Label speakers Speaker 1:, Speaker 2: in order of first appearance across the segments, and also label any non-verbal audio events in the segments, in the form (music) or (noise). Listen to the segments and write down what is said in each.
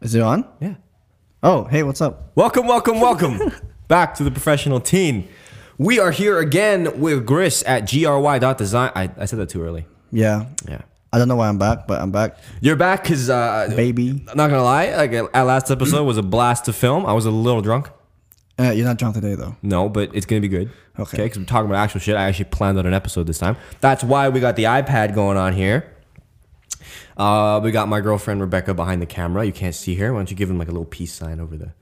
Speaker 1: Is it on?
Speaker 2: Yeah.
Speaker 1: Oh, hey, what's up?
Speaker 2: Welcome, welcome, welcome back to the professional teen. We are here again with Gris at gry.design. I, I said that too early.
Speaker 1: Yeah.
Speaker 2: Yeah.
Speaker 1: I don't know why I'm back, but I'm back,
Speaker 2: You're back because, uh,
Speaker 1: baby.
Speaker 2: I'm not gonna lie, like our last episode was a blast to film. I was a little drunk.
Speaker 1: Uh, you're not drunk today, though.
Speaker 2: No, but it's gonna be good.
Speaker 1: Okay.
Speaker 2: Because I'm talking about actual shit. I actually planned out an episode this time. That's why we got the iPad going on here. Uh, we got my girlfriend Rebecca behind the camera. You can't see her. Why don't you give him like a little peace sign over the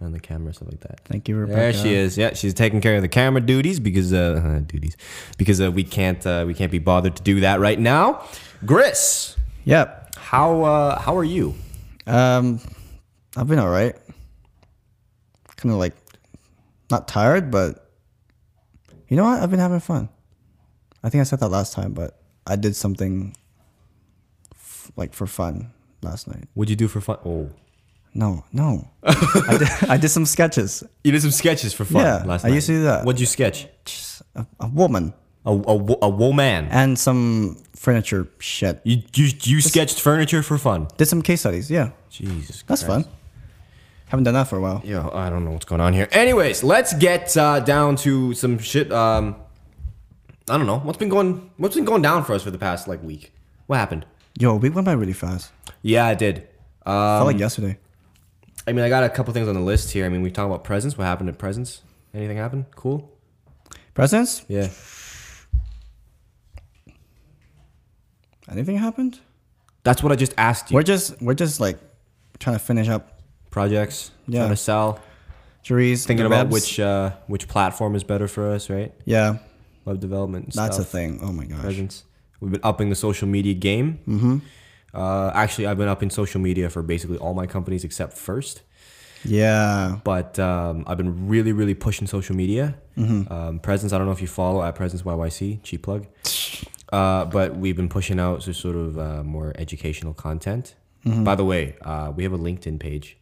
Speaker 2: on the camera, stuff like that.
Speaker 1: Thank you, Rebecca.
Speaker 2: There she is. Yeah, she's taking care of the camera duties because uh, (laughs) duties because uh, we can't uh, we can't be bothered to do that right now. Gris,
Speaker 1: Yep.
Speaker 2: how uh, how are you?
Speaker 1: Um, I've been all right. Kind of like, not tired, but you know what? I've been having fun. I think I said that last time, but I did something f- like for fun last night.
Speaker 2: What'd you do for fun? Oh,
Speaker 1: No, no. I, did, I did some sketches.
Speaker 2: you did some sketches for fun
Speaker 1: Yeah,
Speaker 2: last
Speaker 1: I
Speaker 2: night.
Speaker 1: used to do that.
Speaker 2: What'd you sketch?
Speaker 1: A, a woman
Speaker 2: A a, wo- a woman.
Speaker 1: and some furniture shit.
Speaker 2: You you you sketched furniture for fun.
Speaker 1: Did some case studies. Yeah,
Speaker 2: Jesus,
Speaker 1: that's fun. Haven't done that for a while.
Speaker 2: Yo, I don't know what's going on here. Anyways, let's get uh, down to some shit. Um, I don't know what's been going what's been going down for us for the past like week. What happened?
Speaker 1: Yo, we went by really fast.
Speaker 2: Yeah, I did. Uh,
Speaker 1: Felt like yesterday.
Speaker 2: I mean, I got a couple things on the list here. I mean, we talked about presents. What happened at presents? Anything happen? Cool.
Speaker 1: Presents?
Speaker 2: Yeah.
Speaker 1: Anything happened?
Speaker 2: That's what I just asked you.
Speaker 1: We're just we're just like trying to finish up
Speaker 2: Projects.
Speaker 1: Yeah.
Speaker 2: Trying to sell.
Speaker 1: Jerry's
Speaker 2: Thinking about
Speaker 1: devs.
Speaker 2: which uh, which platform is better for us, right?
Speaker 1: Yeah,
Speaker 2: Web development. And
Speaker 1: that's
Speaker 2: stuff.
Speaker 1: a thing. Oh my gosh.
Speaker 2: presence. We've been upping the social media game. Mm-hmm. Uh, actually, I've been upping social media for basically all my companies except First.
Speaker 1: Yeah,
Speaker 2: But um, I've been really, really pushing social media. Um, presence. I don't know if you follow at Presence YYC. Cheap plug. Uh, but we've been pushing out so sort of uh, more educational content. By the way, uh, we have a LinkedIn page.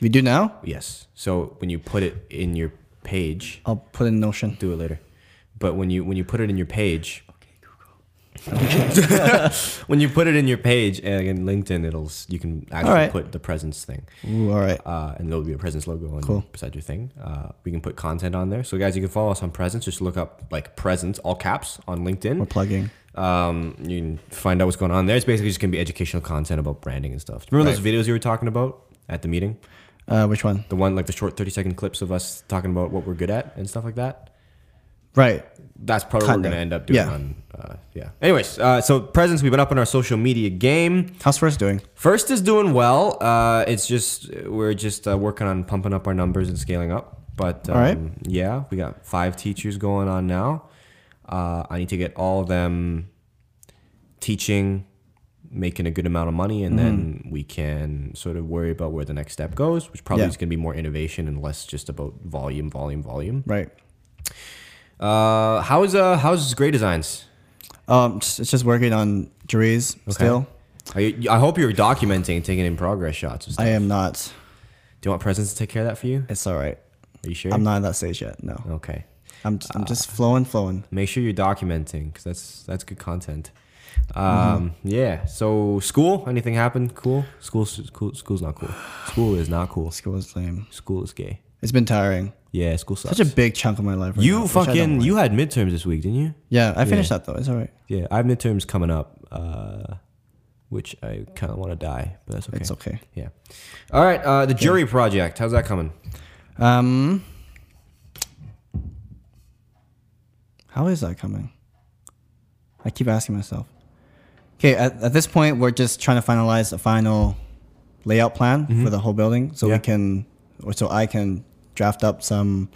Speaker 1: we do now.
Speaker 2: Yes. So when you put it in your page,
Speaker 1: I'll put in Notion.
Speaker 2: do it later. But when you when you put it in your page, (laughs) when you put it in your page and in LinkedIn, it'll s- you can actually
Speaker 1: Alright.
Speaker 2: put the presence thing,
Speaker 1: Ooh, all right.
Speaker 2: uh, and there'll be a presence logo on beside your thing. Uh, we can put content on there. So guys, you can follow us on presence. Just look up like presence, all caps, on LinkedIn.
Speaker 1: We're plugging.
Speaker 2: Um, you can find out what's going on there. It's basically just gonna be educational content about branding and stuff. Remember those videos you were talking about at the meeting?
Speaker 1: Uh, which one?
Speaker 2: The one like the short thirty second clips of us talking about what we're good at and stuff like that
Speaker 1: Right.
Speaker 2: that's probably what
Speaker 1: Kinda.
Speaker 2: we're gonna end up doing.
Speaker 1: Yeah.
Speaker 2: On, uh, yeah. Anyways, uh, so presence we've been up on our social media game.
Speaker 1: How's first doing?
Speaker 2: First is doing well. Uh, it's just we're just uh, working on pumping up our numbers and scaling up. But um,
Speaker 1: All right.
Speaker 2: yeah, we got five teachers going on now. Uh, I need to get all of them teaching, making a good amount of money, and then we can sort of worry about where the next step goes, which probably
Speaker 1: Mm-hmm. Yeah.
Speaker 2: is going to be more innovation and less just about volume, volume, volume.
Speaker 1: Right.
Speaker 2: Uh, how's uh, how's Gray Designs?
Speaker 1: Um, just, it's just working on Jerry's still.
Speaker 2: I, I hope you're documenting and taking in progress shots. and stuff.
Speaker 1: I am not.
Speaker 2: Do you want presence to take care of that for you?
Speaker 1: It's all right.
Speaker 2: Are you sure?
Speaker 1: I'm not at that stage yet. No.
Speaker 2: Okay.
Speaker 1: I'm just, I'm
Speaker 2: Uh,
Speaker 1: just flowing, flowing.
Speaker 2: Make sure you're documenting because that's that's good content. Um, Yeah. So school, anything happened? Cool. School, school, school's not cool. School is not cool.
Speaker 1: School is lame.
Speaker 2: School is gay.
Speaker 1: It's been tiring.
Speaker 2: Yeah, school sucks.
Speaker 1: Such a big chunk of my life. Right now,
Speaker 2: you
Speaker 1: which I don't
Speaker 2: fucking
Speaker 1: like.
Speaker 2: you had midterms this week, didn't you?
Speaker 1: Yeah, I finished that though. It's all right.
Speaker 2: Yeah, I have midterms coming up, uh, which I kind of want to die, but that's okay.
Speaker 1: It's okay.
Speaker 2: Yeah. All right. Uh, the jury project. How's that coming?
Speaker 1: Um, how is that coming? I keep asking myself. Okay, at, at this point, we're just trying to finalize a final layout plan for the whole building, so
Speaker 2: Mm-hmm. Yeah.
Speaker 1: we can, or so I can draft up some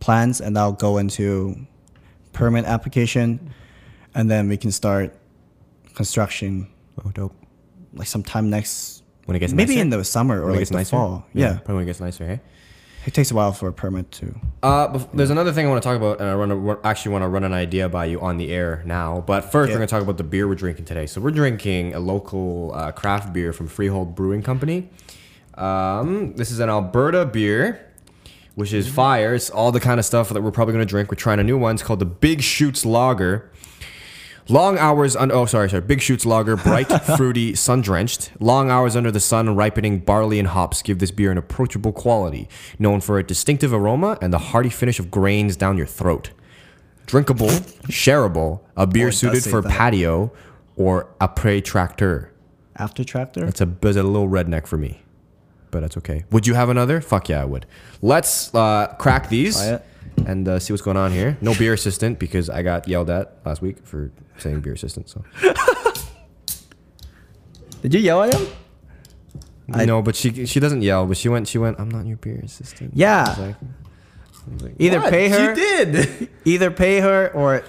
Speaker 1: plans, and that'll go into permit application, and then we can start construction
Speaker 2: Oh, dope.
Speaker 1: like sometime next,
Speaker 2: When it gets
Speaker 1: maybe
Speaker 2: nicer?
Speaker 1: in the summer or
Speaker 2: When it
Speaker 1: like
Speaker 2: gets
Speaker 1: the
Speaker 2: nicer?
Speaker 1: fall. Yeah.
Speaker 2: Probably when it gets nicer, hey?
Speaker 1: it takes a while for a permit to.
Speaker 2: Uh, bef- there's another thing I want to talk about, and I run run actually want to run an idea by you on the air now. But first,
Speaker 1: Yeah.
Speaker 2: we're going to talk about the beer we're drinking today. So we're drinking a local uh, craft beer from Freehold Brewing Company. Um, this is an Alberta beer, which is
Speaker 1: Mm-hmm.
Speaker 2: fire. It's all the kind of stuff that we're probably going to drink. We're trying a new one. It's called the Big Shoots Lager. Long hours under oh sorry sorry big shoots lager
Speaker 1: (laughs)
Speaker 2: bright fruity sun drenched long hours under the sun ripening barley and hops give this beer an approachable quality known for a distinctive aroma and the hearty finish of grains down your throat
Speaker 1: (laughs)
Speaker 2: drinkable shareable a beer
Speaker 1: Oh, it does
Speaker 2: suited
Speaker 1: say
Speaker 2: for
Speaker 1: that.
Speaker 2: patio or après tracteur
Speaker 1: After tractor.
Speaker 2: it's a it's a little redneck for me, but that's okay. Would you have another? Fuck yeah, I would. Let's uh, crack these
Speaker 1: Try it.
Speaker 2: and uh, see what's going on here. No beer assistant because I got yelled at last week for saying beer assistant. So
Speaker 1: Did you yell at him? I-
Speaker 2: no, but she she doesn't yell. But she went she went. I'm not your beer assistant.
Speaker 1: Yeah.
Speaker 2: I was like- I was like,
Speaker 1: Either
Speaker 2: "What?
Speaker 1: pay her- (laughs)
Speaker 2: You did.
Speaker 1: Either pay her or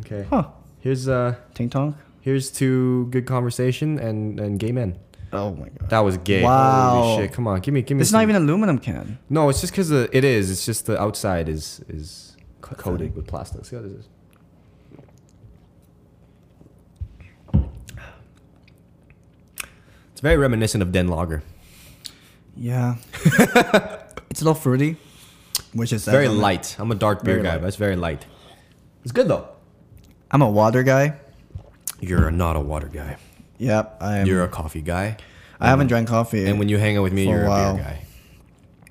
Speaker 2: okay.
Speaker 1: huh?
Speaker 2: Here's uh
Speaker 1: Ting tong.
Speaker 2: here's to good conversation and and gay men.
Speaker 1: Oh my god.
Speaker 2: That was gay.
Speaker 1: Wow.
Speaker 2: Holy shit! Come on, give me give me.
Speaker 1: It's not
Speaker 2: some-
Speaker 1: even an aluminum can.
Speaker 2: No, it's just because it is. It's just the outside is is co- coated with plastic. See how this is? It's very reminiscent of Den Lager.
Speaker 1: Yeah. it's a little fruity, which is
Speaker 2: very light. I'm a dark beer
Speaker 1: Very
Speaker 2: guy,
Speaker 1: light.
Speaker 2: but it's very light. It's good though.
Speaker 1: I'm a water guy.
Speaker 2: You're not a water guy.
Speaker 1: Yep. I am.
Speaker 2: You're a coffee guy.
Speaker 1: I haven't drank coffee.
Speaker 2: And when you hang out with me,
Speaker 1: For a
Speaker 2: you're a
Speaker 1: while.
Speaker 2: beer guy.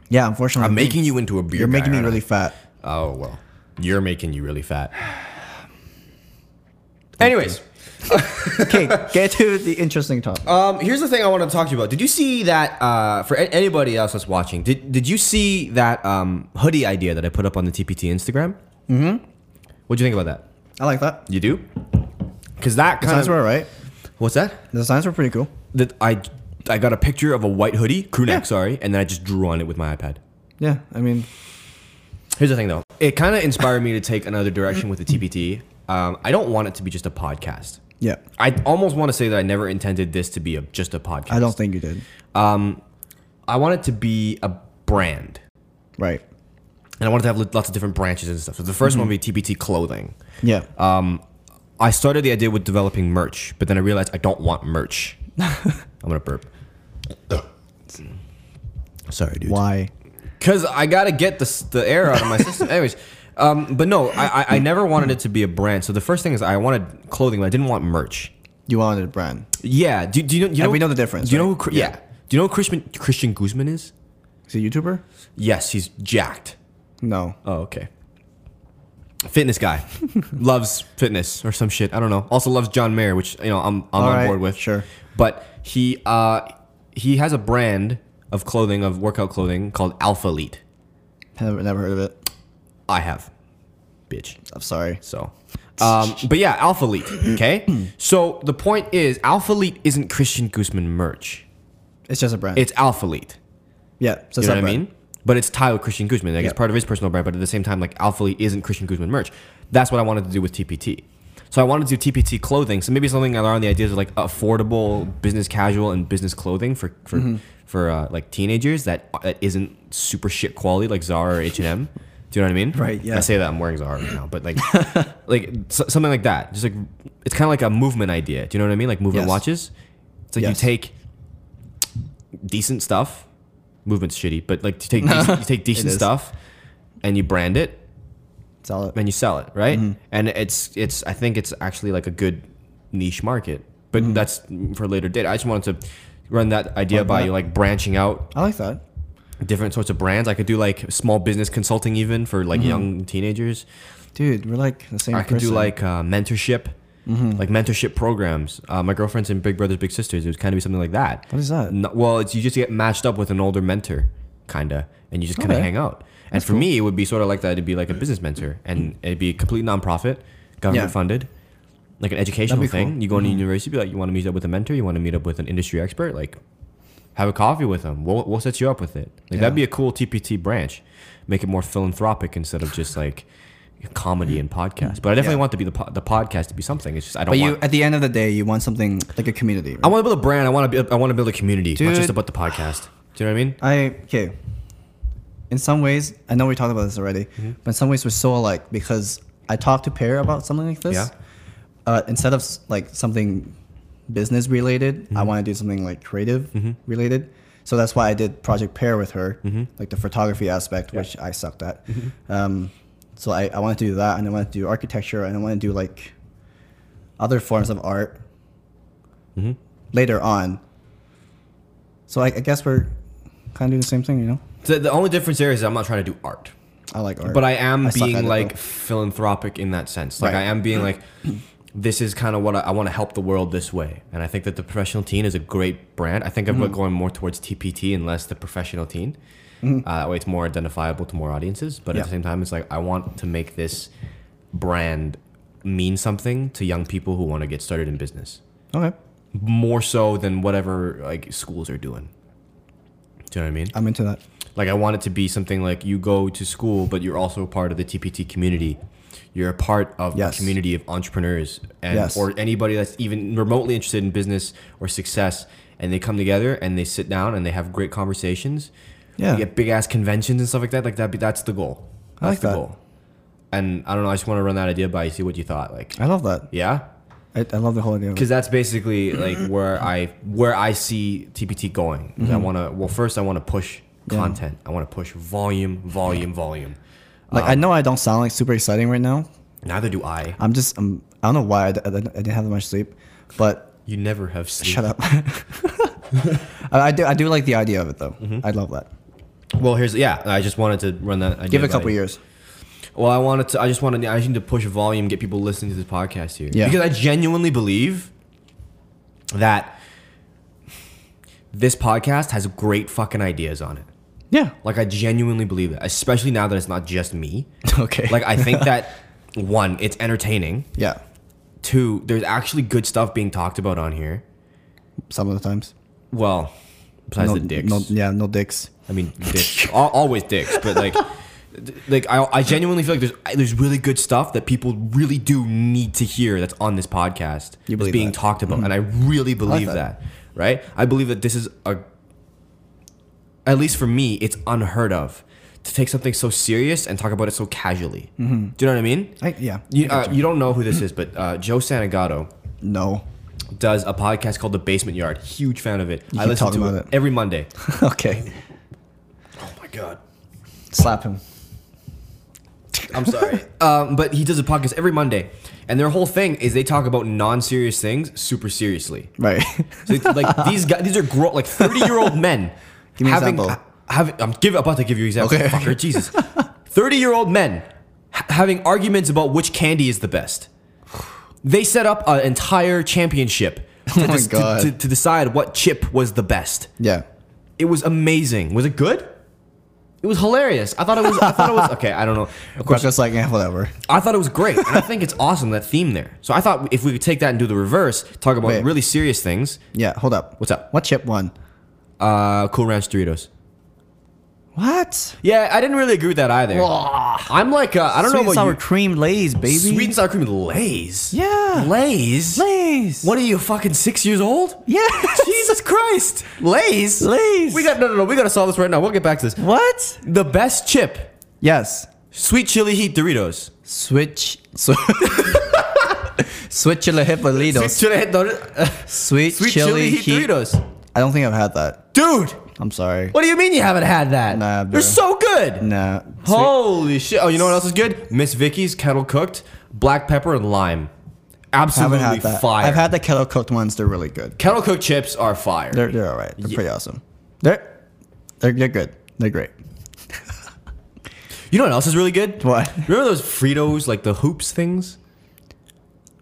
Speaker 1: yeah, unfortunately,
Speaker 2: I'm making you into a beer.
Speaker 1: you're
Speaker 2: guy,
Speaker 1: making me
Speaker 2: aren't I?
Speaker 1: really fat.
Speaker 2: Oh well, you're making you really fat. Anyways.
Speaker 1: Okay, get to the interesting topic.
Speaker 2: Um, here's the thing I want to talk to you about. Did you see that uh, for a- anybody else that's watching? Did Did you see that um, hoodie idea that I put up on the TPT Instagram? Mm-hmm. What do you think about that?
Speaker 1: I like that.
Speaker 2: You do? Because that
Speaker 1: The
Speaker 2: kind
Speaker 1: signs
Speaker 2: of
Speaker 1: were alright.
Speaker 2: what's that?
Speaker 1: The signs were pretty cool.
Speaker 2: That I I got a picture of a white hoodie, crew neck, sorry, and then I just drew on it with my iPad.
Speaker 1: Yeah, I mean,
Speaker 2: Here's the thing though, it kind of inspired me to take another direction
Speaker 1: (laughs)
Speaker 2: with the TPT. Um, I don't want it to be just a podcast.
Speaker 1: yeah.
Speaker 2: I almost want to say that I never intended this to be a, just a podcast.
Speaker 1: I don't think you did.
Speaker 2: I want it to be a brand.
Speaker 1: Right.
Speaker 2: and I wanted to have li- lots of different branches and stuff. So the 1st one would be TPT clothing.
Speaker 1: Yeah.
Speaker 2: I started the idea with developing merch, but then I realized I don't want merch.
Speaker 1: (laughs)
Speaker 2: I'm gonna burp. Sorry, dude.
Speaker 1: Why?
Speaker 2: Because I gotta get the s- the air out of
Speaker 1: (laughs)
Speaker 2: my system. Anyways, um, but no, I, I I never wanted it to be a brand. So the first thing is I wanted clothing, but I didn't want merch.
Speaker 1: You wanted a brand.
Speaker 2: Yeah. Do, do you know? You
Speaker 1: And
Speaker 2: know
Speaker 1: we know the difference,
Speaker 2: Do you know
Speaker 1: right?
Speaker 2: who? Chri- Yeah. Do you know who Christian Christian Guzman is?
Speaker 1: Is he a YouTuber?
Speaker 2: Yes, he's jacked.
Speaker 1: No.
Speaker 2: Oh, okay.
Speaker 1: (laughs)
Speaker 2: Fitness guy, loves fitness or some shit. I don't know. Also loves John Mayer, which you know I'm, I'm
Speaker 1: All
Speaker 2: on
Speaker 1: right,
Speaker 2: board with.
Speaker 1: sure.
Speaker 2: but he uh, he has a brand of clothing of workout clothing called Alpha Elite.
Speaker 1: Have never heard of it.
Speaker 2: I have, bitch.
Speaker 1: I'm sorry.
Speaker 2: So, um, but yeah, Alpha Elite.
Speaker 1: (clears throat)
Speaker 2: Okay. so the point is, Alpha Elite isn't Christian Guzman merch.
Speaker 1: It's just a brand.
Speaker 2: It's Alpha Elite.
Speaker 1: yeah. It's a
Speaker 2: You know what I
Speaker 1: sub-brand.
Speaker 2: mean? But it's tied with Christian Guzman. Like it's
Speaker 1: Yeah.
Speaker 2: part of his personal brand, but at the same time, like Alpha Lee isn't Christian Guzman merch. That's what I wanted to do with TPT. So I wanted to do TPT clothing. So maybe something around the ideas of like affordable business casual and business clothing for for
Speaker 1: Mm-hmm.
Speaker 2: for uh, like teenagers that that isn't super shit quality like Zara or H and M. Do you know what I mean?
Speaker 1: Right, yeah.
Speaker 2: I say that I'm wearing Zara right now, but like (laughs) like so, something like that. Just like it's kind of like a movement idea. Do you know what I mean? Like movement
Speaker 1: Yes.
Speaker 2: watches. It's like
Speaker 1: Yes.
Speaker 2: you take decent stuff. Movement's shitty, but like you take
Speaker 1: (laughs)
Speaker 2: decent, you take decent
Speaker 1: is.
Speaker 2: stuff and you brand it
Speaker 1: Solid.
Speaker 2: and you sell it, right?
Speaker 1: Mm-hmm.
Speaker 2: And it's it's I think it's actually like a good niche market, but
Speaker 1: Mm-hmm.
Speaker 2: that's for a later date. I just wanted to run that idea
Speaker 1: Like
Speaker 2: by
Speaker 1: that.
Speaker 2: you, like branching out
Speaker 1: I like that.
Speaker 2: different sorts of brands. I could do like small business consulting even for like
Speaker 1: Mm-hmm.
Speaker 2: young teenagers.
Speaker 1: Dude, we're like the same
Speaker 2: I could do
Speaker 1: person. Mm-hmm.
Speaker 2: like uh, mentorship, like mentorship programs. Uh, my girlfriend's in Big Brothers Big Sisters. It was kind of be something like that.
Speaker 1: What is that?
Speaker 2: No- well, it's you just get matched up with an older mentor, kinda, and you just kind of
Speaker 1: Okay.
Speaker 2: hang out. And for me, it would be sort of like that. It'd be like a business mentor, and it'd be a complete nonprofit, government funded, like an educational
Speaker 1: That'd be
Speaker 2: thing.
Speaker 1: cool. Mm-hmm.
Speaker 2: You go into university, be like, you want to meet up with a mentor, you want to meet up with an industry expert, like have a coffee with them. We'll, we'll set you up with it. Like that'd be a cool TPT branch. Make it more philanthropic instead of just like comedy and podcast. But I definitely
Speaker 1: Yeah.
Speaker 2: want to be the po- the podcast to be something. It's just I don't
Speaker 1: But you,
Speaker 2: want.
Speaker 1: at the end of the day, you want something like a community.
Speaker 2: I
Speaker 1: Right?
Speaker 2: want to build a brand. I want to. Be, I want to build a community, not just
Speaker 1: Dude.
Speaker 2: about the podcast. Do you know what I mean?
Speaker 1: I okay. In some ways, I know we talked about this already, but in some ways we're so alike because I talked to Pear about something like this.
Speaker 2: Yeah.
Speaker 1: Uh, instead of s- like something business related, I want to do something like creative related. So that's why I did Project Pear with her, like the photography aspect, which I sucked at. Um, so I, I wanted to do that, and I wanted to do architecture, and I want to do like other forms of art later on. So I, I guess we're kind of doing the same thing, you know?
Speaker 2: The, the only difference there is I'm not trying to do art,
Speaker 1: I like art.
Speaker 2: but I am
Speaker 1: I suck at
Speaker 2: being
Speaker 1: it,
Speaker 2: like
Speaker 1: though.
Speaker 2: philanthropic in that sense. Like
Speaker 1: Right.
Speaker 2: I am
Speaker 1: (clears throat)
Speaker 2: being like, this is kind of what I, I want to help the world this way. And I think that the professional teen is a great brand. I think I'm
Speaker 1: Mm.
Speaker 2: going more towards TPT and less the professional teen. Uh, that way, it's more identifiable to more audiences. But
Speaker 1: Mm-hmm. Yeah.
Speaker 2: at the same time, it's like I want to make this brand mean something to young people who want to get started in business.
Speaker 1: okay.
Speaker 2: more so than whatever like schools are doing. Do you know what I mean?
Speaker 1: I'm into that.
Speaker 2: Like I want it to be something like you go to school, but you're also a part of the TPT community. You're a part of
Speaker 1: Yes.
Speaker 2: the community of entrepreneurs and
Speaker 1: Yes.
Speaker 2: or anybody that's even remotely interested in business or success, and they come together and they sit down and they have great conversations.
Speaker 1: Yeah.
Speaker 2: You get big ass conventions and stuff like that. Like that. That's the goal. That's
Speaker 1: I like
Speaker 2: the
Speaker 1: that.
Speaker 2: goal. And I don't know. I just want to run that idea by you. See what you thought. Like,
Speaker 1: I love that.
Speaker 2: yeah
Speaker 1: I, I love the whole idea. Of it.
Speaker 2: because that's basically like where I where I see TPT going. is I
Speaker 1: Mm-hmm.
Speaker 2: want to well first I want to push content. I want to push volume, volume, volume.
Speaker 1: Like I know I don't sound like super exciting right now.
Speaker 2: Neither do I.
Speaker 1: I'm just I'm, I don't know why I, d- I didn't I didn't have that much sleep, but
Speaker 2: You never have sleep.
Speaker 1: shut up. (laughs) I, I do I do like the idea of it though.
Speaker 2: Mm-hmm.
Speaker 1: I love that.
Speaker 2: Well, here's yeah. I just wanted to run that. Idea
Speaker 1: Give it a
Speaker 2: by
Speaker 1: couple
Speaker 2: you.
Speaker 1: years.
Speaker 2: Well, I wanted to. I just wanted. I just need to push volume, get people listening to this podcast here.
Speaker 1: Yeah.
Speaker 2: Because I genuinely believe that this podcast has great fucking ideas on it.
Speaker 1: Yeah.
Speaker 2: Like I genuinely believe that, especially now that it's not just me.
Speaker 1: (laughs) Okay.
Speaker 2: Like I think
Speaker 1: (laughs)
Speaker 2: that one, it's entertaining.
Speaker 1: yeah.
Speaker 2: Two, there's actually good stuff being talked about on here.
Speaker 1: Some of the times.
Speaker 2: Well, besides
Speaker 1: No,
Speaker 2: the dicks.
Speaker 1: no- yeah, no dicks.
Speaker 2: I mean, dicks. Al- always dicks, but like, (laughs) d- like I, I genuinely feel like there's I- there's really good stuff that people really do need to hear that's on this podcast.
Speaker 1: You
Speaker 2: that's
Speaker 1: believe
Speaker 2: being
Speaker 1: that? Mm-hmm.
Speaker 2: talked about, and I really believe
Speaker 1: that.
Speaker 2: that. Right? I believe that this is a, at least for me, it's unheard of to take something so serious and talk about it so casually.
Speaker 1: Mm-hmm.
Speaker 2: Do you know what I mean?
Speaker 1: I, yeah.
Speaker 2: You, uh, you don't know who this is, but uh, Joe Santagato
Speaker 1: No. (laughs)
Speaker 2: does a podcast called The Basement Yard. Huge fan of it. I
Speaker 1: keep
Speaker 2: listen
Speaker 1: talking
Speaker 2: to
Speaker 1: about
Speaker 2: it,
Speaker 1: it.
Speaker 2: every Monday.
Speaker 1: okay.
Speaker 2: (laughs) Oh my god.
Speaker 1: Slap him.
Speaker 2: I'm (laughs) sorry. um, but he does a podcast every Monday, and their whole thing is they talk about non-serious things super seriously.
Speaker 1: Right. (laughs)
Speaker 2: So it's like these guys, these are grown, like 30 year old men.
Speaker 1: (laughs) Give me an
Speaker 2: having,
Speaker 1: example.
Speaker 2: having- I'm give, about to give you an example.
Speaker 1: Okay. (laughs)
Speaker 2: Fucker, Jesus. 30 year old men ha- having arguments about which candy is the best. They set up an entire championship
Speaker 1: (laughs)
Speaker 2: to,
Speaker 1: Oh my
Speaker 2: dis- to-
Speaker 1: God.
Speaker 2: to- to decide what chip was the best.
Speaker 1: yeah.
Speaker 2: It was amazing. Was it good? It was hilarious. I thought it was. I thought it was okay. I don't know.
Speaker 1: We're just like yeah, whatever.
Speaker 2: I thought it was great, and I think it's awesome that theme there. So I thought if we could take that and do the reverse, talk about
Speaker 1: Wait.
Speaker 2: really serious things.
Speaker 1: Yeah. Hold up.
Speaker 2: What's up?
Speaker 1: What chip won?
Speaker 2: Uh, cool Ranch Doritos.
Speaker 1: What?
Speaker 2: Yeah, I didn't really agree with that either. I'm like, uh, I don't
Speaker 1: Sweet
Speaker 2: know
Speaker 1: and
Speaker 2: about
Speaker 1: sour
Speaker 2: you.
Speaker 1: cream lays, baby.
Speaker 2: Sweet and sour cream with Lay's.
Speaker 1: Yeah.
Speaker 2: Lay's.
Speaker 1: lays.
Speaker 2: What are you fucking six years (laughs) old?
Speaker 1: Yeah.
Speaker 2: Jesus Christ.
Speaker 1: (laughs)
Speaker 2: Lay's.
Speaker 1: Lays.
Speaker 2: We got no, no, no. We got to solve this right now. We'll get back to this.
Speaker 1: What?
Speaker 2: The best chip,
Speaker 1: Yes.
Speaker 2: sweet chili heat Doritos.
Speaker 1: Switch. Sw- (laughs) Switch chili hit
Speaker 2: Sweet
Speaker 1: Doritos.
Speaker 2: chili heat Doritos.
Speaker 1: Sweet,
Speaker 2: Sweet
Speaker 1: chili,
Speaker 2: chili heat
Speaker 1: heat.
Speaker 2: Doritos.
Speaker 1: I don't think I've had that.
Speaker 2: Dude.
Speaker 1: I'm sorry.
Speaker 2: What do you mean you haven't had that?
Speaker 1: Nah, bro.
Speaker 2: They're so good.
Speaker 1: Nah.
Speaker 2: Holy shit. Oh, you know what else is good? Miss Vicky's kettle cooked black pepper and lime.
Speaker 1: Sweet-
Speaker 2: Absolutely
Speaker 1: haven't had that.
Speaker 2: fire.
Speaker 1: I've had the kettle cooked ones. They're really good.
Speaker 2: kettle cooked chips are fire.
Speaker 1: They're they're all right. They're pretty awesome. They're, they're they're good. They're great.
Speaker 2: you know what else is really good?
Speaker 1: What?
Speaker 2: Remember those Fritos, like the hoops things?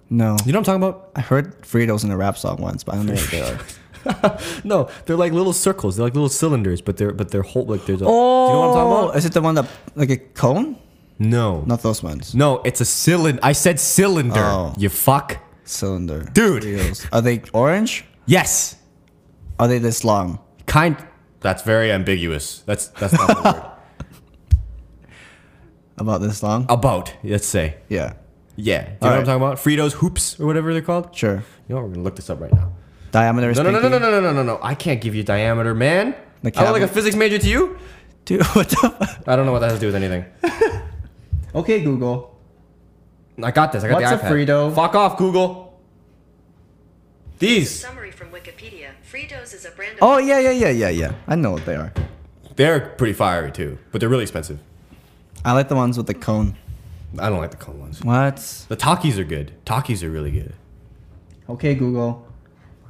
Speaker 1: No.
Speaker 2: You know what I'm talking about?
Speaker 1: I heard Fritos in a rap song once, but I don't know what they
Speaker 2: (laughs)
Speaker 1: are.
Speaker 2: No, they're like little circles. They're like little cylinders, but they're but they're whole like there's a Do you know what I'm talking about?
Speaker 1: Oh, Is it the one that like a cone?
Speaker 2: Oh! No.
Speaker 1: Not those ones.
Speaker 2: No, it's a cylinder. I said cylinder.
Speaker 1: Oh.
Speaker 2: You fuck.
Speaker 1: Cylinder.
Speaker 2: Dude.
Speaker 1: Fritos. Are they orange?
Speaker 2: Yes.
Speaker 1: Are they this long?
Speaker 2: Kind That's very ambiguous. That's that's not the (laughs) word.
Speaker 1: About this long?
Speaker 2: About, let's say.
Speaker 1: Yeah.
Speaker 2: Yeah. Do you know
Speaker 1: All
Speaker 2: what I'm talking about? Fritos hoops or whatever they're called.
Speaker 1: Sure.
Speaker 2: You know, we're gonna look this up right now.
Speaker 1: Diameter is
Speaker 2: No, no, no, no,
Speaker 1: pinky.
Speaker 2: no, no, no, no, no, no. I can't give you diameter, man.
Speaker 1: The
Speaker 2: I look like
Speaker 1: cavity-
Speaker 2: a physics major to you.
Speaker 1: Dude, (laughs) what the fuck?
Speaker 2: I don't know what that has to do with anything.
Speaker 1: Okay, Google.
Speaker 2: I got this. I got
Speaker 1: What's
Speaker 2: the
Speaker 1: a
Speaker 2: iPad.
Speaker 1: Frito?
Speaker 2: Fuck off, Google. These.
Speaker 3: Summary from Wikipedia. Fritos is a brand of
Speaker 1: Oh, yeah, yeah, yeah, yeah, yeah. I know what they are.
Speaker 2: They're pretty fiery too, but they're really expensive.
Speaker 1: I like the ones with the cone.
Speaker 2: I don't like the cone ones.
Speaker 1: What?
Speaker 2: The Takis are good. Takis are really good.
Speaker 1: Okay, Google.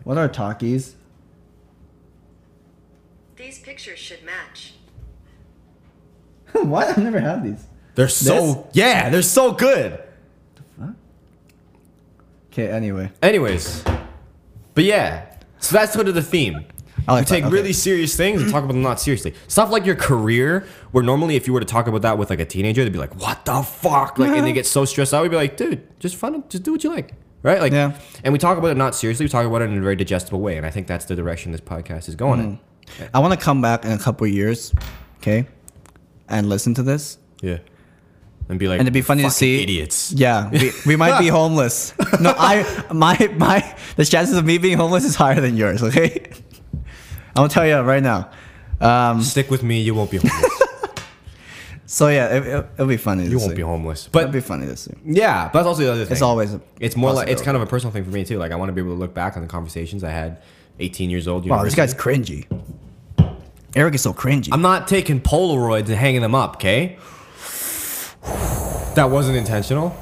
Speaker 1: What are (laughs) Takis?
Speaker 3: These pictures should match.
Speaker 1: what? I've never had these.
Speaker 2: They're so yeah, they're so good.
Speaker 1: Okay, anyway.
Speaker 2: Anyways, but yeah, so that's sort of the theme.
Speaker 1: I like
Speaker 2: you take
Speaker 1: that, okay.
Speaker 2: really serious things and talk about them not seriously. Stuff like your career, where normally if you were to talk about that with like a teenager, they'd be like, "What the fuck?" Like, and they get so stressed out. We'd be like, "Dude, just fun, just do what you like." Right, like,
Speaker 1: Yeah.
Speaker 2: and we talk about it not seriously. We talk about it in a very digestible way, and I think that's the direction this podcast is going
Speaker 1: Mm. I want to come back in a couple years, okay, and listen to this.
Speaker 2: in. Yeah, and be like,
Speaker 1: And it'd be funny to
Speaker 2: "Fucking
Speaker 1: see
Speaker 2: idiots.
Speaker 1: Yeah, we, we might
Speaker 2: (laughs)
Speaker 1: be homeless. No, I my my the chances of me being homeless is higher than yours. Okay, (laughs) I'm gonna tell you right now. Um,
Speaker 2: Stick with me, you won't be
Speaker 1: (laughs)
Speaker 2: homeless.
Speaker 1: so yeah, it, it, it'll be funny.
Speaker 2: you won't be homeless.
Speaker 1: But it'll
Speaker 2: But
Speaker 1: be funny this year.
Speaker 2: Yeah, but that's also the other thing.
Speaker 1: It's always a
Speaker 2: it's more like it's kind of a personal thing for me too. Like I want to be able to look back on the conversations I had, 18 years old.
Speaker 1: Wow, this
Speaker 2: university.
Speaker 1: guy's cringy. Eric is so cringy.
Speaker 2: I'm not taking Polaroids and hanging them up, okay? That wasn't intentional,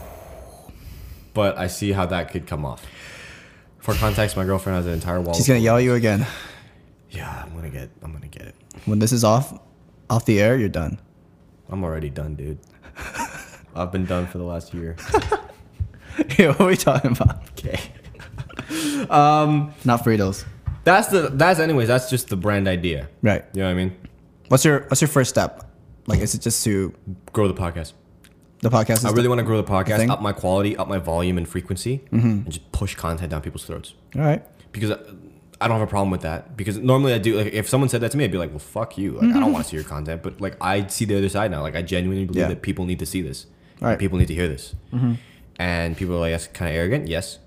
Speaker 2: but I see how that could come off. For context, my girlfriend has an entire wall.
Speaker 1: She's gonna yell at you again.
Speaker 2: yeah, I'm gonna get. I'm gonna get it.
Speaker 1: When this is off, off the air, you're done. (laughs)
Speaker 2: I'm already done, dude. I've been done for the
Speaker 1: (laughs)
Speaker 2: last year.
Speaker 1: Yeah, what are we talking about?
Speaker 2: Okay.
Speaker 1: Not Fritos,
Speaker 2: That's the. That's anyways. That's just the brand idea.
Speaker 1: right?
Speaker 2: You know what I mean?
Speaker 1: What's your What's your first step? Like, is it just to
Speaker 2: Grow the podcast.
Speaker 1: the podcast?
Speaker 2: I
Speaker 1: is-
Speaker 2: really want to grow the podcast,
Speaker 1: thing?
Speaker 2: up my quality, up my volume and frequency,
Speaker 1: Mm-hmm.
Speaker 2: and just push content down people's throats.
Speaker 1: All right.
Speaker 2: Because I, I don't have a problem with that. Because normally I do. Like, if someone said that to me, I'd be like, "Well, fuck you. Like,
Speaker 1: (laughs)
Speaker 2: I don't want to see your content." But like, I see the other side now. Like, I genuinely believe
Speaker 1: Yeah.
Speaker 2: that people need to see this.
Speaker 1: All right. Mm-hmm.
Speaker 2: People need to hear this. And people are like, "That's kind of arrogant."
Speaker 1: (laughs)
Speaker 2: Yes.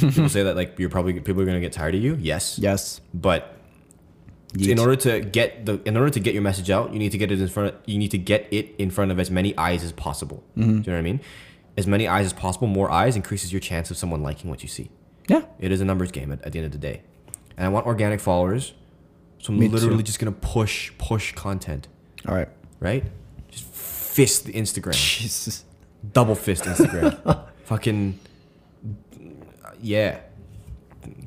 Speaker 2: people say that like you're probably people are gonna get tired of you. Yes.
Speaker 1: Yes.
Speaker 2: But
Speaker 1: Yeet.
Speaker 2: in order to get the in order to get your message out, you need to get it in front. you need to get it in front of as many eyes as possible.
Speaker 1: Mm-hmm.
Speaker 2: Do you know what I mean? As many eyes as possible. More eyes increases your chance of someone liking what you see.
Speaker 1: Yeah.
Speaker 2: It is a numbers game at, at the end of the day. And I want organic followers, so I'm
Speaker 1: Me
Speaker 2: literally
Speaker 1: too.
Speaker 2: just gonna push push content,
Speaker 1: All right.
Speaker 2: right? Just fist the Instagram,
Speaker 1: Jesus.
Speaker 2: double fist
Speaker 1: (laughs)
Speaker 2: Instagram, fucking yeah.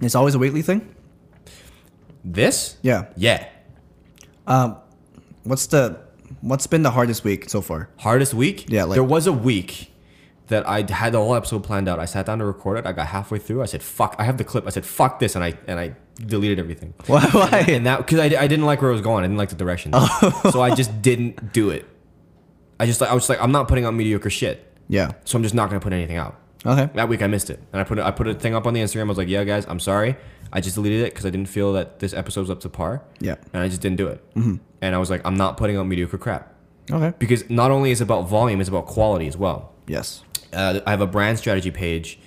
Speaker 1: It's always a weekly thing.
Speaker 2: This
Speaker 1: Yeah.
Speaker 2: yeah.
Speaker 1: What's the What's been the hardest week so far?
Speaker 2: hardest week.
Speaker 1: Yeah, like-
Speaker 2: there was a week that I had the whole episode planned out. I sat down to record it. I got halfway through. I said, "Fuck!" I have the clip. I said, "Fuck this," and I and I deleted everything.
Speaker 1: (laughs) Why? Why?
Speaker 2: And that because I, I didn't like where it was going. I didn't like the direction. so I just didn't do it. I just I was like, I'm not putting out mediocre shit.
Speaker 1: Yeah.
Speaker 2: So I'm just not gonna put anything out.
Speaker 1: Okay.
Speaker 2: That week I missed it, and I put a, I put a thing up on the Instagram. I was like, "Yeah, guys, I'm sorry. I just deleted it because I didn't feel that this episode was up to par.
Speaker 1: Yeah.
Speaker 2: and I just didn't do it. And I was like, I'm not putting out mediocre crap
Speaker 1: Okay.
Speaker 2: because not only is it about volume, it's about quality as well.
Speaker 1: Yes.
Speaker 2: Uh, I have a brand strategy page,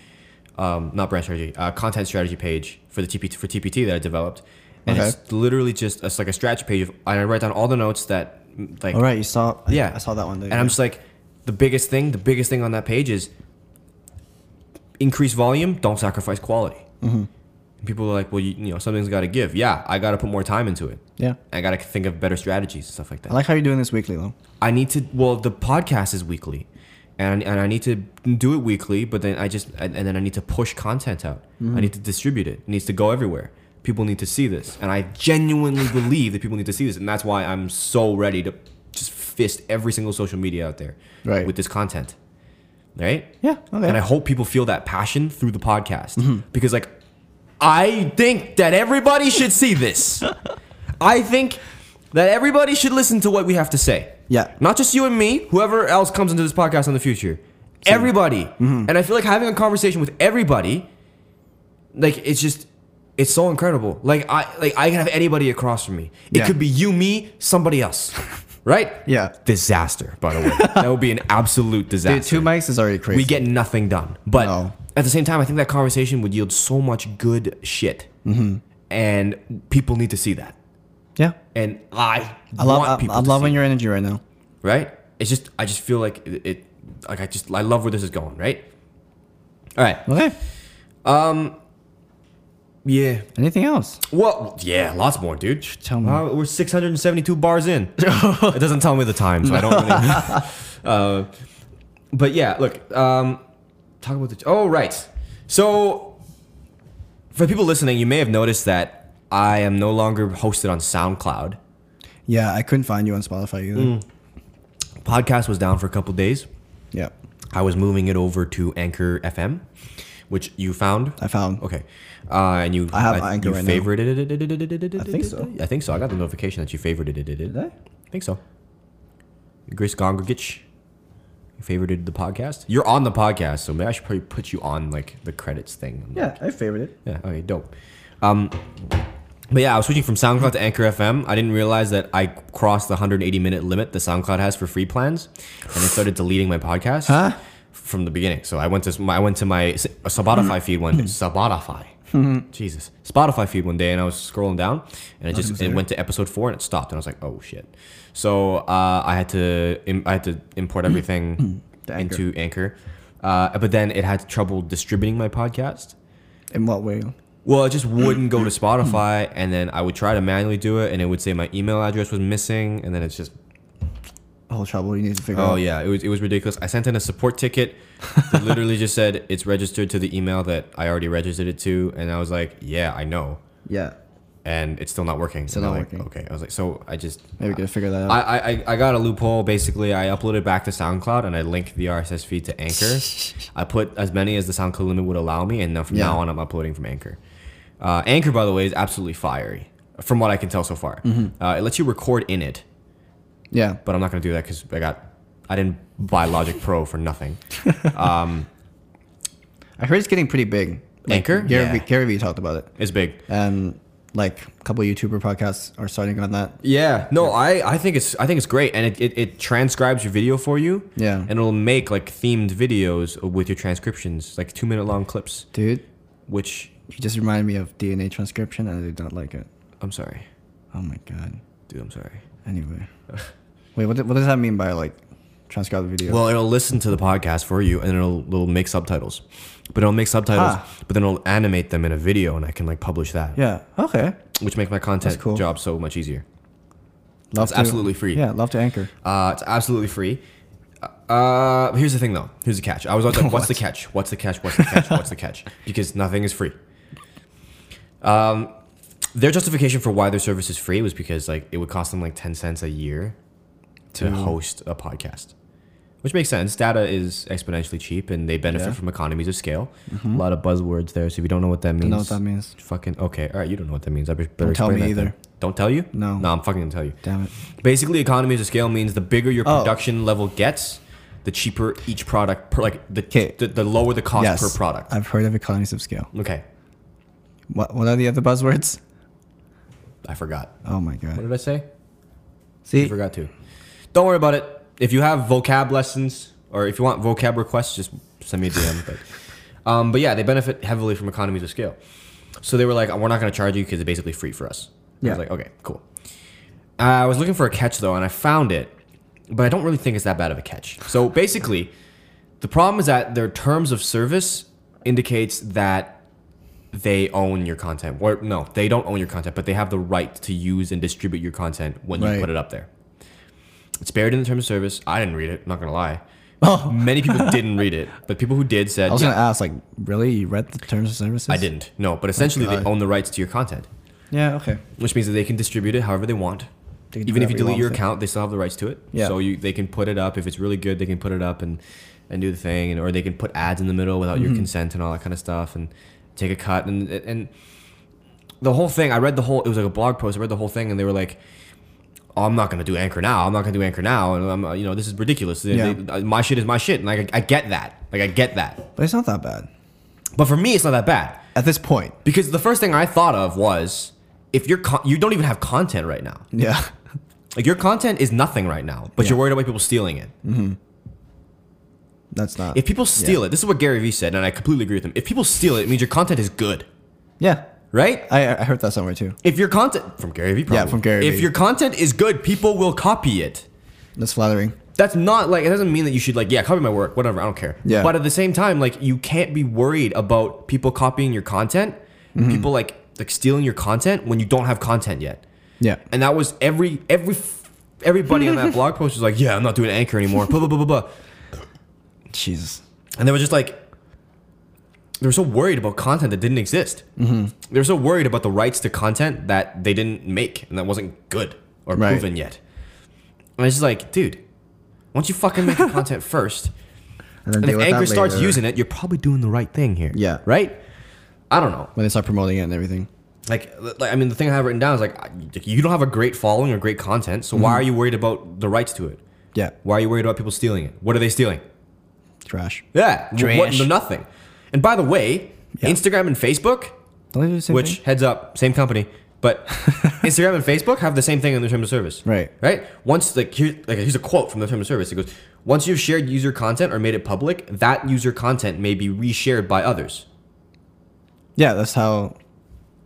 Speaker 2: um, not brand strategy, uh, content strategy page for the TPT for TPT that I developed, and
Speaker 1: Okay.
Speaker 2: it's literally just it's like a strategy page. Of, and I write down all the notes that mm, like
Speaker 1: All right. You saw. I-
Speaker 2: yeah
Speaker 1: I saw that one.
Speaker 2: and I'm just like the biggest thing, the biggest thing on that page is increase volume, don't sacrifice quality.
Speaker 1: Mm-hmm.
Speaker 2: And people are like, well, you, you know, something's got to give. Yeah, I got to put more time into it.
Speaker 1: yeah.
Speaker 2: I got to think of better strategies and stuff like that.
Speaker 1: I like how you're doing this weekly though.
Speaker 2: I need to. Well, the podcast is weekly, and and I need to do it weekly. But then I just and, and then I need to push content out. I need to distribute it. It needs to go everywhere. People need to see this, and I genuinely believe that people need to see this, and that's why I'm so ready to just fist every single social media out there
Speaker 1: Right.
Speaker 2: with this content, right?
Speaker 1: Yeah. Okay.
Speaker 2: And I hope people feel that passion through the podcast
Speaker 1: Mm-hmm.
Speaker 2: because, like, I think that everybody should see this. I think that everybody should listen to what we have to say.
Speaker 1: Yeah.
Speaker 2: Not just you and me, whoever else comes into this podcast in the future. Everybody.
Speaker 1: Mm-hmm.
Speaker 2: And I feel like having a conversation with everybody, like, it's just. It's so incredible. Like I like I can have anybody across from me. It
Speaker 1: Yeah.
Speaker 2: could be you, me, somebody else. Right?
Speaker 1: (laughs) Yeah.
Speaker 2: Disaster, by the way. that would be an absolute disaster
Speaker 1: Dude, two mics is already crazy.
Speaker 2: we get nothing done. But
Speaker 1: No.
Speaker 2: at the same time, I think that conversation would yield so much good shit, mm-hmm. and people need to see that.
Speaker 1: Yeah.
Speaker 2: And I,
Speaker 1: I love.
Speaker 2: want
Speaker 1: I,
Speaker 2: people
Speaker 1: I'm
Speaker 2: to
Speaker 1: loving
Speaker 2: see
Speaker 1: your energy right now.
Speaker 2: it, right. It's just I just feel like it, it. Like I just I love where this is going. Right. All right.
Speaker 1: Okay.
Speaker 2: Yeah.
Speaker 1: Anything else?
Speaker 2: Well. Yeah. Lots more, dude.
Speaker 1: Tell me.
Speaker 2: Uh, we're 672 bars in. (laughs) it doesn't tell me the time, so I don't. Really, (laughs) uh, but yeah, look. Um, talk about the. Oh right. So For people listening, you may have noticed that I am no longer hosted on SoundCloud.
Speaker 1: Yeah, I couldn't find you on Spotify either.
Speaker 2: Podcast was down for a couple days.
Speaker 1: Yeah,
Speaker 2: I was moving it over to Anchor FM, which you found.
Speaker 1: I found.
Speaker 2: Okay, uh, and you I
Speaker 1: have Anchor
Speaker 2: you
Speaker 1: right now.
Speaker 2: favorited it. I
Speaker 1: think so.
Speaker 2: I think so. I got the notification that you favorited it. Did
Speaker 1: I?
Speaker 2: think so. Grace Gongrich, you favorited the podcast. You're on the podcast, so maybe I should probably put you on like the credits thing.
Speaker 1: Yeah, I favored it.
Speaker 2: Yeah. Okay. Dope. Um, but yeah, I was switching from SoundCloud to Anchor FM. I didn't realize that I crossed the 180 minute limit that SoundCloud has for free plans, and I started deleting my podcast
Speaker 1: Huh?
Speaker 2: from the beginning. So I went to my, I went to my S-
Speaker 1: Mm.
Speaker 2: Spotify feed one day.
Speaker 1: Mm-hmm.
Speaker 2: Spotify. Jesus. Spotify feed one day, and I was scrolling down, and it just it went to episode four, and it stopped, and I was like, oh shit. So uh, I had to im- I had to import everything
Speaker 1: Mm. (clears throat) To Anchor.
Speaker 2: into Anchor, uh, but then it had trouble distributing my podcast.
Speaker 1: In what way?
Speaker 2: Well, it just wouldn't go to Spotify, and then I would try to manually do it, and it would say my email address was missing, and then it's just
Speaker 1: Whole trouble you need to figure
Speaker 2: oh
Speaker 1: out.
Speaker 2: yeah, it was it was ridiculous. I sent in a support ticket that literally just said it's registered to the email that I already registered it to, and I was like, yeah, I know,
Speaker 1: Yeah.
Speaker 2: and it's still not working. Still
Speaker 1: not working.
Speaker 2: Okay, I was like, so I just
Speaker 1: Maybe we gotta figure that out.
Speaker 2: I, I, I- I got a loophole. Basically, I uploaded back to SoundCloud and I linked the RSS feed to Anchor.
Speaker 1: (laughs)
Speaker 2: I put as many as the SoundCloud limit would allow me, and now from
Speaker 1: Yeah.
Speaker 2: now on, I'm uploading from Anchor. Uh, Anchor, by the way, is absolutely fiery, from what I can tell so far.
Speaker 1: Mm-hmm.
Speaker 2: Uh, it lets you record in it,
Speaker 1: yeah.
Speaker 2: but I'm not gonna do that because I got I didn't buy Logic Pro for nothing.
Speaker 1: I heard it's getting pretty big. Like,
Speaker 2: Anchor?
Speaker 1: Gary,
Speaker 2: Yeah.
Speaker 1: v, Gary Vee talked about it.
Speaker 2: It's big.
Speaker 1: Um, like a couple YouTuber podcasts are starting on that.
Speaker 2: Yeah, no, I, I think it's I think it's great, and it, it, it transcribes your video for you.
Speaker 1: Yeah.
Speaker 2: and it'll make like themed videos with your transcriptions, like two minute long clips,
Speaker 1: Dude,
Speaker 2: which
Speaker 1: you just reminded me of DNA transcription and I did not like it.
Speaker 2: I'm sorry.
Speaker 1: Oh my god.
Speaker 2: Dude, I'm sorry. (laughs)
Speaker 1: Anyway. Wait, what, what does that mean by like transcribe the video?
Speaker 2: Well, it'll listen to the podcast for you, and it'll, it'll make subtitles. But it'll make subtitles,
Speaker 1: Ah.
Speaker 2: but then it'll animate them in a video, and I can like publish that,
Speaker 1: yeah. Okay.
Speaker 2: which makes my content
Speaker 1: That's cool.
Speaker 2: job so much easier.
Speaker 1: Love
Speaker 2: It's absolutely free.
Speaker 1: Yeah, love to anchor.
Speaker 2: Uh, it's absolutely free. Uh, here's the thing, though. Here's the catch. I was always
Speaker 1: (laughs)
Speaker 2: like, "What's the catch? What's the catch? What's the catch? What's the catch?" Because nothing is free. Um, their justification for why their service is free was because like it would cost them like ten cents a year to
Speaker 1: Mm.
Speaker 2: host a podcast, which makes sense. Data is exponentially cheap, and they benefit
Speaker 1: Yeah. Mm-hmm.
Speaker 2: from economies of scale. A lot of buzzwords there. So if you don't know what that means,
Speaker 1: know what that means.
Speaker 2: Fucking okay. All right, you don't know what that means. I be- better
Speaker 1: Don't tell
Speaker 2: explain
Speaker 1: me
Speaker 2: that then.
Speaker 1: either.
Speaker 2: Don't tell you.
Speaker 1: No.
Speaker 2: No, I'm fucking gonna tell you.
Speaker 1: Damn it.
Speaker 2: Basically, economies of scale means the bigger your
Speaker 1: Oh.
Speaker 2: production level gets, the cheaper each product per like the the, the lower the cost
Speaker 1: Yes.
Speaker 2: per product.
Speaker 1: I've heard of economies of scale.
Speaker 2: okay,
Speaker 1: What, what are the other buzzwords?
Speaker 2: I forgot.
Speaker 1: Oh my
Speaker 2: What
Speaker 1: god.
Speaker 2: did I say? I
Speaker 1: See, (laughs)
Speaker 2: forgot to. Don't worry about it. If you have vocab lessons or if you want vocab requests, just send me a DM. but, um, but yeah, they benefit heavily from economies of scale. So they were like, we're not going to charge you because it's basically free for us. I
Speaker 1: Yeah.
Speaker 2: was like, okay, cool. Uh, I was looking for a catch though, and I found it, but I don't really think it's that bad of a catch. So basically, the problem is that their terms of service indicates that they own your content. Or no, they don't own your content, but they have the right to use and distribute your content when you
Speaker 1: Right.
Speaker 2: put it up there. It's buried in the terms of service. I didn't read it. Not gonna lie.
Speaker 1: Oh. (laughs)
Speaker 2: Many people didn't read it, but people who did said,
Speaker 1: I was
Speaker 2: "Yeah,
Speaker 1: gonna ask, like, really? You read the terms of services?
Speaker 2: I didn't. No, but essentially they
Speaker 1: God.
Speaker 2: own the rights to your content,
Speaker 1: Yeah, okay.
Speaker 2: which means that they can distribute it however they want.
Speaker 1: They can do
Speaker 2: Even if
Speaker 1: whatever
Speaker 2: you
Speaker 1: you
Speaker 2: delete
Speaker 1: want
Speaker 2: your
Speaker 1: with it.
Speaker 2: account, they still have the rights to it.
Speaker 1: Yeah.
Speaker 2: So you, they can put it up if it's really good. They can put it up and and do the thing, and or they can put ads in the middle without
Speaker 1: Mm-hmm.
Speaker 2: your consent and all that kind of stuff, and take a cut and and the whole thing. I read the whole. It was like a blog post. I read the whole thing, and they were like. Oh, I'm not gonna do anchor now. I'm not gonna do anchor now, and I'm, uh, you know, this is ridiculous. They-
Speaker 1: Yeah.
Speaker 2: they- my shit is my shit, and like I, I get that. Like I get that.
Speaker 1: But it's not that bad.
Speaker 2: But for me, it's not that bad.
Speaker 1: At this point. (laughs)
Speaker 2: Because the first thing I thought of was if you're con- you don't even have content right now.
Speaker 1: Yeah.
Speaker 2: Like your content is nothing right now, but you're worried about people stealing it.
Speaker 1: Mm. That's not.
Speaker 2: If people steal it, this is what Gary Vee said, and I completely agree with him. If people steal it, it means your content is good,
Speaker 1: yeah.
Speaker 2: right?
Speaker 1: I, I heard that somewhere too.
Speaker 2: If your content from Gary Vee, probably.
Speaker 1: Yeah, from Gary
Speaker 2: If
Speaker 1: Vee.
Speaker 2: your content is good, people will copy it.
Speaker 1: That's flattering.
Speaker 2: That's not like it doesn't mean that you should like yeah copy my work whatever I don't care.
Speaker 1: Yeah.
Speaker 2: But at the same time, like you can't be worried about people copying your content,
Speaker 1: Mm-hmm.
Speaker 2: people like like stealing your content when you don't have content yet.
Speaker 1: Yeah.
Speaker 2: And that was every every everybody on
Speaker 1: (laughs)
Speaker 2: that blog post was like, "Yeah, I'm not doing anchor anymore." Blah blah blah blah blah.
Speaker 1: Jesus.
Speaker 2: And they were just like, they were so worried about content that didn't exist.
Speaker 1: Mm-hmm.
Speaker 2: They were so worried about the rights to content that they didn't make and that wasn't good or
Speaker 1: Right.
Speaker 2: proven yet. And it's just like, dude, why don't you
Speaker 1: (laughs)
Speaker 2: fucking make the content first?
Speaker 1: And then
Speaker 2: And
Speaker 1: deal
Speaker 2: if
Speaker 1: with that
Speaker 2: Anchor starts
Speaker 1: later.
Speaker 2: using it, you're probably doing the right thing here.
Speaker 1: Yeah.
Speaker 2: Right? I don't know.
Speaker 1: when they start promoting it and everything.
Speaker 2: Like, like I mean, the thing I have written down is like, I- you don't have a great following or great content, so
Speaker 1: Mm-hmm.
Speaker 2: why are you worried about the rights to it?
Speaker 1: Yeah,
Speaker 2: Why are you worried about people stealing it? What are they stealing?
Speaker 1: trash.
Speaker 2: Yeah, w- what-
Speaker 1: Trash.
Speaker 2: nothing. And by the way, Instagram and Facebook,
Speaker 1: Don't they do the same
Speaker 2: which
Speaker 1: thing?
Speaker 2: heads up, same company,
Speaker 1: (laughs)
Speaker 2: but Instagram and Facebook have the same thing in their terms of service.
Speaker 1: Right.
Speaker 2: Right. Once like here, like here's a quote from the terms of service. It goes, "Once you've shared user content or made it public, that user content may be reshared by others."
Speaker 1: Yeah, that's how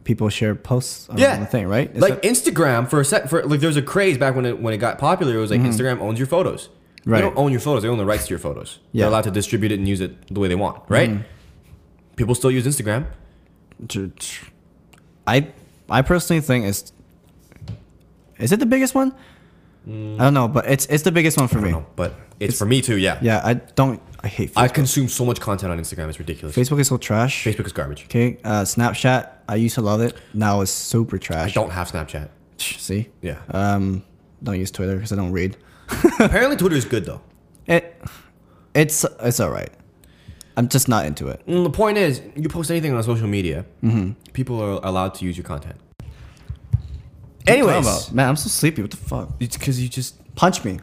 Speaker 1: people share posts on
Speaker 2: Yeah,
Speaker 1: the thing, right? Is that-
Speaker 2: like Instagram for a sec, for like there was a craze back when it when it got popular. It was like Instagram owns your photos.
Speaker 1: Mm-hmm. Right.
Speaker 2: They don't own your photos. They own the rights to your photos.
Speaker 1: Yeah. Mm-hmm.
Speaker 2: They're allowed to distribute it and use it the way they want. Right. People still use Instagram.
Speaker 1: tr- tr- I I personally think it's is it the biggest one?
Speaker 2: Mm.
Speaker 1: I don't know, but it's it's the biggest one for me.
Speaker 2: No, but it's, for me too. Yeah.
Speaker 1: Yeah, I don't. I hate Facebook.
Speaker 2: I consume so much content on Instagram. It's ridiculous.
Speaker 1: Facebook is so trash.
Speaker 2: Facebook is garbage.
Speaker 1: Okay, uh, Snapchat. I used to love it. Now it's super
Speaker 2: I
Speaker 1: trash.
Speaker 2: don't have Snapchat.
Speaker 1: See?
Speaker 2: Yeah.
Speaker 1: Um, don't use Twitter because I don't read.
Speaker 2: (laughs) Apparently, Twitter is good though.
Speaker 1: It, it's it's all right. I'm just not into it.
Speaker 2: And Mm, the point is, you post anything on social media, people are allowed to use your content. Anyways,
Speaker 1: man, I'm so sleepy. What the fuck?
Speaker 2: it's because you just
Speaker 1: Punch me.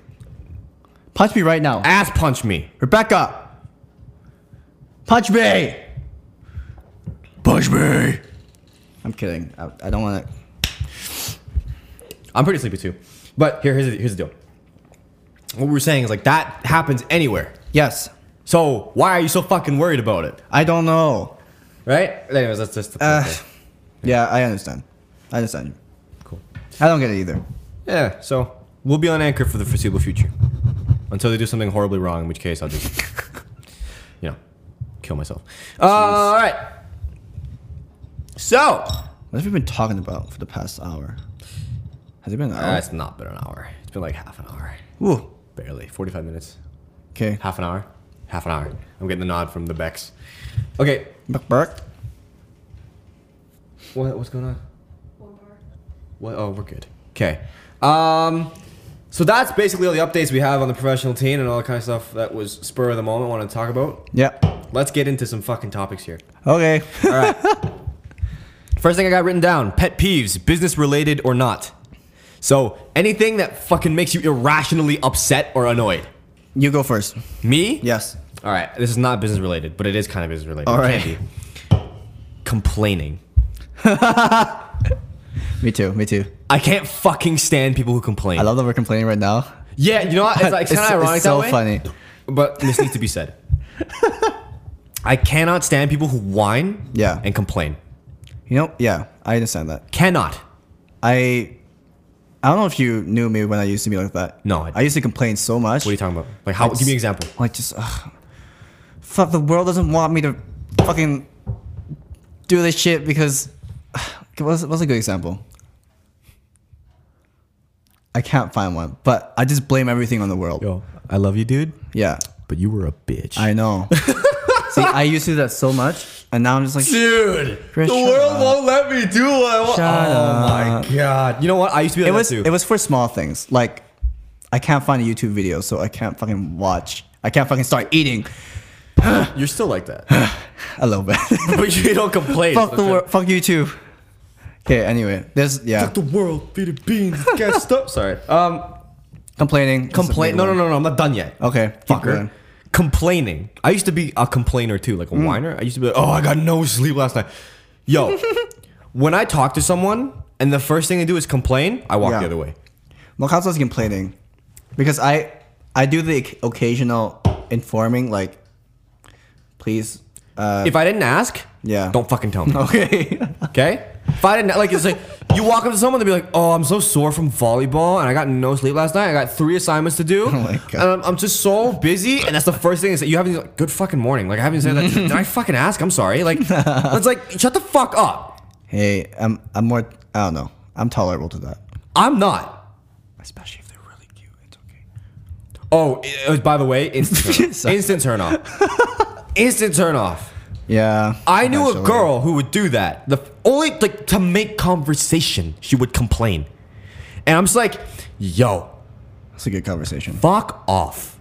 Speaker 1: Punch me right now,
Speaker 2: ass punch me.
Speaker 1: Rebecca. Punch me. Punch me. I'm kidding. I, I don't want to.
Speaker 2: I'm pretty sleepy too. But here, here's the, here's the deal. What we were saying is like that happens anywhere.
Speaker 1: Yes,
Speaker 2: So why are you so fucking worried about it,
Speaker 1: I don't know.
Speaker 2: right? Anyways, that's just the point
Speaker 1: Uh,
Speaker 2: there.
Speaker 1: yeah, I understand. I understand. you.
Speaker 2: cool.
Speaker 1: I don't get it either.
Speaker 2: Yeah. So we'll be on anchor for the foreseeable future, until they do something horribly wrong, in which case I'll just, (laughs) you know, kill myself. Uh, all right. So
Speaker 1: What have we been talking about for the past hour? Has it been an
Speaker 2: Uh,
Speaker 1: hour?
Speaker 2: it's not been an hour. It's been like half an hour,
Speaker 1: Ooh.
Speaker 2: barely. Forty-five minutes.
Speaker 1: Okay.
Speaker 2: Half an hour. Half an hour. I'm getting the nod from the Bex. Okay.
Speaker 1: Buck bark.
Speaker 2: What, what's going on? What? Oh, we're good. Okay. Um, so that's basically all the updates we have on the professional team and all that kind of stuff that was spur of the moment. Want to talk about?
Speaker 1: Yep.
Speaker 2: Let's get into some fucking topics here.
Speaker 1: Okay. (laughs)
Speaker 2: First thing I got written down: pet peeves, business related or not. So anything that fucking makes you irrationally upset or annoyed.
Speaker 1: you go first.
Speaker 2: Me?
Speaker 1: Yes.
Speaker 2: All right, this is not business related, but it is kind of business related.
Speaker 1: All
Speaker 2: It
Speaker 1: right.
Speaker 2: can't be. Complaining.
Speaker 1: Me too. Me too.
Speaker 2: I can't fucking stand people who complain.
Speaker 1: I love that we're complaining right now.
Speaker 2: yeah, you know what? It's, like, kind of
Speaker 1: (laughs)
Speaker 2: ironic
Speaker 1: it's so
Speaker 2: that way.
Speaker 1: funny.
Speaker 2: But this needs to
Speaker 1: (laughs)
Speaker 2: be said. I cannot stand people who whine
Speaker 1: Yeah.
Speaker 2: and complain.
Speaker 1: You know? Yeah, I understand that.
Speaker 2: Cannot.
Speaker 1: I. I don't know if you knew me when I used to be like that.
Speaker 2: No, I-
Speaker 1: I, used to complain so much.
Speaker 2: What are you talking about? Like, how? give me an example.
Speaker 1: Like just, ugh, fuck. The world doesn't want me to fucking do this shit because. What's, what's a good example? I can't find one, but I just blame everything on the world.
Speaker 2: Yo, I love you, dude,
Speaker 1: Yeah,
Speaker 2: but you were a bitch.
Speaker 1: I
Speaker 2: (laughs)
Speaker 1: know. See, I used to do that so much, and now I'm just like,
Speaker 2: dude,
Speaker 1: Chris,
Speaker 2: the
Speaker 1: shut
Speaker 2: world
Speaker 1: up.
Speaker 2: won't let me do what I want.
Speaker 1: Shut
Speaker 2: oh
Speaker 1: up.
Speaker 2: my god. You know what? I used to be like
Speaker 1: it was
Speaker 2: that too.
Speaker 1: it was for small things like I can't find a YouTube video, so I can't fucking watch. I can't fucking start eating
Speaker 2: You're still like that,
Speaker 1: (laughs) a little bit.
Speaker 2: but you don't complain.
Speaker 1: fuck the world. Fuck YouTube. Okay. Anyway, there's yeah.
Speaker 2: the world, Peter Beans, gas up. (laughs) Sorry. Um,
Speaker 1: Complaining. is a
Speaker 2: complain.
Speaker 1: big
Speaker 2: No, no,
Speaker 1: one.
Speaker 2: no, no. I'm not done yet.
Speaker 1: Okay. keep
Speaker 2: Fucker.
Speaker 1: going. Mm.
Speaker 2: Complaining. I used to be a complainer too, like a whiner. I used to be like, oh, I got no sleep last night.
Speaker 1: (laughs)
Speaker 2: Yo, when I talk to someone and the first thing they do is complain, I walk
Speaker 1: Yeah.
Speaker 2: the other way.
Speaker 1: Mokatsu's complaining because I I do the oc- occasional informing like, please. (laughs) Uh,
Speaker 2: if I didn't ask,
Speaker 1: Yeah.
Speaker 2: don't fucking tell me.
Speaker 1: okay.
Speaker 2: Okay? If I didn't like, it's like you walk up to someone, they'll be like, "Oh, I'm so sore from volleyball, and I got no sleep last night. I got three assignments
Speaker 1: (laughs)
Speaker 2: to do,
Speaker 1: Oh my God.
Speaker 2: and I'm, I'm just so busy." And that's the first thing is that you haven't like, good fucking morning. Like I haven't said that. Did I fucking ask? I'm
Speaker 1: (laughs)
Speaker 2: sorry. Like it's like shut the fuck up.
Speaker 1: hey, I'm I'm more. I don't know. I'm tolerable to that.
Speaker 2: I'm not.
Speaker 1: Especially if they're really cute. It's okay. (laughs)
Speaker 2: Oh, it- it was- by the uh, way, instant turn off.
Speaker 1: Sorry. (laughs)
Speaker 2: instant turn off. Instant turn off.
Speaker 1: Yeah.
Speaker 2: I knew a
Speaker 1: actually.
Speaker 2: girl who would do that. The f- only like to make conversation, she would complain, and I'm just like, "Yo,
Speaker 1: It's a good conversation.
Speaker 2: fuck off!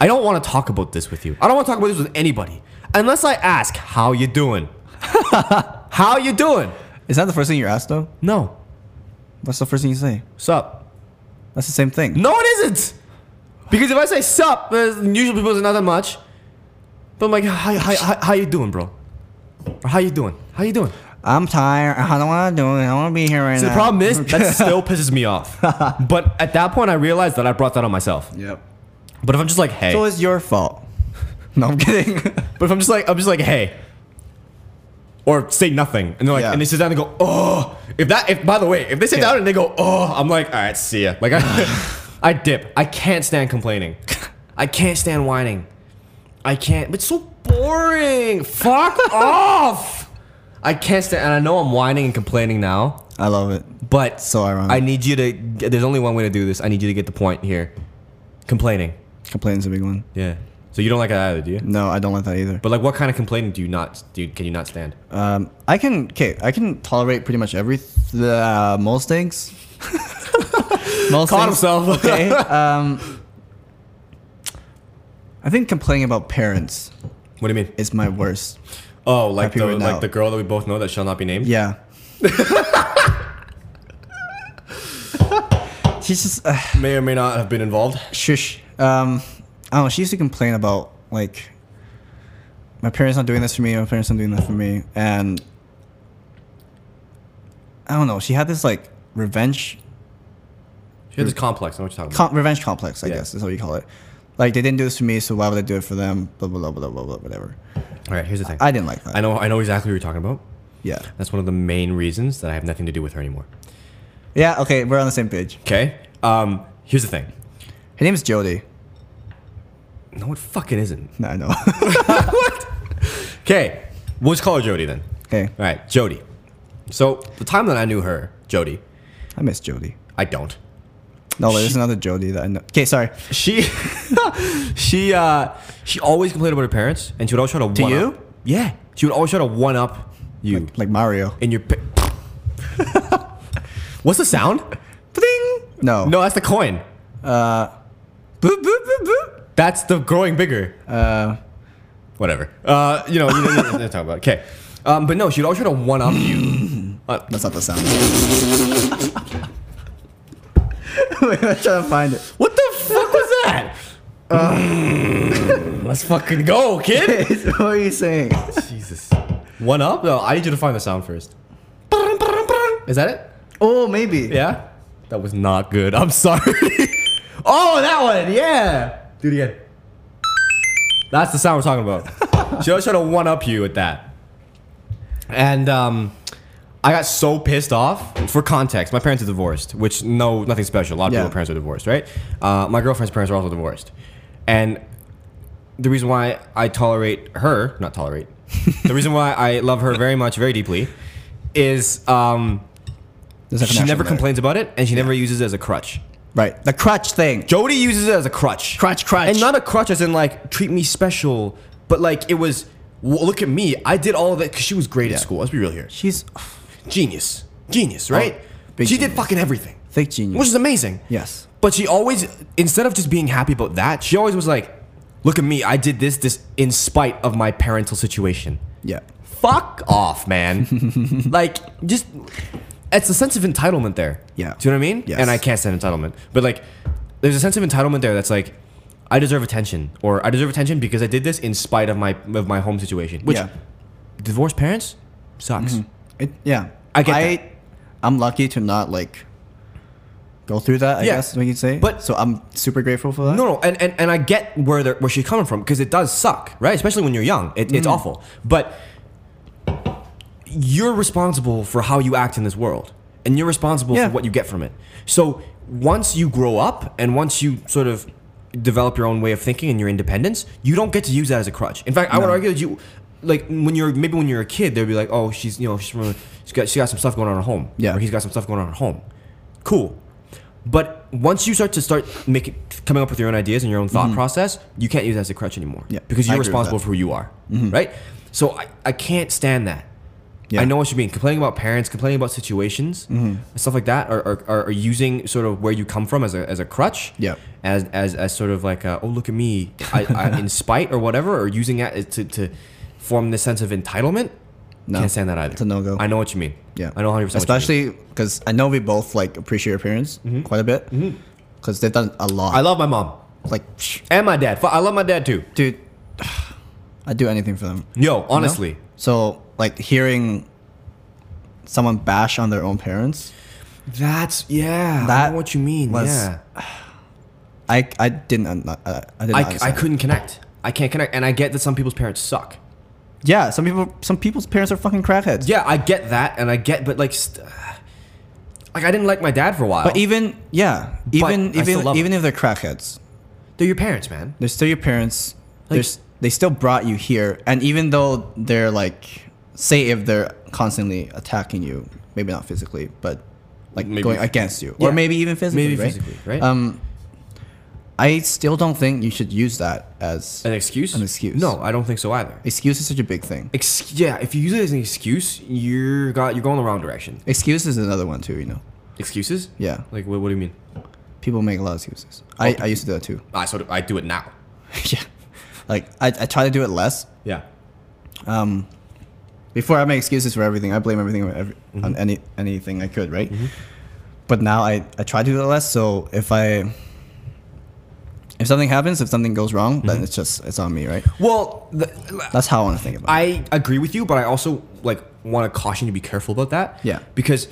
Speaker 2: I don't want to talk about this with you. I don't want to talk about this with anybody unless I ask how you doing. how you doing?
Speaker 1: Is that the first thing you're asked though?
Speaker 2: No,
Speaker 1: What's the first thing you say?
Speaker 2: sup?
Speaker 1: That's the same thing.
Speaker 2: No, it isn't. Because if I say sup, uh, usually people say not that much. But I'm like, how, how, how, how you doing, bro? Or how you doing? How you doing?
Speaker 1: I'm tired. I don't want to do it. I want to be here right
Speaker 2: So
Speaker 1: now.
Speaker 2: the problem is that still pisses me off. But at that point, I realized that I brought that on myself.
Speaker 1: Yep.
Speaker 2: But if I'm just like, hey,
Speaker 1: So it's your fault. (laughs) No, I'm kidding. (laughs)
Speaker 2: but if I'm just like, I'm just like, hey, or say nothing, and they're like,
Speaker 1: Yeah.
Speaker 2: and they sit down and go, oh, if that, if by the way, if they sit
Speaker 1: Yeah.
Speaker 2: down and they go, oh, I'm like, all right, see ya. Like I,
Speaker 1: (laughs)
Speaker 2: I dip. I can't stand complaining. I can't stand whining. I can't. It's so boring.
Speaker 1: (laughs)
Speaker 2: Fuck off. I can't stand, and I know I'm whining and complaining now.
Speaker 1: I love it.
Speaker 2: But
Speaker 1: So ironic.
Speaker 2: I need you to. There's only one way to do this. I need you to get the point here. Complaining.
Speaker 1: Complaining's a big one.
Speaker 2: Yeah. So you don't like that either, do you?
Speaker 1: No, I don't like that either.
Speaker 2: But like, what kind of complaining do you not? Do you, can you not stand?
Speaker 1: Um, I can okay. I can tolerate pretty much every th- uh, most things. most
Speaker 2: Caught
Speaker 1: things. (laughs)
Speaker 2: himself.
Speaker 1: okay. Um, I think complaining about parents
Speaker 2: What do you mean?
Speaker 1: is my worst.
Speaker 2: Oh, like
Speaker 1: Happy
Speaker 2: the
Speaker 1: right now.
Speaker 2: like the girl that we both know that shall not be named.
Speaker 1: Yeah. She's just uh,
Speaker 2: May or may not have been involved.
Speaker 1: shush. Um, I don't know. She used to complain about like my parents not doing this for me. My parents not doing that for me, and I don't know. She had this like revenge
Speaker 2: She had this complex. I know what you're talking about.
Speaker 1: Hmm. com- revenge complex, I
Speaker 2: Yeah.
Speaker 1: guess is what you call it. Like they didn't do this for me, so why would I do it for them? Blah blah blah blah blah blah whatever.
Speaker 2: All right. Here's the thing.
Speaker 1: I didn't like that.
Speaker 2: I know. I know exactly what you're talking about.
Speaker 1: Yeah.
Speaker 2: That's one of the main reasons that I have nothing to do with her anymore.
Speaker 1: Yeah. Okay, we're on the same page.
Speaker 2: Okay. Um. Here's the thing.
Speaker 1: Her name is Jody.
Speaker 2: No, it fucking isn't.
Speaker 1: No, I know. (laughs)
Speaker 2: Okay. We'll just call her Jody then.
Speaker 1: okay,
Speaker 2: All right, Jody. So the time that I knew her, Jody,
Speaker 1: I miss Jody.
Speaker 2: I don't.
Speaker 1: No, there's another Jody that I know. Okay, sorry.
Speaker 2: She, (laughs) she, uh, she always complained about her parents, and she would always try to to one
Speaker 1: you?
Speaker 2: Up. Yeah, she would always try to one up you
Speaker 1: Like Mario.
Speaker 2: in your. Pa- (laughs) What's the sound? Ding.
Speaker 1: No.
Speaker 2: No, that's the coin.
Speaker 1: Boop boop boop boop.
Speaker 2: That's the growing bigger.
Speaker 1: Uh,
Speaker 2: Whatever. Uh, you know, you know, you know, you know what I'm talking about. Okay. Um, but no, she'd always try to one up you. Uh,
Speaker 1: that's not the sound. (laughs) Wait, I'm trying to find it.
Speaker 2: what the fuck was that? Let's fucking go, kid.
Speaker 1: (laughs) what are you saying?
Speaker 2: Jesus. One up? No, I need you to find the sound first. Is that it?
Speaker 1: Oh, maybe.
Speaker 2: Yeah? That was not good. I'm sorry. (laughs) oh, that one. Yeah. Do it again. That's the sound we're talking about. she always tried to one up you with that. And um, I got so pissed off. For context, my parents are divorced, which no, nothing special. A lot of
Speaker 1: Yeah.
Speaker 2: people's parents are divorced, right? Uh, my girlfriend's parents are also divorced, and the reason why I tolerate her, not tolerate, (laughs) the reason why I love her very much, very deeply, is um,
Speaker 1: There's a
Speaker 2: she
Speaker 1: connection
Speaker 2: never
Speaker 1: there.
Speaker 2: complains about it, and she never uses it as a crutch.
Speaker 1: Right. The crutch thing.
Speaker 2: Jody uses it as a crutch.
Speaker 1: Crutch, crutch.
Speaker 2: And not a crutch as in like treat me special, but like it was "Well, look at me. I did all of that because she was great at
Speaker 1: Yeah.
Speaker 2: school. Let's be real here.
Speaker 1: She's
Speaker 2: Genius, genius, right? she
Speaker 1: big
Speaker 2: did
Speaker 1: genius.
Speaker 2: fucking everything,
Speaker 1: fake genius.
Speaker 2: which is amazing.
Speaker 1: Yes.
Speaker 2: But she always, instead of just being happy about that, she always was like, "Look at me. I did this, this in spite of my parental situation."
Speaker 1: Yeah.
Speaker 2: Fuck
Speaker 1: (laughs)
Speaker 2: off, man. like, just it's a sense of entitlement there.
Speaker 1: Yeah.
Speaker 2: Do you know what I mean?
Speaker 1: Yes.
Speaker 2: And I can't stand entitlement. But like there's a sense of entitlement there that's like I deserve attention or I deserve attention because I did this in spite of my of my home situation. Which
Speaker 1: Yeah. Mm-hmm.
Speaker 2: divorced parents sucks.
Speaker 1: It, yeah.
Speaker 2: I get
Speaker 1: I,
Speaker 2: that.
Speaker 1: I'm lucky to not like go through that. I
Speaker 2: Yeah.
Speaker 1: guess what you say.
Speaker 2: But-
Speaker 1: so I'm super grateful for that.
Speaker 2: No, no, and, and, and I get where they're, where she's coming from because it does suck, right? Especially when you're young, it,
Speaker 1: Mm.
Speaker 2: it's awful. But you're responsible for how you act in this world, and you're responsible
Speaker 1: Yeah.
Speaker 2: for what you get from it. So once you grow up, and once you sort of develop your own way of thinking and your independence, you don't get to use that as a crutch. In fact, I would argue that you, like when you're maybe when you're a kid, they'd be like, oh, she's you know she's from, she's got she got some stuff going on at home,
Speaker 1: Yeah.
Speaker 2: or he's got some stuff going on at home. Cool. But once you start to start making coming up with your own ideas and your own thought process, you can't use that as a crutch anymore.
Speaker 1: Mm-hmm. Yeah,
Speaker 2: Because
Speaker 1: I
Speaker 2: you're
Speaker 1: agree with
Speaker 2: responsible
Speaker 1: that.
Speaker 2: for who you are. Right? So I, I can't stand that.
Speaker 1: Yeah. Mm-hmm.
Speaker 2: I know what you mean. Complaining about parents, complaining about situations, and stuff like that, or, or, or, or using sort of where you come from as a, as a crutch.
Speaker 1: Yeah.
Speaker 2: As, as, as sort of like, a, oh, look at me, I,
Speaker 1: (laughs)
Speaker 2: I, in spite or whatever, or using that as to, to form this sense of entitlement.
Speaker 1: No.
Speaker 2: Can't stand that either.
Speaker 1: It's a no-go.
Speaker 2: I know what you mean.
Speaker 1: Yeah,
Speaker 2: I know 100% what you mean. Mm-hmm.
Speaker 1: Especially because I know we both like appreciate your parents quite a bit because they've done a lot.
Speaker 2: I love my mom
Speaker 1: like, psh,
Speaker 2: and my dad. Fu- I love my dad too.
Speaker 1: dude, (sighs) I'd do anything for them. you
Speaker 2: Yo,
Speaker 1: know?
Speaker 2: honestly.
Speaker 1: So like hearing someone bash on their own parents,
Speaker 2: That's yeah. I
Speaker 1: That
Speaker 2: know what you mean.
Speaker 1: was-
Speaker 2: yeah.
Speaker 1: I I didn't un- I, I didn't.
Speaker 2: I, I
Speaker 1: understand.
Speaker 2: couldn't connect. I can't connect, and I get that some people's parents suck.
Speaker 1: Yeah, some people some people's parents are fucking crackheads.
Speaker 2: Yeah, I get that, and I get, but like, st- like I didn't like my dad for a while.
Speaker 1: But even yeah, even
Speaker 2: Oh. I still
Speaker 1: even
Speaker 2: love
Speaker 1: even if they're crackheads,
Speaker 2: they're your parents, man.
Speaker 1: they're still your parents.
Speaker 2: Like-
Speaker 1: There's they still brought you here, and even though they're like, say if they're constantly attacking you, maybe not physically, but like
Speaker 2: Maybe-
Speaker 1: going against you,
Speaker 2: Yeah.
Speaker 1: or maybe even physically,
Speaker 2: Maybe
Speaker 1: right?
Speaker 2: physically, right?
Speaker 1: Um, I still don't think you should use that as
Speaker 2: An excuse?
Speaker 1: An excuse.
Speaker 2: No, I don't think so either.
Speaker 1: excuse is such a big thing.
Speaker 2: Ex- yeah, if you use it as an excuse, you're got you're going the wrong direction.
Speaker 1: Excuse is another one too, you know.
Speaker 2: Excuses?
Speaker 1: Yeah,
Speaker 2: Like what? What do you mean?
Speaker 1: people make a lot of excuses. I,
Speaker 2: Oh.
Speaker 1: I used to do that too. (laughs)
Speaker 2: I sort of I do it now.
Speaker 1: yeah, like I, I try to do it less,
Speaker 2: Yeah.
Speaker 1: um, before I make excuses for everything, I blame everything on, every, on any anything I could, right? But now I, I try to do less. So if I if something happens, if something goes wrong, then it's just it's on me, right?
Speaker 2: Well, the,
Speaker 1: That's how I want to think about. it.
Speaker 2: I agree with you, but I also like want to caution you to be careful about that.
Speaker 1: Yeah.
Speaker 2: Because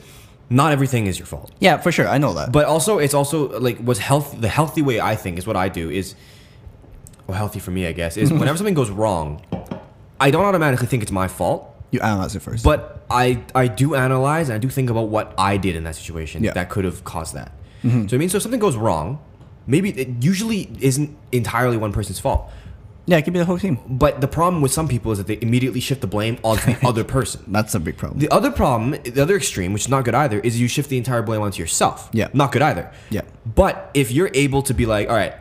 Speaker 2: not everything is your fault.
Speaker 1: Yeah, for sure, I know that.
Speaker 2: But also, it's also like what's healthy. The healthy way I think is what I do is, well, healthy for me, I
Speaker 1: (laughs)
Speaker 2: guess, is whenever something goes wrong, I don't automatically think it's my fault,
Speaker 1: you analyze it first.
Speaker 2: but I I do analyze and I do think about what I did in that situation
Speaker 1: Yeah. Mm-hmm.
Speaker 2: that could have caused that. So I mean, so if something goes wrong, maybe it usually isn't entirely one person's fault.
Speaker 1: yeah, it could be the whole team.
Speaker 2: But the problem with some people is that they immediately shift the blame
Speaker 1: (laughs)
Speaker 2: onto the other person.
Speaker 1: That's a big problem.
Speaker 2: The other problem, the other extreme, which is not good either, is you shift the entire blame onto yourself.
Speaker 1: Yeah.
Speaker 2: Not good either.
Speaker 1: Yeah.
Speaker 2: But if you're able to be like, all right,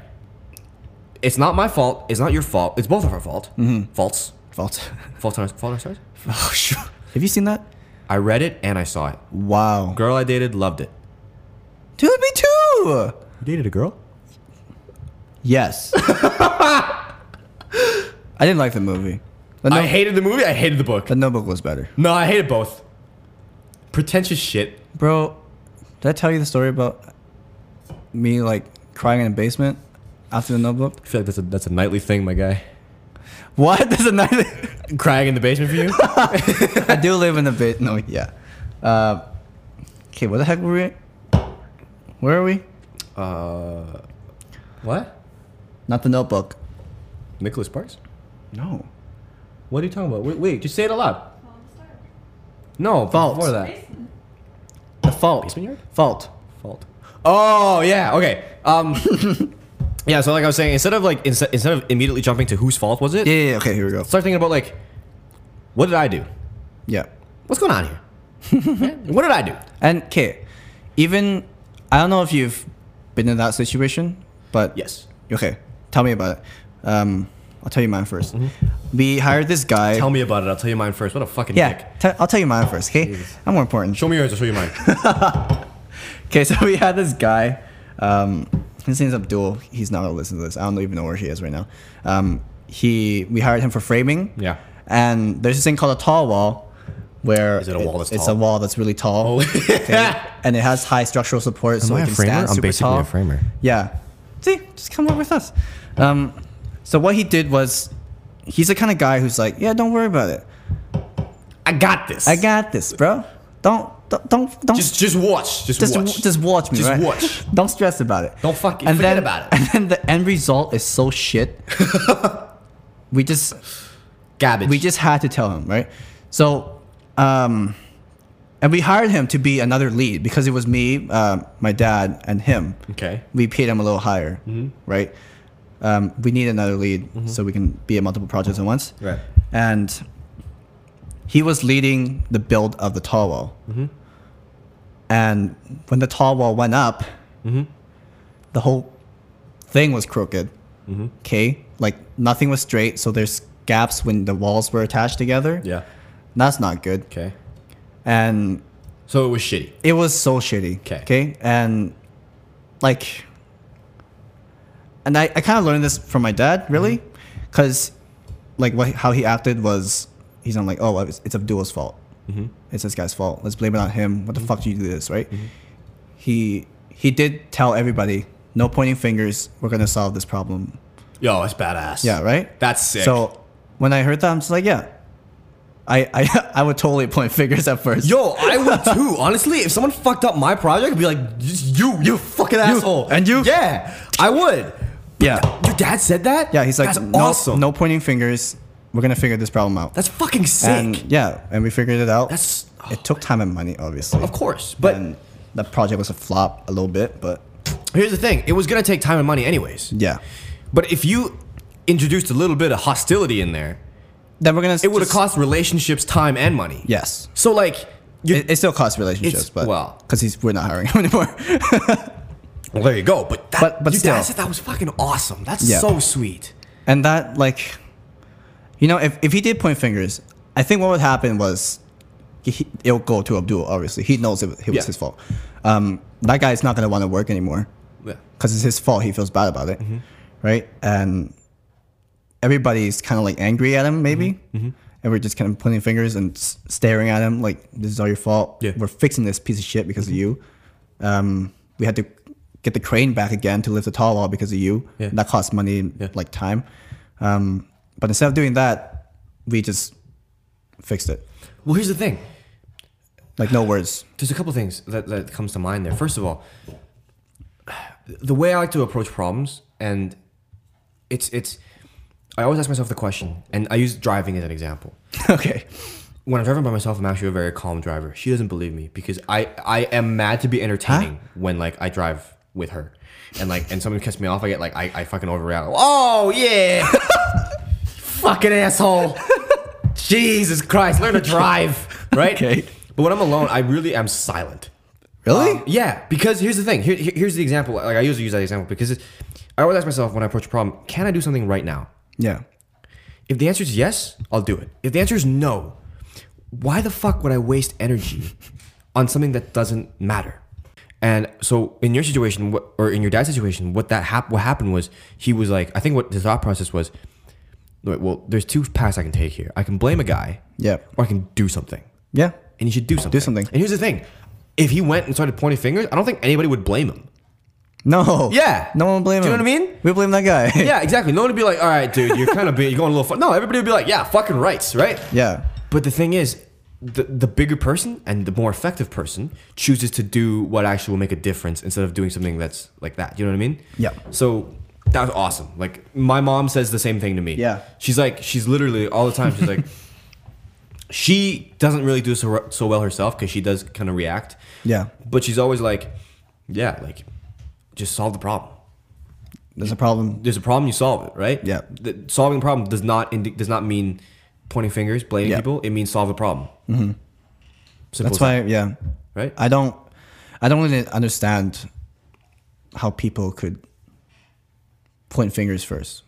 Speaker 2: it's not my fault, it's not your fault, it's both of our fault. Mm-hmm. Faults.
Speaker 1: (laughs) Fault.
Speaker 2: Faults on our, fault on our stars?
Speaker 1: oh, sure. Have you seen that?
Speaker 2: I read it and I saw it.
Speaker 1: Wow,
Speaker 2: Girl I dated loved it.
Speaker 1: dude, me too.
Speaker 2: You dated a girl?
Speaker 1: (laughs) Yes. I didn't like the movie. The, no-
Speaker 2: I hated the movie, I hated the book.
Speaker 1: the Notebook was better.
Speaker 2: No, I hated both. Pretentious shit.
Speaker 1: Bro, did I tell you the story about me like crying in a basement after the notebook?
Speaker 2: I feel like that's a that's a nightly thing, my guy.
Speaker 1: What? (laughs) That's another.
Speaker 2: Crying in the basement (laughs) for you?
Speaker 1: I do live in a bit. No, yeah. Uh, okay, what the heck were we? Where are we?
Speaker 2: uh what?
Speaker 1: Not the notebook.
Speaker 2: Nicholas Sparks?
Speaker 1: No.
Speaker 2: What are you talking about? Wait, wait just say it aloud. No,
Speaker 1: Fault.
Speaker 2: before that.
Speaker 1: The fault.
Speaker 2: Basement yard?
Speaker 1: Fault.
Speaker 2: fault. Oh yeah, okay. Um, (laughs) yeah. So like I was saying, instead of like instead, instead of immediately jumping to whose fault was it,
Speaker 1: Yeah, yeah, yeah, okay, here we go.
Speaker 2: start thinking about like, what did I do?
Speaker 1: Yeah.
Speaker 2: What's
Speaker 1: (laughs)
Speaker 2: going on here? what did I do?
Speaker 1: And okay, even, I don't know if you've been in that situation, but
Speaker 2: Yes.
Speaker 1: Okay, tell me about it. Um, I'll tell you mine 1st We hired this guy.
Speaker 2: Tell me about it. I'll tell you mine first. What a fucking
Speaker 1: Yeah,
Speaker 2: dick.
Speaker 1: i I'll tell you mine first, okay? I'm more important.
Speaker 2: Show me yours. I'll show
Speaker 1: (laughs)
Speaker 2: you mine.
Speaker 1: Okay, so (laughs) we had this guy. Um, his name's Abdul. He's not gonna listen to this. I don't even know where he is right now. Um, he we hired him for framing.
Speaker 2: Yeah.
Speaker 1: And there's this thing called a tall wall, where
Speaker 2: Is it a wall that's
Speaker 1: it's
Speaker 2: tall? Oh.
Speaker 1: a wall that's really tall,
Speaker 2: (laughs)
Speaker 1: okay? and it has high structural support, so
Speaker 2: I
Speaker 1: it
Speaker 2: a
Speaker 1: can
Speaker 2: framer?
Speaker 1: stand
Speaker 2: I'm
Speaker 1: super
Speaker 2: basically a
Speaker 1: tall.
Speaker 2: framer.
Speaker 1: Yeah. See, just come work with us. Um, so what he did was, he's the kind of guy who's like, yeah, don't worry about it.
Speaker 2: I got this.
Speaker 1: I got this, bro. Don't don't don't don't
Speaker 2: Just just watch. Just,
Speaker 1: just
Speaker 2: watch.
Speaker 1: just watch me.
Speaker 2: Just
Speaker 1: right?
Speaker 2: watch.
Speaker 1: (laughs) Don't stress about it.
Speaker 2: Don't fucking forget
Speaker 1: then,
Speaker 2: about it.
Speaker 1: (laughs) And then the end result is so
Speaker 2: (laughs)
Speaker 1: shit. we just
Speaker 2: Garbage.
Speaker 1: we just had to tell him, right? So, um, and we hired him to be another lead because it was me, uh, my dad, and him.
Speaker 2: Okay.
Speaker 1: We paid him a little higher,
Speaker 2: Mm-hmm.
Speaker 1: right? Um, we need another lead so we can be at multiple projects at once.
Speaker 2: Right.
Speaker 1: And he was leading the build of the tall wall. And when the tall wall went up, the whole thing was crooked. Okay, like nothing was straight, so there's gaps when the walls were attached together.
Speaker 2: Yeah.
Speaker 1: That's not good.
Speaker 2: Okay.
Speaker 1: And
Speaker 2: So it was shitty.
Speaker 1: it was so shitty.
Speaker 2: 'Kay.
Speaker 1: Okay. And like, and I, I kind of learned this from my dad, really,
Speaker 2: Mm-hmm.
Speaker 1: because like what, how he acted was he's not like, oh, it's, it's Abdul's fault.
Speaker 2: Mm-hmm.
Speaker 1: It's this guy's fault. Let's blame it on him. What the fuck do you do this, right? He he did tell everybody, no pointing fingers. We're gonna solve this problem.
Speaker 2: Yo, that's badass.
Speaker 1: Yeah, right.
Speaker 2: That's sick.
Speaker 1: So when I heard that, I'm just like, yeah. I, I, (laughs) I would totally point fingers at first.
Speaker 2: Yo,
Speaker 1: (laughs)
Speaker 2: I would too. Honestly, if someone fucked up my project, I'd be like, "Just you, you fucking asshole.
Speaker 1: and you?
Speaker 2: Yeah, I would.
Speaker 1: yeah.
Speaker 2: Your dad said that?
Speaker 1: Yeah, he's like,
Speaker 2: That's
Speaker 1: no,
Speaker 2: awesome.
Speaker 1: no pointing fingers. We're gonna figure this problem out.
Speaker 2: That's fucking sick.
Speaker 1: and yeah, and we figured it out.
Speaker 2: That's-
Speaker 1: it took time and money, obviously.
Speaker 2: of course. But
Speaker 1: and the project was a flop a little bit, but
Speaker 2: here's the thing it was going to take time and money, anyways.
Speaker 1: yeah.
Speaker 2: But if you introduced a little bit of hostility in there,
Speaker 1: Then we're gonna.
Speaker 2: it would have cost relationships time and money.
Speaker 1: Yes.
Speaker 2: So, like, you
Speaker 1: It, it still costs relationships,
Speaker 2: It's-
Speaker 1: but
Speaker 2: well.
Speaker 1: because he's we're not hiring (laughs) him anymore.
Speaker 2: well, there you go. But, that,
Speaker 1: But- but
Speaker 2: your
Speaker 1: still.
Speaker 2: dad said that was fucking awesome. That's
Speaker 1: Yeah.
Speaker 2: so sweet.
Speaker 1: And that, like, you know, if, if he did point fingers, I think what would happen was he- he, it'll go to Abdul, obviously. He knows it, it was
Speaker 2: Yeah.
Speaker 1: his fault. Um, that guy's not going to want to work anymore
Speaker 2: Yeah.
Speaker 1: because it's his fault. He feels bad about it.
Speaker 2: Mm-hmm.
Speaker 1: Right? And everybody's kind of like angry at him, maybe.
Speaker 2: Mm-hmm.
Speaker 1: And we're just kind of pointing fingers and s- staring at him like, this is all your fault.
Speaker 2: Yeah. Mm-hmm.
Speaker 1: We're fixing this piece of shit because of you. Um, we had to get the crane back again to lift the tall wall because of you.
Speaker 2: Yeah.
Speaker 1: That costs money and
Speaker 2: Yeah.
Speaker 1: like time. Um, but instead of doing that, we just fixed it.
Speaker 2: Well, here's the thing.
Speaker 1: Like, no
Speaker 2: (laughs)
Speaker 1: words.
Speaker 2: there's a couple things that, that comes to mind there first of all the way i like to approach problems and it's it's i always ask myself the question and i use driving as an example
Speaker 1: okay.
Speaker 2: when i'm driving by myself i'm actually a very calm driver she doesn't believe me because i i am mad to be entertaining when like i drive with her and like and someone cuts me off i get like i, I fucking overreact oh
Speaker 1: (laughs)
Speaker 2: yeah fucking asshole jesus christ learn to drive right
Speaker 1: Okay.
Speaker 2: but when i'm alone i really am silent
Speaker 1: Really?
Speaker 2: um, yeah, because here's the thing. Here, here- here's the example. Like I usually use that example because it, I always ask myself when I approach a problem, can I do something right now?
Speaker 1: yeah.
Speaker 2: If the answer is yes, I'll do it. If the answer is no, why the fuck would I waste energy on something that doesn't matter? And so in your situation, what, or in your dad's situation, what that hap- what happened was he was like, I think what the thought process was, "Wait, well, there's two paths I can take here. I can blame a guy,
Speaker 1: Yeah.
Speaker 2: or I can do something
Speaker 1: Yeah.
Speaker 2: and he should do something.
Speaker 1: something.
Speaker 2: And here's the thing: if he went and started pointing fingers, I don't think anybody would blame him.
Speaker 1: No.
Speaker 2: Yeah.
Speaker 1: No one blame
Speaker 2: Do
Speaker 1: him.
Speaker 2: you know what I mean?
Speaker 1: We blame that guy.
Speaker 2: (laughs) Yeah, exactly. No one would be like, "All right, dude, you're kind of being, you're going a little far." No, everybody would be like, "Yeah, fucking rights, right?"
Speaker 1: (laughs) yeah.
Speaker 2: But the thing is, the the bigger person and the more effective person chooses to do what actually will make a difference instead of doing something that's like that. You know what I mean?
Speaker 1: Yeah.
Speaker 2: So that was awesome. Like my mom says the same thing to me.
Speaker 1: Yeah.
Speaker 2: She's like, she's literally all the time. She's
Speaker 1: (laughs)
Speaker 2: like. She doesn't really do so, so well herself because she does kind of react.
Speaker 1: Yeah.
Speaker 2: But she's always like, yeah, like, just solve the problem.
Speaker 1: There's a problem.
Speaker 2: There's a problem, you solve it, right?
Speaker 1: Yeah.
Speaker 2: The, solving the problem does not indi- does not mean pointing fingers, blaming
Speaker 1: Yeah.
Speaker 2: people. It means solve a problem. Mm-hmm. Simple
Speaker 1: That's
Speaker 2: as that,
Speaker 1: why, yeah.
Speaker 2: right?
Speaker 1: I don't, I don't really understand how people could point fingers first.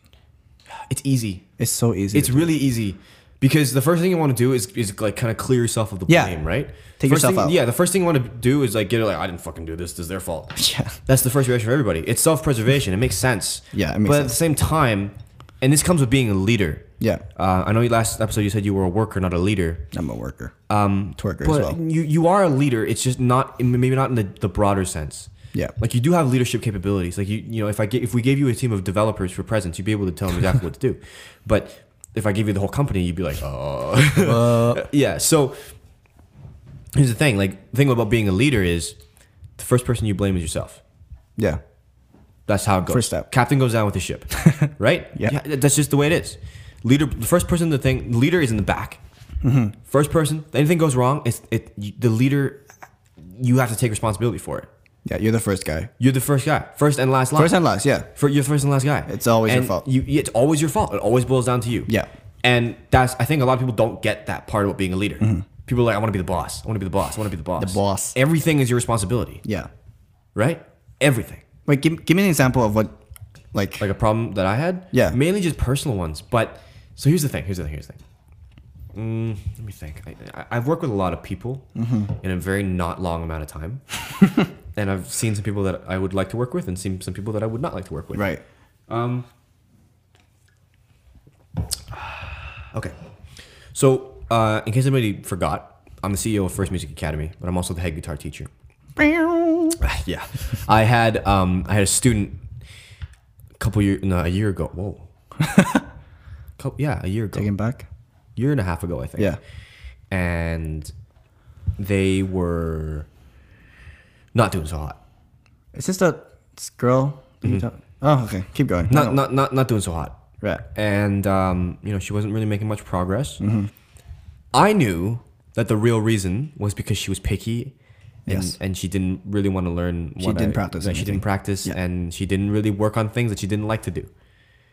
Speaker 2: it's easy.
Speaker 1: It's so easy.
Speaker 2: It's
Speaker 1: to do.
Speaker 2: really easy because the first thing you want to do is is like kind of clear yourself of the
Speaker 1: Yeah.
Speaker 2: blame, right?
Speaker 1: Take
Speaker 2: first
Speaker 1: yourself
Speaker 2: thing,
Speaker 1: out.
Speaker 2: Yeah, the first thing you want to do is like get it like I didn't fucking do this. This is their fault.
Speaker 1: (laughs) Yeah.
Speaker 2: That's the first reaction for everybody. It's self preservation. It makes sense.
Speaker 1: Yeah, it makes
Speaker 2: but at
Speaker 1: sense.
Speaker 2: the same time, and this comes with being a leader.
Speaker 1: Yeah.
Speaker 2: Uh, I know you last episode you said you were a worker, not a leader.
Speaker 1: I'm a worker. Um, twerker as
Speaker 2: But
Speaker 1: well.
Speaker 2: you, you are a leader. It's just not maybe not in the, the broader sense.
Speaker 1: Yeah.
Speaker 2: Like you do have leadership capabilities. Like you you know if I ga- if we gave you a team of developers for presence, you'd be able to tell them exactly what to
Speaker 1: (laughs)
Speaker 2: do. But if I gave you the whole company, you'd be like, oh, (laughs) yeah. So here's the thing. Like the thing about being a leader is the first person you blame is yourself.
Speaker 1: Yeah.
Speaker 2: That's how it goes.
Speaker 1: First step.
Speaker 2: Captain goes down with the ship, (laughs) right?
Speaker 1: (laughs) Yeah.
Speaker 2: th- That's just the way it is. Leader, the first person, the thing, leader is in the back.
Speaker 1: Mm-hmm.
Speaker 2: First person, anything goes wrong, it's it. You, the leader, you have to take responsibility for it.
Speaker 1: Yeah. You're the first guy.
Speaker 2: You're the first guy, first and last line.
Speaker 1: First and last. Yeah.
Speaker 2: For your first and last guy.
Speaker 1: It's always your
Speaker 2: And
Speaker 1: fault.
Speaker 2: You, it's always your fault. It always boils down to you.
Speaker 1: Yeah.
Speaker 2: And that's I think a lot of people don't get that part about being a leader. People are like, I want to be the boss. I want to be the boss. I want to be the boss. The
Speaker 1: Mm-hmm. boss.
Speaker 2: Everything is your responsibility,
Speaker 1: Yeah.
Speaker 2: right? Everything
Speaker 1: Wait, give, give me an example of what, like,
Speaker 2: like a problem that I had.
Speaker 1: Yeah.
Speaker 2: Mainly just personal ones, but So here's the thing. Here's the thing. Here's the thing. Mm, let me think. I, I, I've worked with a lot of people
Speaker 1: Mm-hmm.
Speaker 2: in a very not long amount of
Speaker 1: (laughs)
Speaker 2: time, and I've seen some people that I would like to work with, and seen some people that I would not like to work with.
Speaker 1: Right.
Speaker 2: Um. Okay. So, uh, in case anybody forgot, I'm the CEO of First Music Academy, but I'm also the head guitar teacher. yeah. I had um, I had a student a couple year no a year ago.
Speaker 1: (laughs)
Speaker 2: Whoa. couple, yeah, a year ago
Speaker 1: Taking back.
Speaker 2: year and a half ago, I think.
Speaker 1: Yeah.
Speaker 2: And they were not doing so hot.
Speaker 1: It's just a girl. that
Speaker 2: Mm-hmm.
Speaker 1: you talk- Oh, okay. Keep going.
Speaker 2: Not not not not doing so hot.
Speaker 1: Right.
Speaker 2: And um, you know, she wasn't really making much progress.
Speaker 1: Mm-hmm.
Speaker 2: I knew that the real reason was because she was picky. And,
Speaker 1: Yes.
Speaker 2: and she didn't really want to learn. She
Speaker 1: didn't practice
Speaker 2: That she
Speaker 1: anything.
Speaker 2: didn't practice,
Speaker 1: Yeah.
Speaker 2: and she didn't really work on things that she didn't like to do,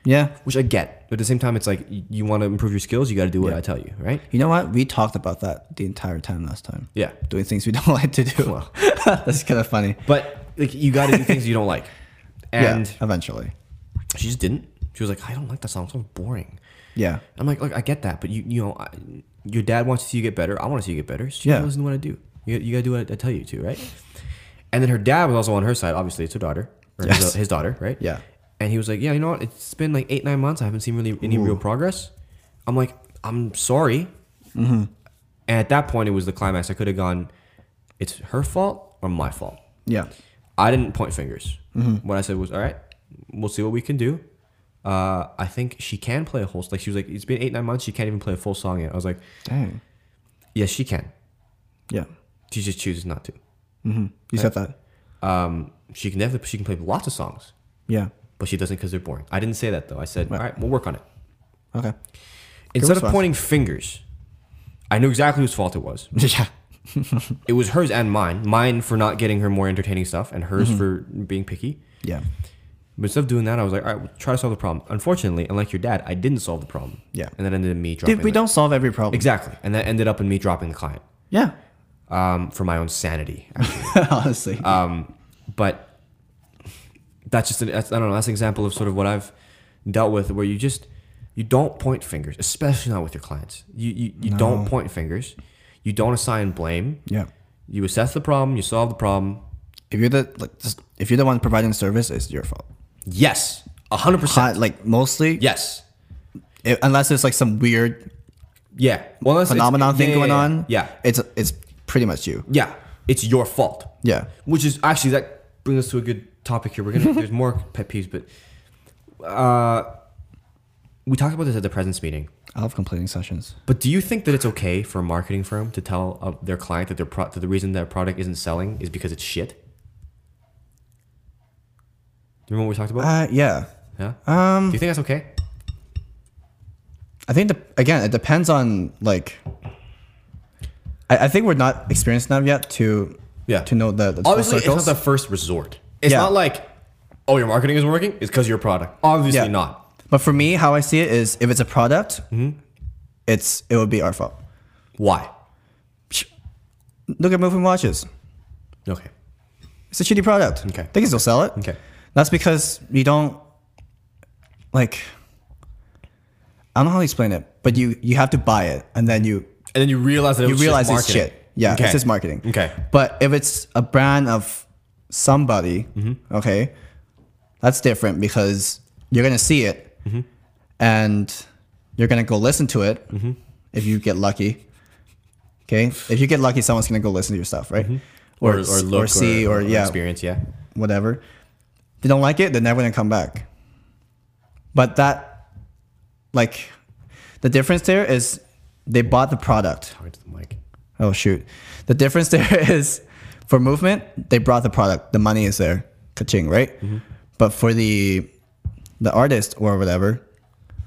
Speaker 1: Yeah.
Speaker 2: which I get. But at the same time, it's like y- you want to improve your skills, you got to do what
Speaker 1: Yeah.
Speaker 2: I tell you, right?
Speaker 1: You know what? We talked about that the entire time last time.
Speaker 2: Yeah.
Speaker 1: Doing things we (laughs) don't like to do.
Speaker 2: Well.
Speaker 1: That's kind of funny.
Speaker 2: But like you got to do things you don't like,
Speaker 1: (laughs)
Speaker 2: and
Speaker 1: yeah. Eventually.
Speaker 2: she just didn't. She was like, I don't like that song. It sounds boring.
Speaker 1: Yeah.
Speaker 2: I'm like, look, I get that, but you, you know, I, your dad wants to see you get better. I want to see you get better. So
Speaker 1: Yeah.
Speaker 2: yeah. doesn't want to do. You, you gotta do what I, I tell you to, right? And then her dad was also on her side. Obviously, it's her daughter, or his,
Speaker 1: Yes.
Speaker 2: his daughter, right?
Speaker 1: Yeah.
Speaker 2: And he was like, yeah, you know what? It's been like eight, nine months. I haven't seen really any real progress. I'm like, I'm sorry.
Speaker 1: Mm-hmm.
Speaker 2: And at that point, it was the climax. I could have gone, it's her fault or my fault.
Speaker 1: Yeah.
Speaker 2: I didn't point fingers. What I said was, all right, we'll see what we can do. Uh, I think she can play a whole. Like she was like, it's been eight nine months. She can't even play a full song yet. I was like,
Speaker 1: Dang.
Speaker 2: yes, she can.
Speaker 1: Yeah. Mm-hmm.
Speaker 2: She just chooses not to.
Speaker 1: You said that.
Speaker 2: Um, she can definitely she can play lots of songs,
Speaker 1: Yeah.
Speaker 2: but she doesn't because they're boring. I didn't say that though. I said,
Speaker 1: Right.
Speaker 2: all right, we'll work on it.
Speaker 1: Okay.
Speaker 2: (laughs) Instead of
Speaker 1: response.
Speaker 2: pointing fingers, I knew exactly whose fault it was.
Speaker 1: Yeah.
Speaker 2: It was hers and mine. Mine for not getting her more entertaining stuff, and hers for being picky.
Speaker 1: Yeah.
Speaker 2: But instead of doing that, I was like, all right, well, try to solve the problem. Unfortunately, unlike your dad, I didn't solve the problem.
Speaker 1: Yeah.
Speaker 2: And that ended in me dropping.
Speaker 1: Dude, we
Speaker 2: the-
Speaker 1: don't solve every problem.
Speaker 2: Exactly. And that ended up in me dropping the client
Speaker 1: Yeah. (laughs)
Speaker 2: um, for my own sanity. (laughs)
Speaker 1: Honestly.
Speaker 2: Uh, but that's just, an, that's, I don't know, that's an example of sort of what I've dealt with where you just, you don't point fingers, especially not with your clients. You, you, you don't point fingers. You don't assign blame.
Speaker 1: yeah.
Speaker 2: You assess the problem, you solve the problem.
Speaker 1: If you're the like, just, if you're the one providing the service, it's your fault.
Speaker 2: Yes, 100%.
Speaker 1: Hot, like mostly,
Speaker 2: Yes.
Speaker 1: it- unless there's like some weird
Speaker 2: Yeah. Well, that's- it's-
Speaker 1: phenomenon
Speaker 2: yeah,
Speaker 1: thing
Speaker 2: yeah,
Speaker 1: going
Speaker 2: yeah,
Speaker 1: on.
Speaker 2: Yeah.
Speaker 1: It's it's pretty much you.
Speaker 2: Yeah, it's your fault.
Speaker 1: Yeah.
Speaker 2: Which is actually that brings us to a good topic here.
Speaker 1: (laughs)
Speaker 2: We're gonna there's more pet peeves, but uh, we talked about this at the presence meeting.
Speaker 1: I love complaining sessions.
Speaker 2: But do you think that it's okay for a marketing firm to tell uh, their client that their pro- that the reason their product isn't selling is because it's shit? Do you remember what we talked about?
Speaker 1: Uh, yeah.
Speaker 2: yeah.
Speaker 1: Um,
Speaker 2: do you think that's okay?
Speaker 1: I think the, again, it depends on like. I, I think we're not experienced enough yet to
Speaker 2: Yeah.
Speaker 1: to know the, the full
Speaker 2: Obviously, it's not
Speaker 1: circles.
Speaker 2: the first resort. It's
Speaker 1: Yeah.
Speaker 2: not like, oh, your marketing isn't working. It's because of your product. Obviously
Speaker 1: Yeah.
Speaker 2: not.
Speaker 1: but for me, how I see it is, if it's a product,
Speaker 2: Mm-hmm.
Speaker 1: it's it would be our fault.
Speaker 2: Why?
Speaker 1: Look at moving watches.
Speaker 2: Okay.
Speaker 1: It's a shitty product.
Speaker 2: Okay.
Speaker 1: They can still sell it.
Speaker 2: Okay.
Speaker 1: That's because you don't like I don't know how to explain it, but you you have to buy it and then you
Speaker 2: And then you realize that it
Speaker 1: you
Speaker 2: was
Speaker 1: realize
Speaker 2: just
Speaker 1: it's
Speaker 2: marketing.
Speaker 1: shit. Yeah,
Speaker 2: Okay.
Speaker 1: it's just marketing.
Speaker 2: Okay.
Speaker 1: But if it's a brand of somebody,
Speaker 2: Mm-hmm.
Speaker 1: okay, that's different because you're gonna see it
Speaker 2: Mm-hmm.
Speaker 1: and you're gonna go listen to it
Speaker 2: Mm-hmm.
Speaker 1: if you get lucky. Okay, if you get lucky, someone's gonna go listen to your stuff, right?
Speaker 2: Mm-hmm. or, or
Speaker 1: s-
Speaker 2: look
Speaker 1: or see or, yeah
Speaker 2: experience yeah
Speaker 1: whatever. If they don't like it, they're never gonna come back. But that, like, the difference there is they bought the product.
Speaker 2: talking to the mic
Speaker 1: Oh shoot, the difference there (laughs) is for movement they brought the product. The money is there, kaching, right?
Speaker 2: Mm-hmm.
Speaker 1: But for the the artist or whatever,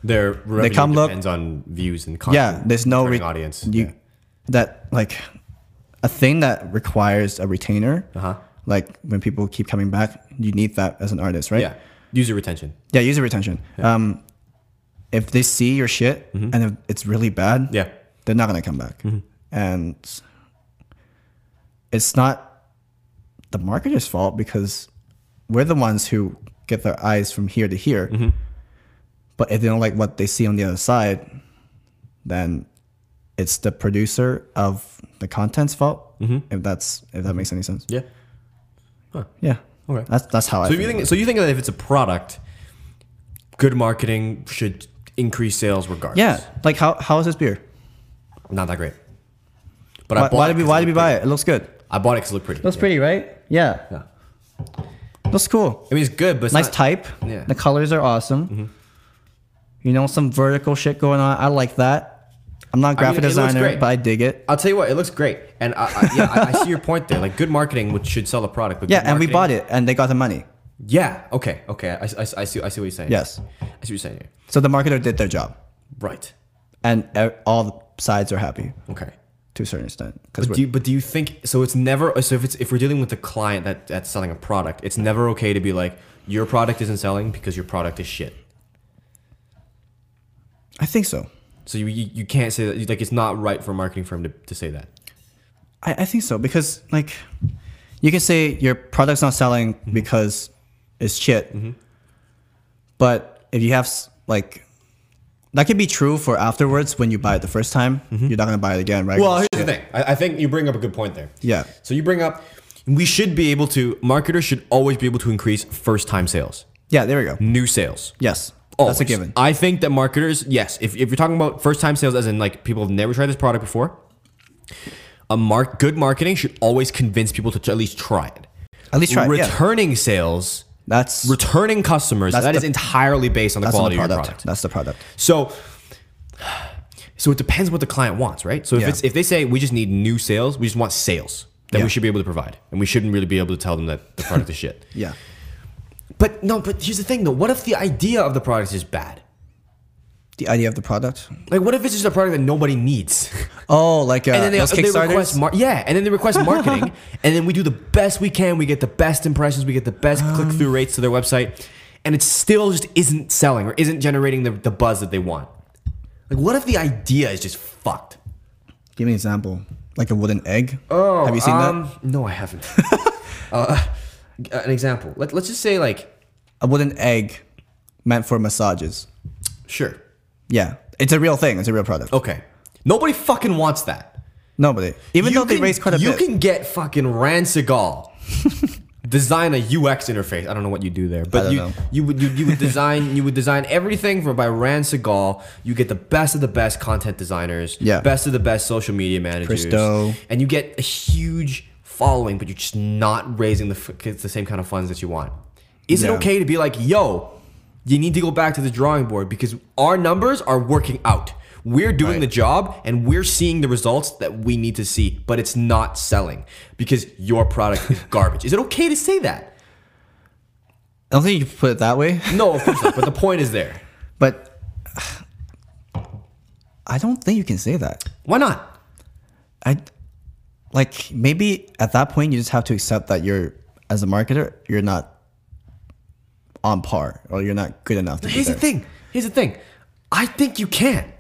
Speaker 2: their revenue
Speaker 1: come look-
Speaker 2: depends on views and
Speaker 1: yeah,
Speaker 2: content
Speaker 1: there's no
Speaker 2: returning
Speaker 1: re-
Speaker 2: audience
Speaker 1: You,
Speaker 2: yeah.
Speaker 1: That like a thing that requires a retainer.
Speaker 2: Uh-huh.
Speaker 1: Like when people keep coming back, you need that as an artist, right?
Speaker 2: yeah user retention
Speaker 1: Yeah, user retention. Um, if they see your shit and if it's really bad,
Speaker 2: Mm-hmm. yeah Mm-hmm.
Speaker 1: they're not gonna come back. And it's not the marketer's
Speaker 2: Mm-hmm.
Speaker 1: fault because we're the ones who get their eyes from here to here. But if they don't like what they see on the other side, then it's the producer of the content's fault. If that's if that makes any sense.
Speaker 2: Mm-hmm. Yeah.
Speaker 1: Yeah.
Speaker 2: Okay.
Speaker 1: That's that's how I.
Speaker 2: So if you think so you think that if it's a product, good marketing should increase sales regardless.
Speaker 1: Yeah. Like how how is this beer?
Speaker 2: Not that great. But I
Speaker 1: Why,
Speaker 2: bought
Speaker 1: why
Speaker 2: it
Speaker 1: did we
Speaker 2: 'cause
Speaker 1: why
Speaker 2: it
Speaker 1: did we
Speaker 2: looked
Speaker 1: buy
Speaker 2: pretty.
Speaker 1: it? It looks good.
Speaker 2: I bought it because it looked pretty.
Speaker 1: Looks pretty, right? Yeah.
Speaker 2: Yeah.
Speaker 1: Looks cool.
Speaker 2: I mean, it's good, but it's
Speaker 1: nice
Speaker 2: not-
Speaker 1: type.
Speaker 2: Yeah. Mm-hmm.
Speaker 1: The colors are awesome. You know, some vertical shit going on. I like that. I'm not a graphic
Speaker 2: it looks
Speaker 1: designer,
Speaker 2: great.
Speaker 1: but I dig it.
Speaker 2: I'll tell you what, it looks great, and I, I, yeah, I, I see your point there. Like good marketing, which should sell a product. But
Speaker 1: Yeah,
Speaker 2: good
Speaker 1: and we
Speaker 2: marketing-
Speaker 1: bought it, and they got the money.
Speaker 2: Yeah. Okay. Okay. I, I, I see. I see what you're saying.
Speaker 1: Yes.
Speaker 2: I see what you're saying. Here.
Speaker 1: So the marketer did their job,
Speaker 2: Right.
Speaker 1: and e- all sides are happy
Speaker 2: Okay.
Speaker 1: to a certain extent. Because
Speaker 2: But do you, but do you think so? It's never so if it's if we're dealing with a client that that's selling a product, it's never okay to be like your product isn't selling because your product is shit.
Speaker 1: I think so.
Speaker 2: So you you, you can't say that like it's not right for a marketing firm to, to say that.
Speaker 1: I, I think so because like you can say your product's not selling
Speaker 2: Mm-hmm.
Speaker 1: because it's shit, but if you have s- like that could be true for afterwards when you buy it the first time, you're not gonna buy it again, right?
Speaker 2: Mm-hmm. Well,
Speaker 1: 'Cause
Speaker 2: here's
Speaker 1: it's
Speaker 2: the
Speaker 1: shit.
Speaker 2: thing. I, I think you bring up a good point there.
Speaker 1: Yeah.
Speaker 2: So you bring up we should be able to marketers should always be able to increase first time sales,
Speaker 1: Yeah, there we go.
Speaker 2: new sales.
Speaker 1: Yes,
Speaker 2: Always.
Speaker 1: that's a given.
Speaker 2: I think that marketers, yes, if, if you're talking about first time sales, as in like people have never tried this product before, a mark good marketing should always convince people to, t- at least try it.
Speaker 1: At least try. it, yeah.
Speaker 2: returning sales,
Speaker 1: That's
Speaker 2: returning customers,
Speaker 1: That's
Speaker 2: that
Speaker 1: the-
Speaker 2: is entirely based on the
Speaker 1: that's on the
Speaker 2: quality
Speaker 1: product.
Speaker 2: of your product.
Speaker 1: That's the product.
Speaker 2: So so it depends what the client wants, right? So if
Speaker 1: Yeah.
Speaker 2: it's if they say we just need new sales, we just want sales, then
Speaker 1: Yeah.
Speaker 2: we should be able to provide. And we shouldn't really be able to tell them that the product is shit.
Speaker 1: Yeah.
Speaker 2: But no, but here's the thing though. What if the idea of the product is bad?
Speaker 1: The idea of the product.
Speaker 2: Like what if it's just a product that nobody needs?
Speaker 1: Oh, like uh,
Speaker 2: (laughs) and then they,
Speaker 1: those
Speaker 2: they request
Speaker 1: Kickstarters.
Speaker 2: mar- yeah, and then they (laughs) request marketing, and then we do the best we can. We get the best impressions, we get the best click through rates to their website, and it still just isn't selling or isn't generating the, the buzz that they want. Like, what if the idea is just fucked?
Speaker 1: Give me an example. Like a wooden egg. Oh, have you seen that?
Speaker 2: Um, No, I haven't. (laughs) uh, an example. Let, let's just say like,
Speaker 1: A wooden egg meant for massages.
Speaker 2: sure,
Speaker 1: Yeah, it's a real thing. It's a real product.
Speaker 2: okay, nobody fucking wants that.
Speaker 1: Nobody, even
Speaker 2: You
Speaker 1: though they
Speaker 2: can-
Speaker 1: raise quite a
Speaker 2: you
Speaker 1: bit.
Speaker 2: can get fucking Rand
Speaker 1: (laughs)
Speaker 2: Seagal. design a UX interface. I don't know what you do there, but
Speaker 1: don't
Speaker 2: you
Speaker 1: know.
Speaker 2: you would you, you would design you would design everything from by Rand Seagal. You get the best of the best content designers,
Speaker 1: Yeah.
Speaker 2: best of the best social media managers,
Speaker 1: Christo.
Speaker 2: and you get a huge following, but you're just not raising the f- kids the same kind of funds that you want. Is
Speaker 1: Yeah.
Speaker 2: it okay to be like, yo, you need to go back to the drawing board because our numbers are working out. We're doing
Speaker 1: Right.
Speaker 2: the job and we're seeing the results that we need to see, but it's not selling because your product is (laughs) garbage. Is it okay to say that?
Speaker 1: I don't think you can put it that way,
Speaker 2: No, of course not. But the point is there.
Speaker 1: but (sighs) I don't think you can say that.
Speaker 2: Why not?
Speaker 1: I like maybe at that point you just have to accept that you're as a marketer you're not on par or you're not good enough to be
Speaker 2: Here's the
Speaker 1: there.
Speaker 2: thing. Here's the thing. I think you can.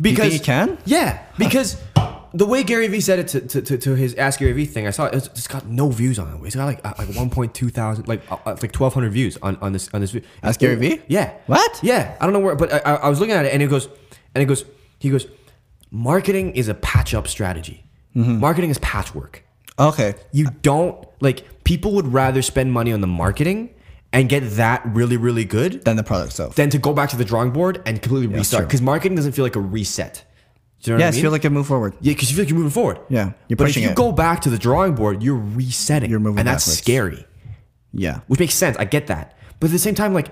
Speaker 2: Because
Speaker 1: you can?
Speaker 2: Yeah. Because the way Gary Vee said it to, to, to, to his Ask Gary Vee thing, I saw it. It's, it's got no views on it. It's got like uh, like 1.2 thousand, like uh, uh, like 1,200 views on, on this on this video.
Speaker 1: Ask Gary Vee?
Speaker 2: Yeah.
Speaker 1: What?
Speaker 2: Yeah. I don't know where, but I, I I was looking at it and it goes, and it goes, he goes, marketing is a patch up strategy.
Speaker 1: Mm-hmm.
Speaker 2: Marketing is patchwork.
Speaker 1: Okay,
Speaker 2: you don't like people would rather spend money on the marketing and get that really really good
Speaker 1: then the product itself.
Speaker 2: than to go back to the drawing board and completely restart
Speaker 1: true.
Speaker 2: because marketing doesn't feel like a reset do you
Speaker 1: yeah,
Speaker 2: know what I
Speaker 1: it's
Speaker 2: mean?
Speaker 1: feel like a move forward.
Speaker 2: yeah, because you feel like you're moving forward.
Speaker 1: Yeah, you're
Speaker 2: but if
Speaker 1: pushing
Speaker 2: you
Speaker 1: it.
Speaker 2: go back to the drawing board, you're resetting.
Speaker 1: You're moving
Speaker 2: and that's
Speaker 1: backwards.
Speaker 2: scary,
Speaker 1: Yeah,
Speaker 2: which makes sense. I get that, but at the same time, like,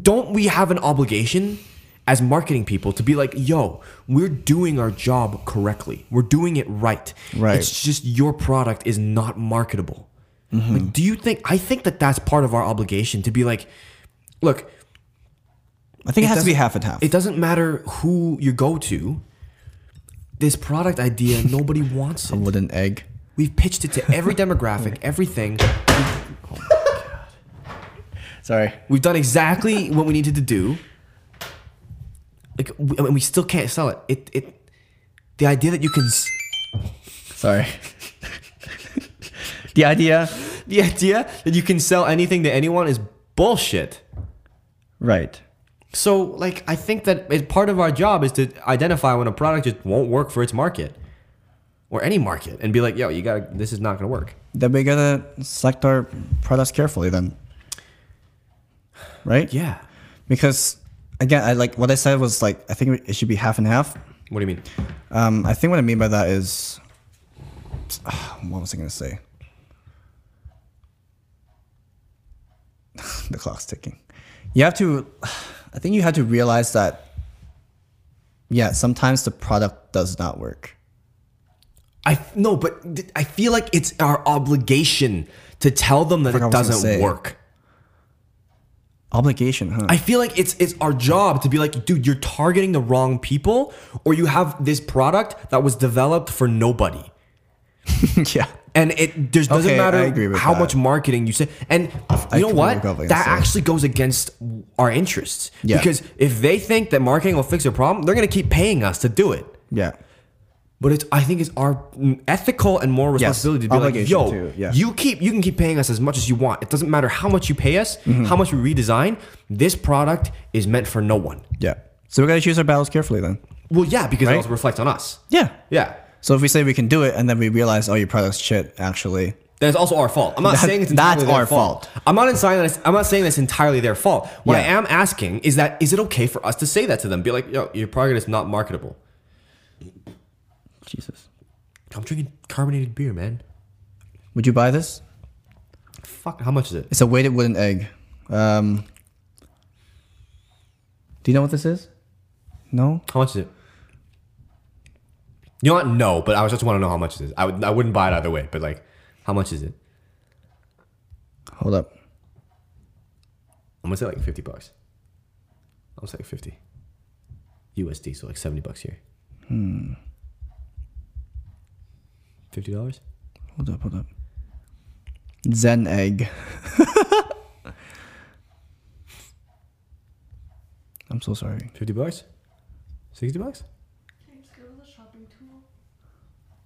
Speaker 2: don't we have an obligation as marketing people to be like, "Yo, we're doing our job correctly. We're doing it right.
Speaker 1: Right.
Speaker 2: It's just your product is not marketable."
Speaker 1: Mm-hmm.
Speaker 2: Like, do you think? I think that that's part of our obligation to be like, "Look,
Speaker 1: I think it, has to be
Speaker 2: doesn't-
Speaker 1: half and half.
Speaker 2: it doesn't matter who you go to. This product idea, nobody wants it."
Speaker 1: with an egg.
Speaker 2: We've pitched it to every demographic, everything.
Speaker 1: Sorry.
Speaker 2: We've done exactly what we needed to do. Like, we, I mean, we still can't sell it. It, it, the idea that you can, s-
Speaker 1: (laughs) Sorry. the idea,
Speaker 2: the idea that you can sell anything to anyone is bullshit.
Speaker 1: right?
Speaker 2: So, like, I think that it, part of our job is to identify when a product just won't work for its market or any market and be like, yo, you gotta, this is not gonna work.
Speaker 1: Then we gotta select our products carefully then. Right?
Speaker 2: Yeah.
Speaker 1: Because again, I like what I said was like I think it should be half and half.
Speaker 2: What do you mean?
Speaker 1: Um, I think what I mean by that is, (sighs) what was I gonna say? (sighs) the clock's ticking. You have to, (sighs) I think you have to realize that. Yeah, sometimes the product does not work.
Speaker 2: I no, but th- I feel like it's our obligation to tell them that
Speaker 1: Forgot
Speaker 2: it
Speaker 1: what I was gonna
Speaker 2: doesn't
Speaker 1: say.
Speaker 2: work.
Speaker 1: Obligation, huh?
Speaker 2: I (laughs) feel like it's it's our job to be like, dude, you're targeting the wrong people, or you have this product that was developed for nobody,
Speaker 1: yeah.
Speaker 2: and it there's, doesn't
Speaker 1: Okay,
Speaker 2: matter
Speaker 1: I agree with
Speaker 2: how
Speaker 1: that.
Speaker 2: much marketing you say. And you know
Speaker 1: completely
Speaker 2: what?
Speaker 1: forgot what I was
Speaker 2: That
Speaker 1: gonna say.
Speaker 2: actually goes against our interests
Speaker 1: Yeah.
Speaker 2: because if they think that marketing will fix their problem, they're gonna keep paying us to do it.
Speaker 1: Yeah.
Speaker 2: But it's I think it's our ethical and moral
Speaker 1: Yes,
Speaker 2: responsibility to be like,
Speaker 1: obligation
Speaker 2: yo,
Speaker 1: too, yeah.
Speaker 2: you keep you can keep paying us as much as you want. It doesn't matter how much you pay us,
Speaker 1: Mm-hmm.
Speaker 2: how much we redesign. This product is meant for no one.
Speaker 1: Yeah. So we gotta choose our battles carefully then.
Speaker 2: Well, yeah, because it also reflects on us.
Speaker 1: Yeah.
Speaker 2: Yeah.
Speaker 1: So if we say we can do it and then we realize, oh, your product's shit, actually.
Speaker 2: Then it's also our fault. I'm not
Speaker 1: That-
Speaker 2: saying it's entirely
Speaker 1: that's
Speaker 2: their
Speaker 1: our
Speaker 2: fault.
Speaker 1: fault.
Speaker 2: I'm not saying that. I'm not saying that's entirely their fault. What I
Speaker 1: Yeah.
Speaker 2: am asking is that is it okay for us to say that to them? Be like, yo, your product is not marketable.
Speaker 1: Jesus.
Speaker 2: I'm drinking carbonated beer, man.
Speaker 1: Would you buy this?
Speaker 2: Fuck, how much is it?
Speaker 1: It's a weighted wooden egg. Um, do you know what this is? No?
Speaker 2: How much is it? You know what? No, but I just want to know how much it is. I would. I wouldn't buy it either way. But like, how much is it?
Speaker 1: Hold up.
Speaker 2: I'm gonna say like fifty bucks. I'm saying fifty. USD, so like seventy bucks here. Hmm. Fifty dollars?
Speaker 1: Hold up, hold up. Zen egg. (laughs) I'm so sorry.
Speaker 2: Fifty bucks? Sixty bucks?
Speaker 4: Can you just go to the shopping tool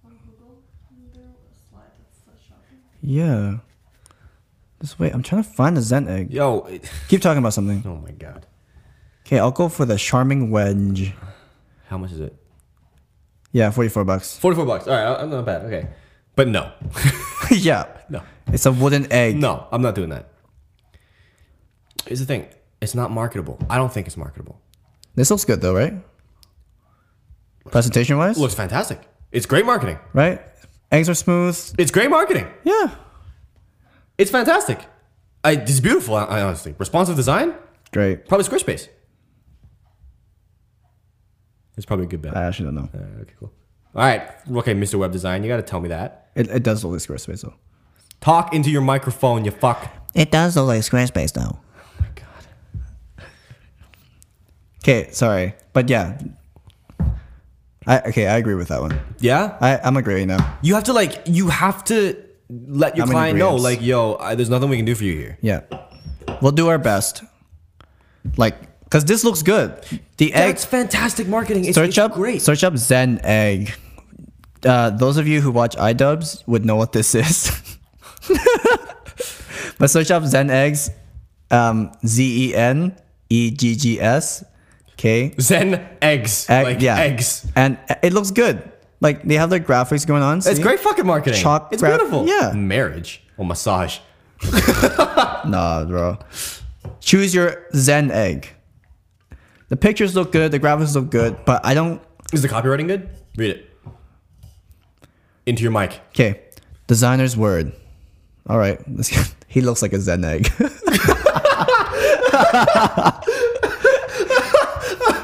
Speaker 4: on Google? And there was a slide that says shopping.
Speaker 1: Yeah. Just wait. I'm trying to find the Zen egg.
Speaker 2: Yo, it,
Speaker 1: Keep talking about something.
Speaker 2: (laughs) oh my god.
Speaker 1: Okay, I'll go for the charming wedge.
Speaker 2: How much is it?
Speaker 1: Yeah, 44 bucks. (laughs)
Speaker 2: Forty-four bucks. All right, I'm not bad. Okay, but no,
Speaker 1: yeah.
Speaker 2: (laughs) no,
Speaker 1: It's a wooden egg.
Speaker 2: no, I'm not doing that. Here's the thing: it's not marketable. I don't think it's marketable.
Speaker 1: This looks good though, right? Presentation wise?
Speaker 2: It looks fantastic. It's great marketing.
Speaker 1: Right? Eggs are smooth.
Speaker 2: It's great marketing.
Speaker 1: Yeah.
Speaker 2: It's fantastic. I, it's beautiful. I, I honestly responsive design.
Speaker 1: Great.
Speaker 2: Probably Squarespace. It's probably a good bet.
Speaker 1: I actually don't know.
Speaker 2: All right, okay, cool. All right, okay, Mr. Web Design, you got to tell me that.
Speaker 1: It, it does look like Squarespace though.
Speaker 2: Talk into your microphone, you fuck.
Speaker 1: It does look like Squarespace though.
Speaker 2: Oh my god.
Speaker 1: Okay, sorry. But yeah. I okay, I agree with that one.
Speaker 2: Yeah,
Speaker 1: I, I'm agreeing now.
Speaker 2: you have to like, you have to let your
Speaker 1: I'm in
Speaker 2: client know,
Speaker 1: agreeance.
Speaker 2: like, yo, I, there's nothing we can do for you here.
Speaker 1: Yeah. We'll do our best. Like, cause this looks good. The egg
Speaker 2: That's fantastic marketing. It's,
Speaker 1: search
Speaker 2: it's
Speaker 1: up
Speaker 2: great.
Speaker 1: search up Zen egg. Uh, those of you who watch iDubbbz would know what this is. (laughs) but search up Zen eggs, um, Z E N E G G S, K
Speaker 2: Zen eggs,
Speaker 1: egg,
Speaker 2: like
Speaker 1: yeah,
Speaker 2: eggs.
Speaker 1: and it looks good. Like they have their graphics going on.
Speaker 2: It's
Speaker 1: see?
Speaker 2: great fucking marketing.
Speaker 1: Chalk
Speaker 2: it's
Speaker 1: graph-
Speaker 2: beautiful.
Speaker 1: yeah.
Speaker 2: Marriage or massage.
Speaker 1: Nah, bro. Choose your Zen egg. The pictures look good. The graphics look good, but I don't
Speaker 2: Is the copywriting good? Read it. Into your mic.
Speaker 1: Okay, designer's word. All right, let's get, (laughs) he looks like a Zen egg. (laughs)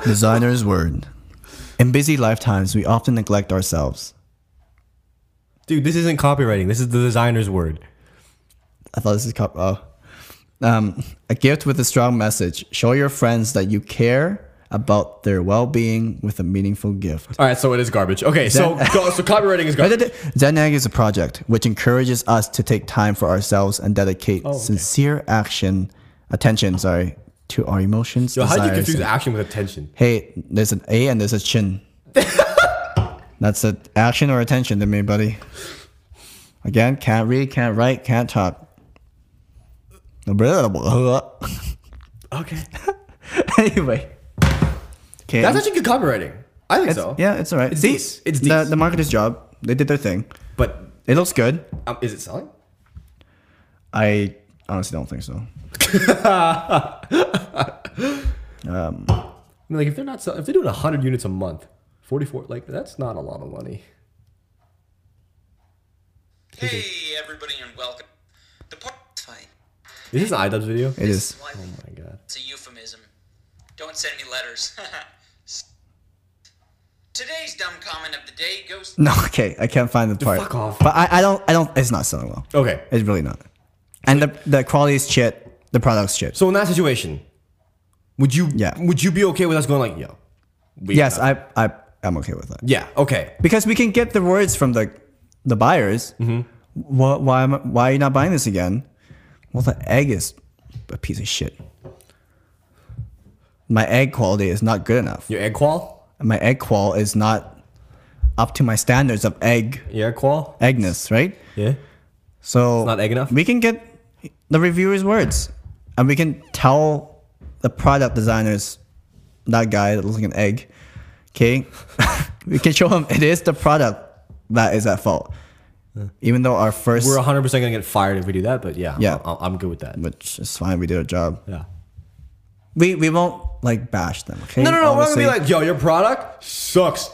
Speaker 1: designer's word. In busy lifetimes, we often neglect ourselves.
Speaker 2: Dude, this isn't copywriting. This is the designer's word.
Speaker 1: I thought this is cop. Oh. Um, a gift with a strong message. Show your friends that you care about their well-being with a meaningful gift.
Speaker 2: All right, so it is garbage. Okay, so go, so
Speaker 1: (laughs)
Speaker 2: copywriting is
Speaker 1: Da-
Speaker 2: garbage.
Speaker 1: da- Zen Egg is a project which encourages us to take time for ourselves and dedicate
Speaker 2: Oh, okay.
Speaker 1: sincere action, attention, sorry, to our emotions.
Speaker 2: Yo, how do you
Speaker 1: desires,
Speaker 2: confuse
Speaker 1: and-
Speaker 2: action with attention?
Speaker 1: Hey, there's an A and there's a chin.
Speaker 2: (laughs)
Speaker 1: That's an action or attention to me, buddy. Again, can't read, can't write, can't (laughs) talk.
Speaker 2: Okay.
Speaker 1: anyway. Okay.
Speaker 2: (laughs) That's actually good copywriting. I think
Speaker 1: it's,
Speaker 2: so.
Speaker 1: Yeah, it's all right.
Speaker 2: It's
Speaker 1: See,
Speaker 2: dece- it's
Speaker 1: the,
Speaker 2: dece-
Speaker 1: the marketer's job. They did their thing.
Speaker 2: But
Speaker 1: It looks good.
Speaker 2: um, is it selling?
Speaker 1: I honestly don't think so.
Speaker 2: I mean, like if they're not selling, if they're doing hundred units a month, forty-four, like that's not a lot of money.
Speaker 5: Hey, everybody, and welcome. The part's fine.
Speaker 2: Is this an iDubbbz video?
Speaker 1: It is.
Speaker 5: Why-
Speaker 2: Oh my god.
Speaker 5: It's a euphemism. Don't send me letters. (laughs) Today's dumb comment of the day goes.
Speaker 1: No, (laughs) okay. I can't find the part.
Speaker 2: fuck off. Oh.
Speaker 1: But I, I don't. I don't. It's not selling well.
Speaker 2: Okay.
Speaker 1: It's really not. And the the quality is shit. The product's shit.
Speaker 2: So in that situation, would you
Speaker 1: Yeah.
Speaker 2: would you be okay with us going like yo? We
Speaker 1: yes, I I am okay with that
Speaker 2: Yeah. Okay.
Speaker 1: because we can get the words from the the buyers. Mm-hmm. Why why, am, I- why are you not buying this again? Well, the egg is a piece of shit. My egg quality is not good enough.
Speaker 2: Your egg qual.
Speaker 1: My egg qual is not up to my standards of egg
Speaker 2: Your egg qual.
Speaker 1: eggness, right?
Speaker 2: Yeah.
Speaker 1: So
Speaker 2: not egg enough?
Speaker 1: We can get the reviewer's words, and we can tell the product designers, that guy that looks like an egg. Okay, (laughs) we can show him it is the product that is at fault, even though our 1st
Speaker 2: We're 100 percent gonna get fired if we do that, but yeah,
Speaker 1: Yeah.
Speaker 2: I, I- I'm good with that.
Speaker 1: (laughs) which is fine. We did our job.
Speaker 2: Yeah.
Speaker 1: We we won't like bash them. Okay.
Speaker 2: No, no, no. We're not gonna be
Speaker 1: Honestly,
Speaker 2: like, yo, your product sucks.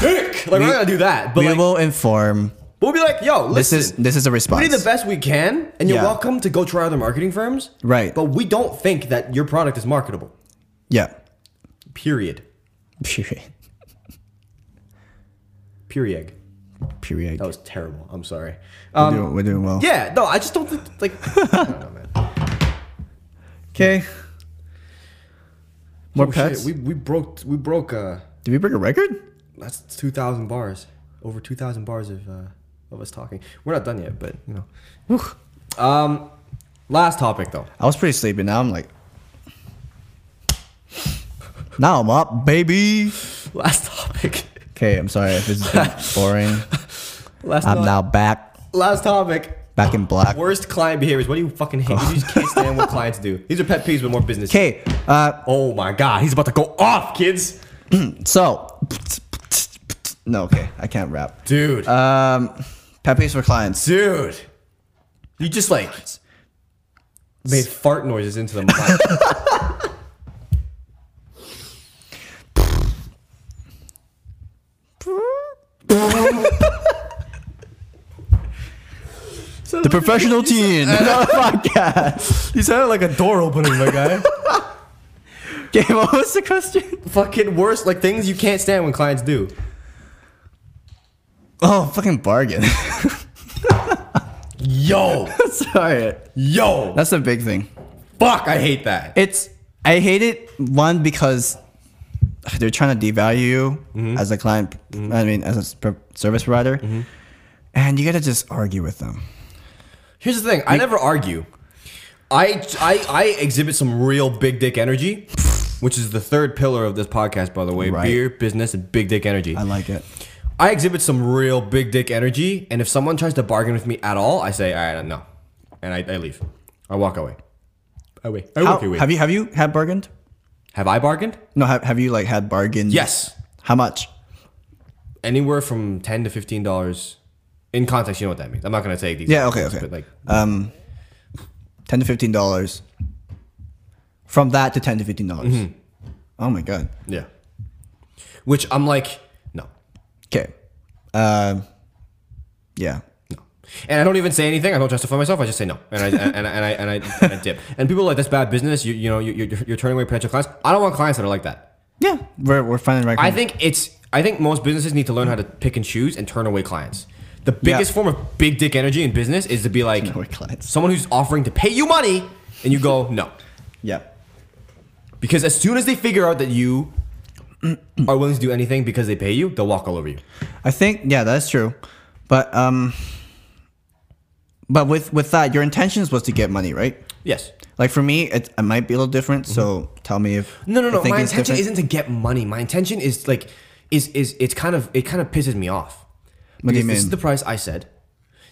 Speaker 2: Dick. Like we're not gonna do that. But
Speaker 1: we
Speaker 2: like,
Speaker 1: will inform.
Speaker 2: we'll be like, yo,
Speaker 1: This
Speaker 2: listen,
Speaker 1: is this is a response.
Speaker 2: we did the best we can, and you're
Speaker 1: Yeah.
Speaker 2: welcome to go try other marketing firms.
Speaker 1: Right.
Speaker 2: But we don't think that your product is marketable.
Speaker 1: Yeah. (laughs)
Speaker 2: Period.
Speaker 1: Period.
Speaker 2: Period.
Speaker 1: Period.
Speaker 2: That was terrible. I'm sorry.
Speaker 1: we're,
Speaker 2: Um,
Speaker 1: doing, we're doing well.
Speaker 2: yeah. No, I just don't think (laughs) like. I don't know, man.
Speaker 1: Okay. More
Speaker 2: Oh, shit,
Speaker 1: pets.
Speaker 2: We we broke we broke uh
Speaker 1: Did we break a record?
Speaker 2: that's two thousand bars over two thousand bars of uh, of us talking. We're not done yet, but you know. Whew. Um, last topic though.
Speaker 1: I was pretty sleepy. Now I'm like, now I'm up, baby.
Speaker 2: (laughs) Last topic.
Speaker 1: Okay, I'm sorry if this has been boring.
Speaker 2: (laughs) Last
Speaker 1: I'm
Speaker 2: to-
Speaker 1: now back,
Speaker 2: Last topic.
Speaker 1: back in black.
Speaker 2: Worst client behaviors. What do you fucking hate? You just can't stand (laughs) what clients do. These are pet peeves, but more business.
Speaker 1: Okay, uh,
Speaker 2: Oh my god, he's about to go off, kids.
Speaker 1: so no, okay, I can't rap.
Speaker 2: Dude.
Speaker 1: Um, pet peeves for clients.
Speaker 2: dude. You just like made fart noises into the mic.
Speaker 1: The professional teen podcast.
Speaker 2: you sounded like a door opening, my guy.
Speaker 1: (laughs) Okay, what was the question?
Speaker 2: (laughs) fucking worst, like things you can't stand when clients do.
Speaker 1: Oh, fucking bargain. (laughs)
Speaker 2: (laughs) Yo,
Speaker 1: sorry,
Speaker 2: yo,
Speaker 1: that's a big thing.
Speaker 2: fuck, I hate that.
Speaker 1: it's I hate it one because they're trying to devalue you
Speaker 2: Mm-hmm.
Speaker 1: as a client. I mean, as a s- pro- service provider, and you gotta just argue with them.
Speaker 2: Here's the thing, I never argue. I, I I exhibit some real big dick energy, which is the third pillar of this podcast, by the way.
Speaker 1: Right.
Speaker 2: Beer, business, and big dick energy.
Speaker 1: I like it.
Speaker 2: I exhibit some real big dick energy, and if someone tries to bargain with me at all, I say, all right, no, and I, I leave. I walk away. I wait. I
Speaker 1: How,
Speaker 2: walk away.
Speaker 1: have you have you had bargained?
Speaker 2: Have I bargained?
Speaker 1: No, have, have you like had bargains?
Speaker 2: Yes.
Speaker 1: How much?
Speaker 2: Anywhere from ten to fifteen dollars. In context, you know what that means. I'm not gonna take these.
Speaker 1: Yeah, okay,
Speaker 2: numbers,
Speaker 1: okay.
Speaker 2: But like,
Speaker 1: Um, ten to fifteen dollars. From that to ten to fifteen dollars.
Speaker 2: Mm-hmm.
Speaker 1: Oh my god.
Speaker 2: Yeah. Which I'm like, no,
Speaker 1: Okay. Um. yeah.
Speaker 2: no. And I don't even say anything. I don't justify myself. I just say no, and I and I and I, and I, and I dip. And people are like that's bad business. You you know you you're, you're turning away potential clients. I don't want clients that are like that.
Speaker 1: Yeah. We're we're finding the right. (laughs)
Speaker 2: I think it's I think most businesses need to learn how to pick and choose and turn away clients. The biggest form of big dick energy in business is to be like
Speaker 1: away clients.
Speaker 2: someone who's offering to pay you money and you go no.
Speaker 1: Yeah.
Speaker 2: Because as soon as they figure out that you are willing to do anything because they pay you, they'll walk all over you.
Speaker 1: I think yeah, that's true. But um but with with that, your intentions was to get money, right?
Speaker 2: Yes.
Speaker 1: Like for me, it, it might be a little different. So tell me if
Speaker 2: Mm-hmm. No, no,
Speaker 1: the
Speaker 2: no. My
Speaker 1: thinking's
Speaker 2: intention
Speaker 1: different.
Speaker 2: isn't to get money. My intention is like, is is it's kind of it kind of pisses me off.
Speaker 1: What do you
Speaker 2: Because This
Speaker 1: mean?
Speaker 2: is the price I said.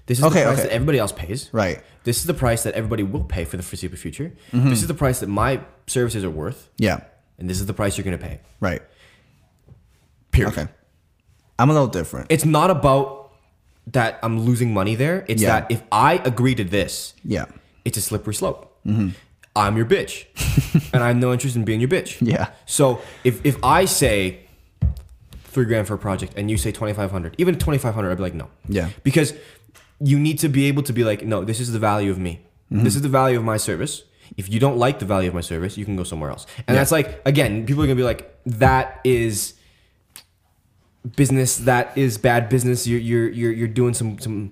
Speaker 2: This is
Speaker 1: Okay,
Speaker 2: the price
Speaker 1: okay.
Speaker 2: that everybody else pays.
Speaker 1: Right.
Speaker 2: This
Speaker 1: Mm-hmm.
Speaker 2: is the price that everybody will pay for the foreseeable future. This is the price that my services are worth.
Speaker 1: yeah.
Speaker 2: and this is the price you're gonna pay.
Speaker 1: Right.
Speaker 2: Period.
Speaker 1: Okay. I'm a little different.
Speaker 2: It's not about that I'm losing money there. It's
Speaker 1: Yeah.
Speaker 2: that if I agree to this,
Speaker 1: yeah.
Speaker 2: it's a slippery slope.
Speaker 1: Mm-hmm.
Speaker 2: I'm your
Speaker 1: (laughs)
Speaker 2: bitch, and I have no interest in being your bitch.
Speaker 1: Yeah.
Speaker 2: So if if I say three grand for a project and you say twenty five hundred, even twenty five hundred, I'd be like no.
Speaker 1: Yeah.
Speaker 2: Because you need to be able to be like no, this is the value of me.
Speaker 1: Mm-hmm.
Speaker 2: This is the value of my service. If you don't like the value of my service, you can go somewhere else. And that's like again, people are gonna be like that is business that is bad business. You're you're you're, you're doing some some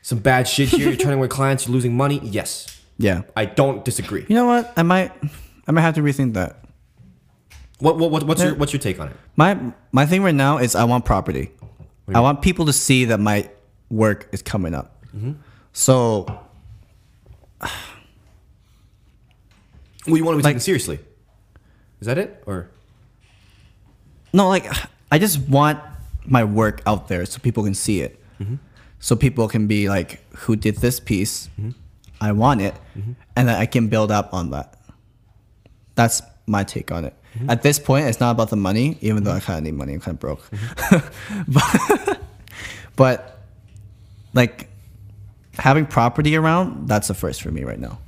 Speaker 2: some bad shit here. You're turning away (laughs) clients. You're losing money. Yes,
Speaker 1: Yeah.
Speaker 2: I don't disagree.
Speaker 1: You know what? I might I might have to rethink that.
Speaker 2: What, what, what what's your what's your take on it?
Speaker 1: My my thing right now is I want property. I want people to see that my work is coming up.
Speaker 2: Mm-hmm.
Speaker 1: So
Speaker 2: Well, you want to be taken
Speaker 1: Like-
Speaker 2: seriously. Is that it or?
Speaker 1: no, like I just want my work out there so people can see it. So people can be like, "Who did this piece? I want it," and then I can build up on that. That's my take on it. At this point, it's not about the money, even though I kind of need money. I'm kind of broke, (laughs) but, but like having property around that's the first for me right now.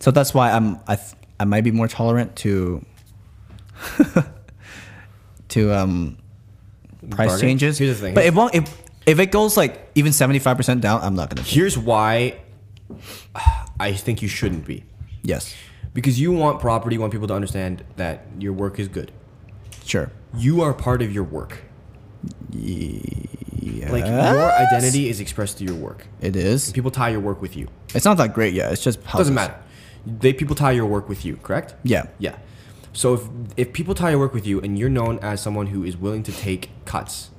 Speaker 1: So that's why I'm I th- I might be more tolerant to to um price
Speaker 2: Bargain?
Speaker 1: changes.
Speaker 2: Here's the thing.
Speaker 1: But it won't if if it goes like even seventy five percent down, I'm not gonna.
Speaker 2: Here's why I think you shouldn't be.
Speaker 1: Yes,
Speaker 2: Because you want property, you want people to understand that your work is good.
Speaker 1: sure.
Speaker 2: You are part of your work.
Speaker 1: Yeah,
Speaker 2: Like your identity is expressed through your work.
Speaker 1: it is.
Speaker 2: People tie your work with you.
Speaker 1: It's not that great yet. It's just houses.
Speaker 2: Doesn't matter. They people tie your work with you, correct?
Speaker 1: Yeah.
Speaker 2: Yeah. So if if people tie your work with you and you're known as someone who is willing to take cuts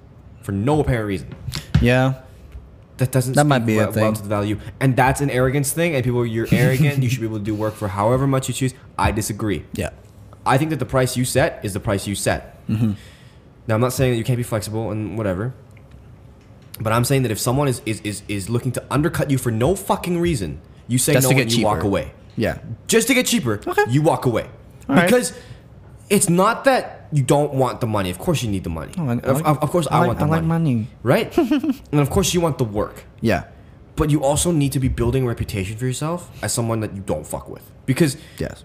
Speaker 2: for no apparent reason,
Speaker 1: Yeah,
Speaker 2: that doesn't
Speaker 1: That
Speaker 2: speak
Speaker 1: might be a
Speaker 2: well, well
Speaker 1: thing.
Speaker 2: to the value, and that's an arrogance thing. And people,
Speaker 1: (laughs)
Speaker 2: you're arrogant. you should be able to do work for however much you choose. I disagree.
Speaker 1: yeah,
Speaker 2: I think that the price you set is the price you set.
Speaker 1: Mm-hmm.
Speaker 2: Now, I'm not saying that you can't be flexible and whatever, but I'm saying that if someone is is is, is looking to undercut you for no fucking reason, you say
Speaker 1: Just
Speaker 2: no
Speaker 1: to get
Speaker 2: and you walk
Speaker 1: cheaper.
Speaker 2: away
Speaker 1: yeah.
Speaker 2: just to get cheaper,
Speaker 1: Okay.
Speaker 2: you walk away.
Speaker 1: All right.
Speaker 2: because it's not that you don't want the money. Of course you need the money.
Speaker 1: No, I- I
Speaker 2: of,
Speaker 1: like-
Speaker 2: of- of course I,
Speaker 1: I like-
Speaker 2: want the
Speaker 1: I like money. (laughs)
Speaker 2: Right? and of course you want the work.
Speaker 1: Yeah,
Speaker 2: But you also need to be building a reputation for yourself as someone that you don't fuck with. Because
Speaker 1: yes,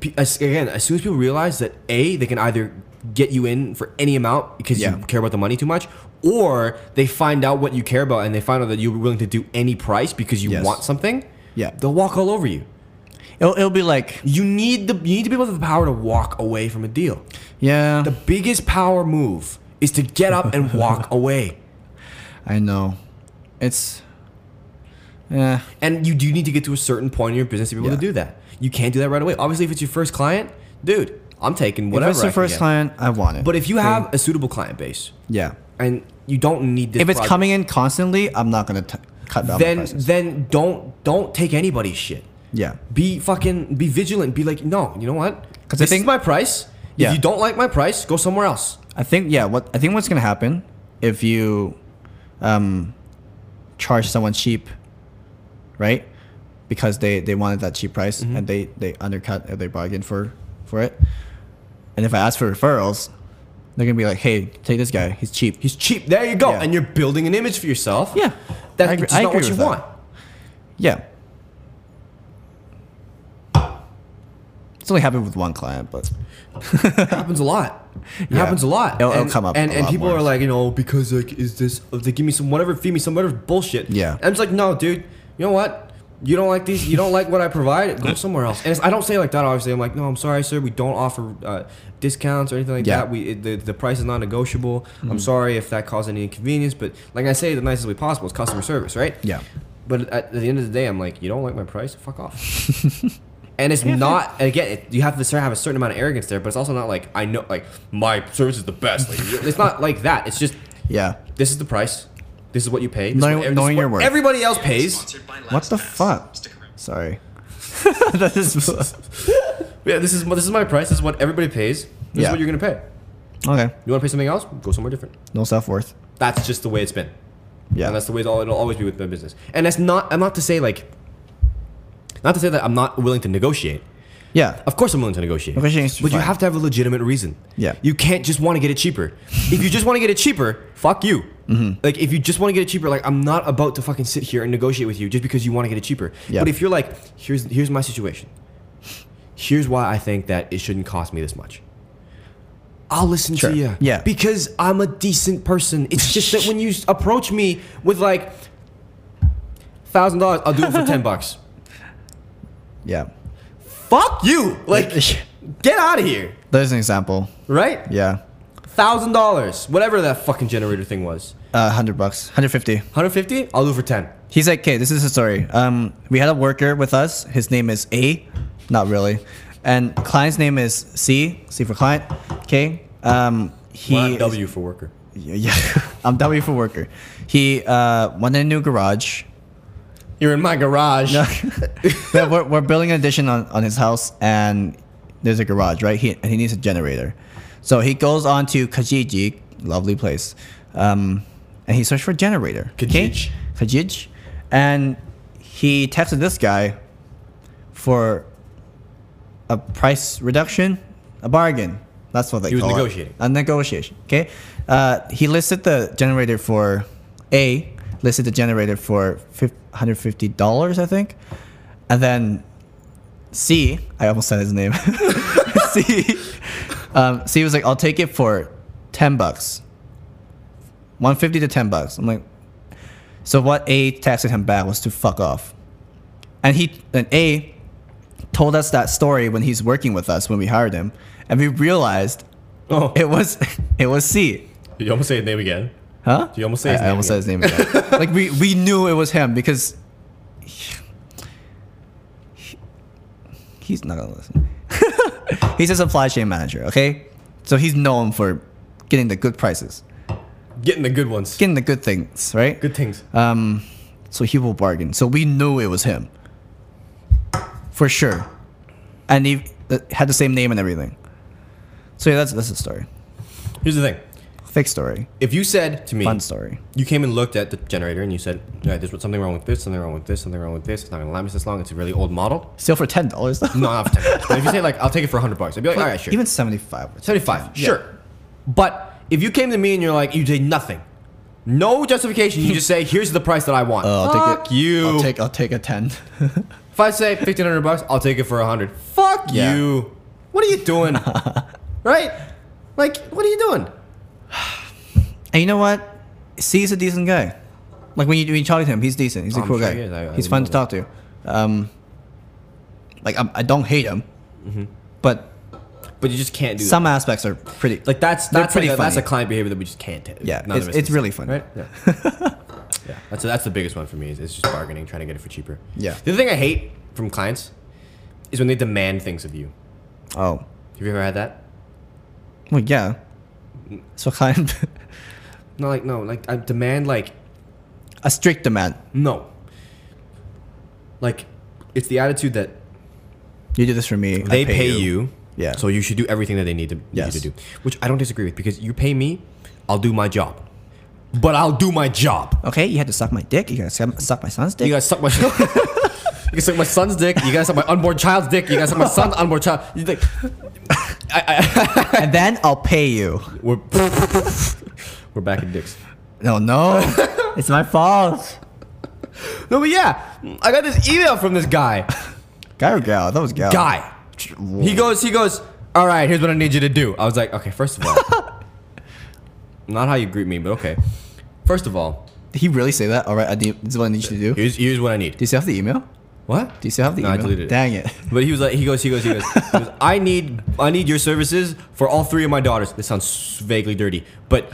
Speaker 2: pe- as- again, as soon as people realize that A, they can either get you in for any amount because
Speaker 1: Yeah.
Speaker 2: you care about the money too much, or they find out what you care about and they find out that you're willing to do any price because you
Speaker 1: Yes.
Speaker 2: want something,
Speaker 1: Yeah.
Speaker 2: they'll walk all over you.
Speaker 1: it'll, it'll be like
Speaker 2: You need the you need to be able to have the power to walk away from a deal.
Speaker 1: yeah.
Speaker 2: The biggest power move is to get up and walk (laughs) away.
Speaker 1: I know, it's eh, yeah.
Speaker 2: And you do need to get to a certain point in your business to be able
Speaker 1: Yeah.
Speaker 2: to do that. You can't do that right away. Obviously, if it's your first client, dude, I'm taking
Speaker 1: If
Speaker 2: whatever.
Speaker 1: it's the
Speaker 2: I can
Speaker 1: first
Speaker 2: get.
Speaker 1: client, I want it.
Speaker 2: But if you have a suitable client base
Speaker 1: yeah,
Speaker 2: and you don't need this
Speaker 1: if it's
Speaker 2: project,
Speaker 1: coming in constantly, I'm not gonna t- cut down the
Speaker 2: then
Speaker 1: prices.
Speaker 2: then don't don't take anybody's shit.
Speaker 1: yeah,
Speaker 2: Be fucking be vigilant. Be like, no, you know what?
Speaker 1: 'Cause
Speaker 2: Because
Speaker 1: I
Speaker 2: this
Speaker 1: think-
Speaker 2: is my price.
Speaker 1: Yeah.
Speaker 2: If you don't like my price, go somewhere else.
Speaker 1: I think yeah. What I think what's gonna happen if you um charge someone cheap, right? Because they they wanted that cheap price and they they undercut or they bargained for for it. And if I ask for referrals, they're gonna be like, hey, take this guy. He's cheap.
Speaker 2: He's cheap. There you go.
Speaker 1: Yeah.
Speaker 2: And you're building an image for yourself.
Speaker 1: Yeah. I
Speaker 2: That's
Speaker 1: agree-
Speaker 2: just
Speaker 1: I
Speaker 2: not
Speaker 1: agree
Speaker 2: what you
Speaker 1: with that.
Speaker 2: want.
Speaker 1: yeah. It's only happened with one client, but
Speaker 2: It happens a lot. It
Speaker 1: Yeah.
Speaker 2: happens a lot.
Speaker 1: It'll- it'll
Speaker 2: and,
Speaker 1: come up
Speaker 2: And,
Speaker 1: a
Speaker 2: and
Speaker 1: lot
Speaker 2: people
Speaker 1: more.
Speaker 2: are like, you know, because like, is this? oh, They give me some whatever, feed me some whatever bullshit.
Speaker 1: Yeah.
Speaker 2: And I'm just like, no, dude. You know what? You don't like these. You don't like what I
Speaker 1: (laughs)
Speaker 2: provide. Go somewhere else. And it's, I don't say it like that. Obviously, I'm like, no, I'm sorry, sir. We don't offer uh, discounts or anything like
Speaker 1: Yeah. Mm.
Speaker 2: that. We it, the, the price is non-negotiable. I'm sorry if that caused any inconvenience, but like I say, the nicest way possible is customer service, right?
Speaker 1: Yeah.
Speaker 2: But at the end of the day, I'm like, you don't like my price?
Speaker 1: (laughs)
Speaker 2: Fuck off. and it's not again. It, you have to start have a certain amount of arrogance there, but it's also not like I know like my service is the best. Like, it's not like that. It's just
Speaker 1: yeah.
Speaker 2: this is the price. This is what you pay. This
Speaker 1: Knowing-
Speaker 2: is what, this is
Speaker 1: knowing
Speaker 2: what
Speaker 1: your worth.
Speaker 2: Everybody else pays.
Speaker 5: Sponsored by
Speaker 1: What the
Speaker 5: LastPass.
Speaker 1: fuck?
Speaker 5: Stick
Speaker 1: (laughs)
Speaker 5: around.
Speaker 1: Sorry. that is (laughs)
Speaker 2: Yeah, this is this is my price. This is what everybody pays. This
Speaker 1: Yeah.
Speaker 2: is what you're gonna pay.
Speaker 1: okay.
Speaker 2: You want to pay something else? Go somewhere different.
Speaker 1: No self worth.
Speaker 2: That's just the way it's been.
Speaker 1: Yeah.
Speaker 2: And that's the way it'll, it'll always be with my business. And that's not, I'm not to say like, not to say that I'm not willing to negotiate.
Speaker 1: Yeah.
Speaker 2: Of course, I'm willing to negotiate.
Speaker 1: Negotiating is
Speaker 2: but you
Speaker 1: fine.
Speaker 2: have to have a legitimate reason.
Speaker 1: Yeah.
Speaker 2: You can't just want to get it cheaper. if you just want to get it cheaper, fuck you.
Speaker 1: Mm-hmm.
Speaker 2: Like, if you just want to get it cheaper, like, I'm not about to fucking sit here and negotiate with you just because you want to get it cheaper.
Speaker 1: Yeah.
Speaker 2: But if you're like, here's here's my situation. Here's why I think that it shouldn't cost me this much. I'll listen
Speaker 1: Sure.
Speaker 2: to you.
Speaker 1: Yeah.
Speaker 2: Because I'm a decent person. It's just that when you s- approach me with like thousand dollars, I'll
Speaker 1: (laughs)
Speaker 2: do it for ten bucks.
Speaker 1: Yeah.
Speaker 2: Fuck you!
Speaker 1: (laughs)
Speaker 2: Like, get out of here,
Speaker 1: There's an example.
Speaker 2: right?
Speaker 1: Yeah.
Speaker 2: Thousand dollars, whatever that fucking generator thing was.
Speaker 1: Uh, 100 bucks. 150.
Speaker 2: Hundred fifty? I'll do it for ten.
Speaker 1: He's like, okay, this is a story. Um, we had a worker with us. His name is A, not really, and client's name is C, C for client. Okay, um, he
Speaker 2: Well, I'm W for worker.
Speaker 1: (laughs) Yeah, I'm W for worker. He uh, wanted a new garage.
Speaker 2: You're in my garage.
Speaker 1: (laughs) But we're, we're building an addition on, on his house, and there's a garage, right? He and he needs a generator, so he goes on to Kijiji, lovely place, um, and he searched for generator. okay?
Speaker 2: Kijij.
Speaker 1: Kijij, and he texted this guy for a price reduction, a bargain. That's what they
Speaker 2: He was
Speaker 1: call it.
Speaker 2: negotiating.
Speaker 1: A negotiation. Okay. Uh, he listed the generator for A, listed the generator for fif- $150, I think. And then C, I almost said his name. (laughs) C, um, C was like, I'll take it for 10 bucks. 150 to 10 bucks. I'm like, so what A texted him back was to fuck off. And he, and A told us that story when he's working with us when we hired him. And we realized
Speaker 2: oh,
Speaker 1: it was (laughs) it was C.
Speaker 2: you almost say his name again.
Speaker 1: Huh?
Speaker 2: You almost say his
Speaker 1: I, I
Speaker 2: name
Speaker 1: almost said his name again.
Speaker 2: (laughs)
Speaker 1: like we we knew it was him because he- he- he's not gonna listen. (laughs) he's a supply chain manager, okay? So he's known for getting the good prices,
Speaker 2: Getting the good ones.
Speaker 1: getting the good things, right?
Speaker 2: good things.
Speaker 1: Um, so he will bargain. So we knew it was him, for sure, and he uh, had the same name and everything. So yeah, that's that's the story.
Speaker 2: Here's the thing.
Speaker 1: Fake story,
Speaker 2: If you said to me,
Speaker 1: fun story.
Speaker 2: you came and looked at the generator and you said, "All right, there's something wrong with this, something wrong with this, something wrong with this. It's not gonna last me this long. It's a really
Speaker 1: (laughs)
Speaker 2: old model."
Speaker 1: Still for ten dollars though.
Speaker 2: No, not for ten. but if you say like, "I'll take it for hundred bucks," I'd be like, (laughs) "All right, sure."
Speaker 1: Even seventy five.
Speaker 2: 75, sure. But if you came to me and you're like, you did nothing, no justification, you just say, here's the price that I want.
Speaker 1: Uh, I'll take it.
Speaker 2: Fuck you.
Speaker 1: I'll take I'll take a ten. (laughs)
Speaker 2: if I say 1500 bucks, I'll take it for 100. Fuck
Speaker 1: Yeah.
Speaker 2: you. What are you doing?
Speaker 1: (laughs)
Speaker 2: right? Like, what are you doing?
Speaker 1: and you know what? C is a decent guy. Like when you when you talk to him, he's decent. He's a
Speaker 2: I'm
Speaker 1: cool
Speaker 2: sure
Speaker 1: guy.
Speaker 2: he is. I- I
Speaker 1: he's
Speaker 2: would
Speaker 1: fun
Speaker 2: know
Speaker 1: to talk to. Um, like I'm, I don't hate him,
Speaker 2: Mm-hmm.
Speaker 1: but
Speaker 2: But you just can't do that.
Speaker 1: some aspects are pretty
Speaker 2: Like that's
Speaker 1: they're
Speaker 2: that's like
Speaker 1: pretty
Speaker 2: a, that's a
Speaker 1: funny.
Speaker 2: client behavior that we just can't.
Speaker 1: Yeah,
Speaker 2: none of
Speaker 1: it's-
Speaker 2: us
Speaker 1: it's
Speaker 2: can
Speaker 1: really
Speaker 2: see,
Speaker 1: funny.
Speaker 2: right? Yeah,
Speaker 1: (laughs)
Speaker 2: yeah. That's that's the biggest one for me is it's just bargaining, trying to get it for cheaper.
Speaker 1: Yeah.
Speaker 2: The other thing I hate from clients is when they demand things of you.
Speaker 1: oh
Speaker 2: Have you ever had that?
Speaker 1: well yeah. So kind of
Speaker 2: No, like no, like I demand like
Speaker 1: (laughs) a strict demand.
Speaker 2: no. Like it's the attitude that
Speaker 1: You do this for me. I
Speaker 2: they pay, you.
Speaker 1: Yeah.
Speaker 2: So you should do everything that they need to, need
Speaker 1: Yes.
Speaker 2: you to do, which I don't disagree with because you pay me, I'll do my job, but I'll do my job.
Speaker 1: Okay, you had to suck my dick. You gotta suck suck my son's dick.
Speaker 2: You gotta suck my. (laughs) you gotta suck my son's dick. You gotta suck my unborn child's dick. You gotta (laughs) suck my son's unborn child. You think,
Speaker 1: and then I'll pay you.
Speaker 2: we're (laughs) we're back in dicks.
Speaker 1: No,
Speaker 2: (laughs)
Speaker 1: no, it's my fault.
Speaker 2: No, but yeah, I got this email from this guy.
Speaker 1: Guy or gal? That was gal.
Speaker 2: guy. He goes, he goes, all right, here's what I need you to do. I was like, okay, first of all, not how you greet me, but okay. First of all,
Speaker 1: Did he really say that? All right, I need, this is what I need you to do. Do
Speaker 2: here's, here's what I need.
Speaker 1: you still have the email?
Speaker 2: What?
Speaker 1: Do you still have the
Speaker 2: No, I
Speaker 1: email?
Speaker 2: deleted it.
Speaker 1: Dang it.
Speaker 2: But he was like, he goes, he goes, he goes, he goes, I need, I need your services for all three of my daughters. This sounds vaguely dirty, but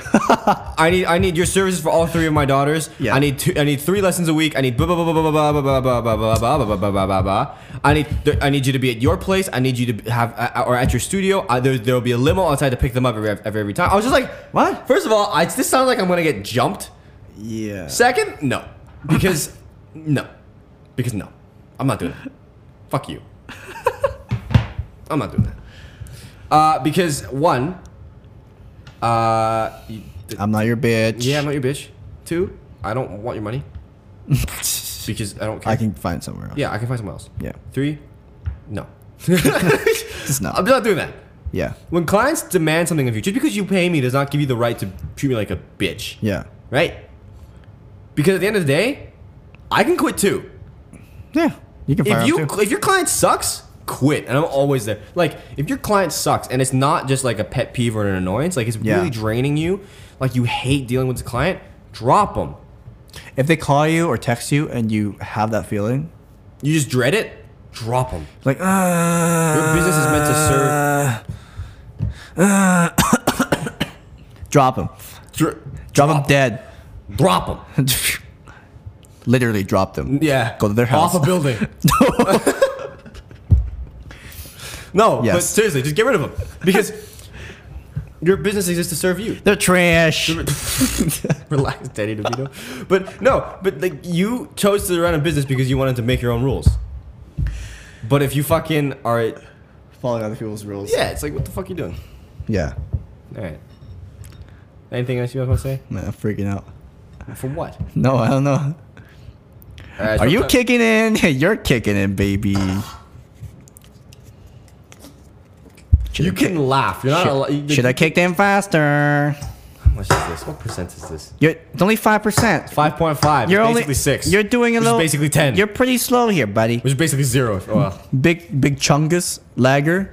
Speaker 2: I need, I need your services for all three of my daughters.
Speaker 1: Yeah.
Speaker 2: I need two, I need three lessons a week. I need blah blah blah blah blah blah blah blah blah blah blah blah blah blah blah blah blah. I need, th- I need you to be at your place. I need you to have uh, or at your studio. I, there, there will be a limo outside to pick them up every, every every time. I was just like,
Speaker 1: What?
Speaker 2: First of all, I, this sounds like I'm gonna get jumped.
Speaker 1: Yeah.
Speaker 2: Second, no. Because no. Because no. I'm not doing that. Fuck you. I'm not doing that. Uh, because one, uh, you-
Speaker 1: (laughs) I'm not your bitch. (laughs)
Speaker 2: yeah, I'm not your bitch. Two, I don't want your money. because I don't care.
Speaker 1: I can find somewhere else.
Speaker 2: Yeah, I can find someone else.
Speaker 1: Yeah.
Speaker 2: Three, no. (laughs)
Speaker 1: Just no.
Speaker 2: I'm not doing that.
Speaker 1: Yeah.
Speaker 2: When clients demand something of you, just because you pay me does not give you the right to treat me like a bitch.
Speaker 1: Yeah.
Speaker 2: Right? Because at the end of the day, I can quit too.
Speaker 1: Yeah. You can fire
Speaker 2: if
Speaker 1: him
Speaker 2: you
Speaker 1: too.
Speaker 2: if your client sucks, quit. And I'm always there. Like if your client sucks and it's not just like a pet peeve or an annoyance, like it's
Speaker 1: Yeah.
Speaker 2: really draining you, like you hate dealing with the client, drop them.
Speaker 1: if they call you or text you and you have that feeling,
Speaker 2: You just dread it, drop them.
Speaker 1: like ah,
Speaker 2: Your business is meant to serve.
Speaker 1: Uh, drop him,
Speaker 2: Dr-
Speaker 1: drop him dead,
Speaker 2: Drop them.
Speaker 1: literally drop them.
Speaker 2: Yeah.
Speaker 1: Go to their house.
Speaker 2: Off
Speaker 1: (laughs)
Speaker 2: a building. no, but
Speaker 1: Yes.
Speaker 2: seriously, just get rid of them because your business exists to serve you.
Speaker 1: They're trash.
Speaker 2: (laughs) Relax, Danny DeVito. But no, but like you chose to run a business because you wanted to make your own rules. But if you fucking are,
Speaker 1: Following other people's rules.
Speaker 2: yeah, it's like what the fuck you doing?
Speaker 1: Yeah.
Speaker 2: All right. Anything else you guys want to say?
Speaker 1: Man, I'm freaking out.
Speaker 2: For what?
Speaker 1: No, I don't know.
Speaker 2: All right,
Speaker 1: Are you
Speaker 2: (laughs) sometime-
Speaker 1: kicking in? (laughs) You're kicking in, baby. Should
Speaker 2: You
Speaker 1: I kick-
Speaker 2: can laugh. You're not. al-
Speaker 1: Should,
Speaker 2: you-
Speaker 1: should I kick them faster?
Speaker 2: How much is this? What percent is this?
Speaker 1: You're it's only five percent.
Speaker 2: Five point five.
Speaker 1: You're
Speaker 2: basically
Speaker 1: only
Speaker 2: six.
Speaker 1: You're doing a
Speaker 2: which
Speaker 1: little.
Speaker 2: Is basically ten.
Speaker 1: You're pretty slow here, buddy.
Speaker 2: Which is basically zero. Oh, wow.
Speaker 1: Big big chungus lagger.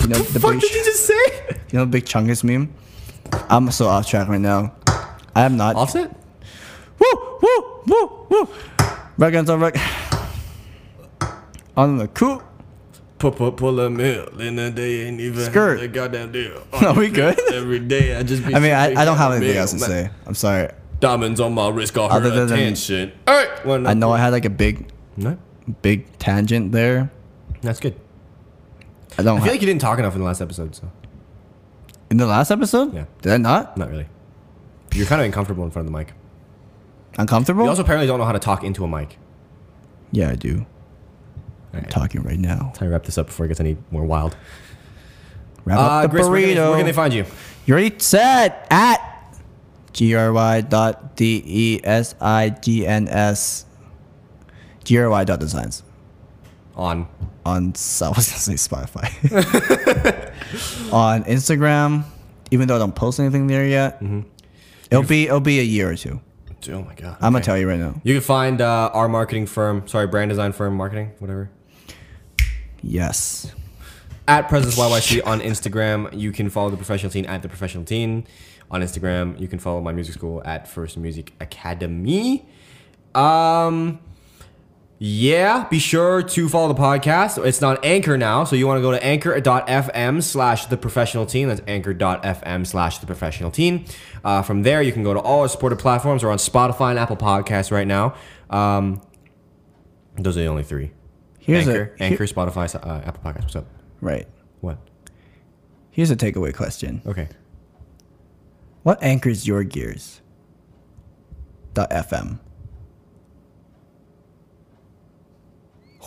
Speaker 1: You know the big, you
Speaker 2: just say?
Speaker 1: know big chungus meme. I'm so off track right now. I am not.
Speaker 2: Offset?
Speaker 1: Woo woo woo woo. Records on rec. On the coup.
Speaker 2: Pull, pull, pull a mill in a day ain't even
Speaker 1: Skirt.
Speaker 2: a goddamn
Speaker 1: (laughs)
Speaker 2: deal.
Speaker 1: Are we good?
Speaker 2: (laughs) Every day I just be
Speaker 1: I mean,
Speaker 2: sipping
Speaker 1: I, I don't have
Speaker 2: on a
Speaker 1: anything
Speaker 2: meal.
Speaker 1: else to
Speaker 2: My
Speaker 1: say. I'm sorry.
Speaker 2: Diamonds on my wrist got
Speaker 1: Other
Speaker 2: her
Speaker 1: than-
Speaker 2: attention. All right. Well, no.
Speaker 1: I know I had like a big
Speaker 2: No,
Speaker 1: big tangent there.
Speaker 2: that's good.
Speaker 1: I don't.
Speaker 2: I
Speaker 1: have,
Speaker 2: feel like you didn't talk enough in the last episode, so
Speaker 1: in the last episode.
Speaker 2: Yeah.
Speaker 1: Did I not?
Speaker 2: not really. You're kind of uncomfortable in front of the mic.
Speaker 1: Uncomfortable?
Speaker 2: You also apparently don't know how to talk into a mic.
Speaker 1: yeah, I do.
Speaker 2: All
Speaker 1: I'm
Speaker 2: right.
Speaker 1: talking right now.
Speaker 2: Time to wrap this up before it gets any more wild.
Speaker 1: Wrap
Speaker 2: Uh,
Speaker 1: up the
Speaker 2: Grace,
Speaker 1: burrito.
Speaker 2: where can they- where can they find you?
Speaker 1: You already said at gry dot d e s i g n s gry dot designs
Speaker 2: On
Speaker 1: on (laughs) so- I was gonna say
Speaker 2: (laughs)
Speaker 1: Spotify on Instagram. Even though I don't post anything there yet,
Speaker 2: Mm-hmm.
Speaker 1: it'll be it'll be a year or two.
Speaker 2: Oh my god.
Speaker 1: I'm gonna
Speaker 2: Okay.
Speaker 1: tell you right now.
Speaker 2: You can find uh, our marketing firm, sorry, brand design firm, marketing, whatever.
Speaker 1: Yes,
Speaker 2: At Presence YYC on Instagram. You can follow the professional teen at the professional teen on Instagram. You can follow my music school at First Music Academy. Um yeah, be sure to follow the podcast. It's on Anchor now, so you want to go to anchor.fm slash the professional team. That's anchor.fm slash the professional team. Uh, from there, you can go to all our supported platforms. We're on Spotify and Apple Podcasts right now. Um, those are the only three.
Speaker 1: here's
Speaker 2: Anchor,
Speaker 1: a
Speaker 2: Anchor,
Speaker 1: here-
Speaker 2: Spotify, uh, Apple Podcasts. What's up?
Speaker 1: right.
Speaker 2: What?
Speaker 1: Here's a takeaway question:
Speaker 2: Okay.
Speaker 1: What anchors your gears? Dot fm.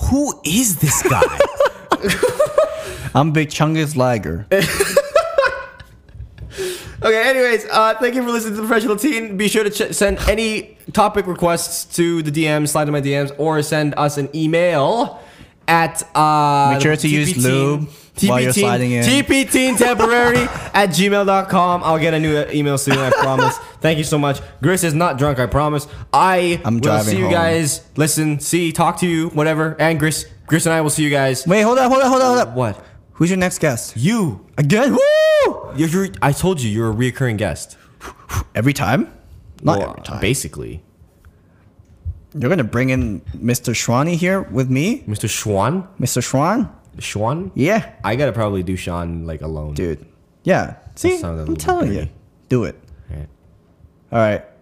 Speaker 2: Who is this guy?
Speaker 1: I'm Big Chungus Liger.
Speaker 2: (laughs) (laughs) okay. Anyways, uh, thank you for listening to the professional teen. Be sure to ch- send any topic requests to the DMs, slide in my DMs, or send us an email at uh,
Speaker 1: Make sure to use lube while you're sliding in. (laughs)
Speaker 2: temporary at gmail.com. I'll get a new uh, email soon, I promise. Thank you so much. Gris is not drunk, I promise. I
Speaker 1: I'm
Speaker 2: will
Speaker 1: driving
Speaker 2: see you
Speaker 1: home.
Speaker 2: guys, listen, see, talk to you, whatever. And Gris, Gris and I will see you guys.
Speaker 1: Wait, hold up, hold up, hold up, hold up.
Speaker 2: What?
Speaker 1: Who's your next guest?
Speaker 2: You
Speaker 1: Again? Woo!
Speaker 2: You're, you're- I told you you're a reoccurring guest.
Speaker 1: Every time? Not
Speaker 2: Well,
Speaker 1: every time.
Speaker 2: Basically,
Speaker 1: You're gonna bring in Mr. Schwani here with me,
Speaker 2: Mr. Schwan.
Speaker 1: Mr. Schwan?
Speaker 2: Schwan.
Speaker 1: Yeah,
Speaker 2: I gotta probably do Sean like alone.
Speaker 1: dude. Yeah. See,
Speaker 2: sounded a
Speaker 1: I'm
Speaker 2: little
Speaker 1: telling
Speaker 2: dirty.
Speaker 1: you, do it.
Speaker 2: Alright.
Speaker 1: All right.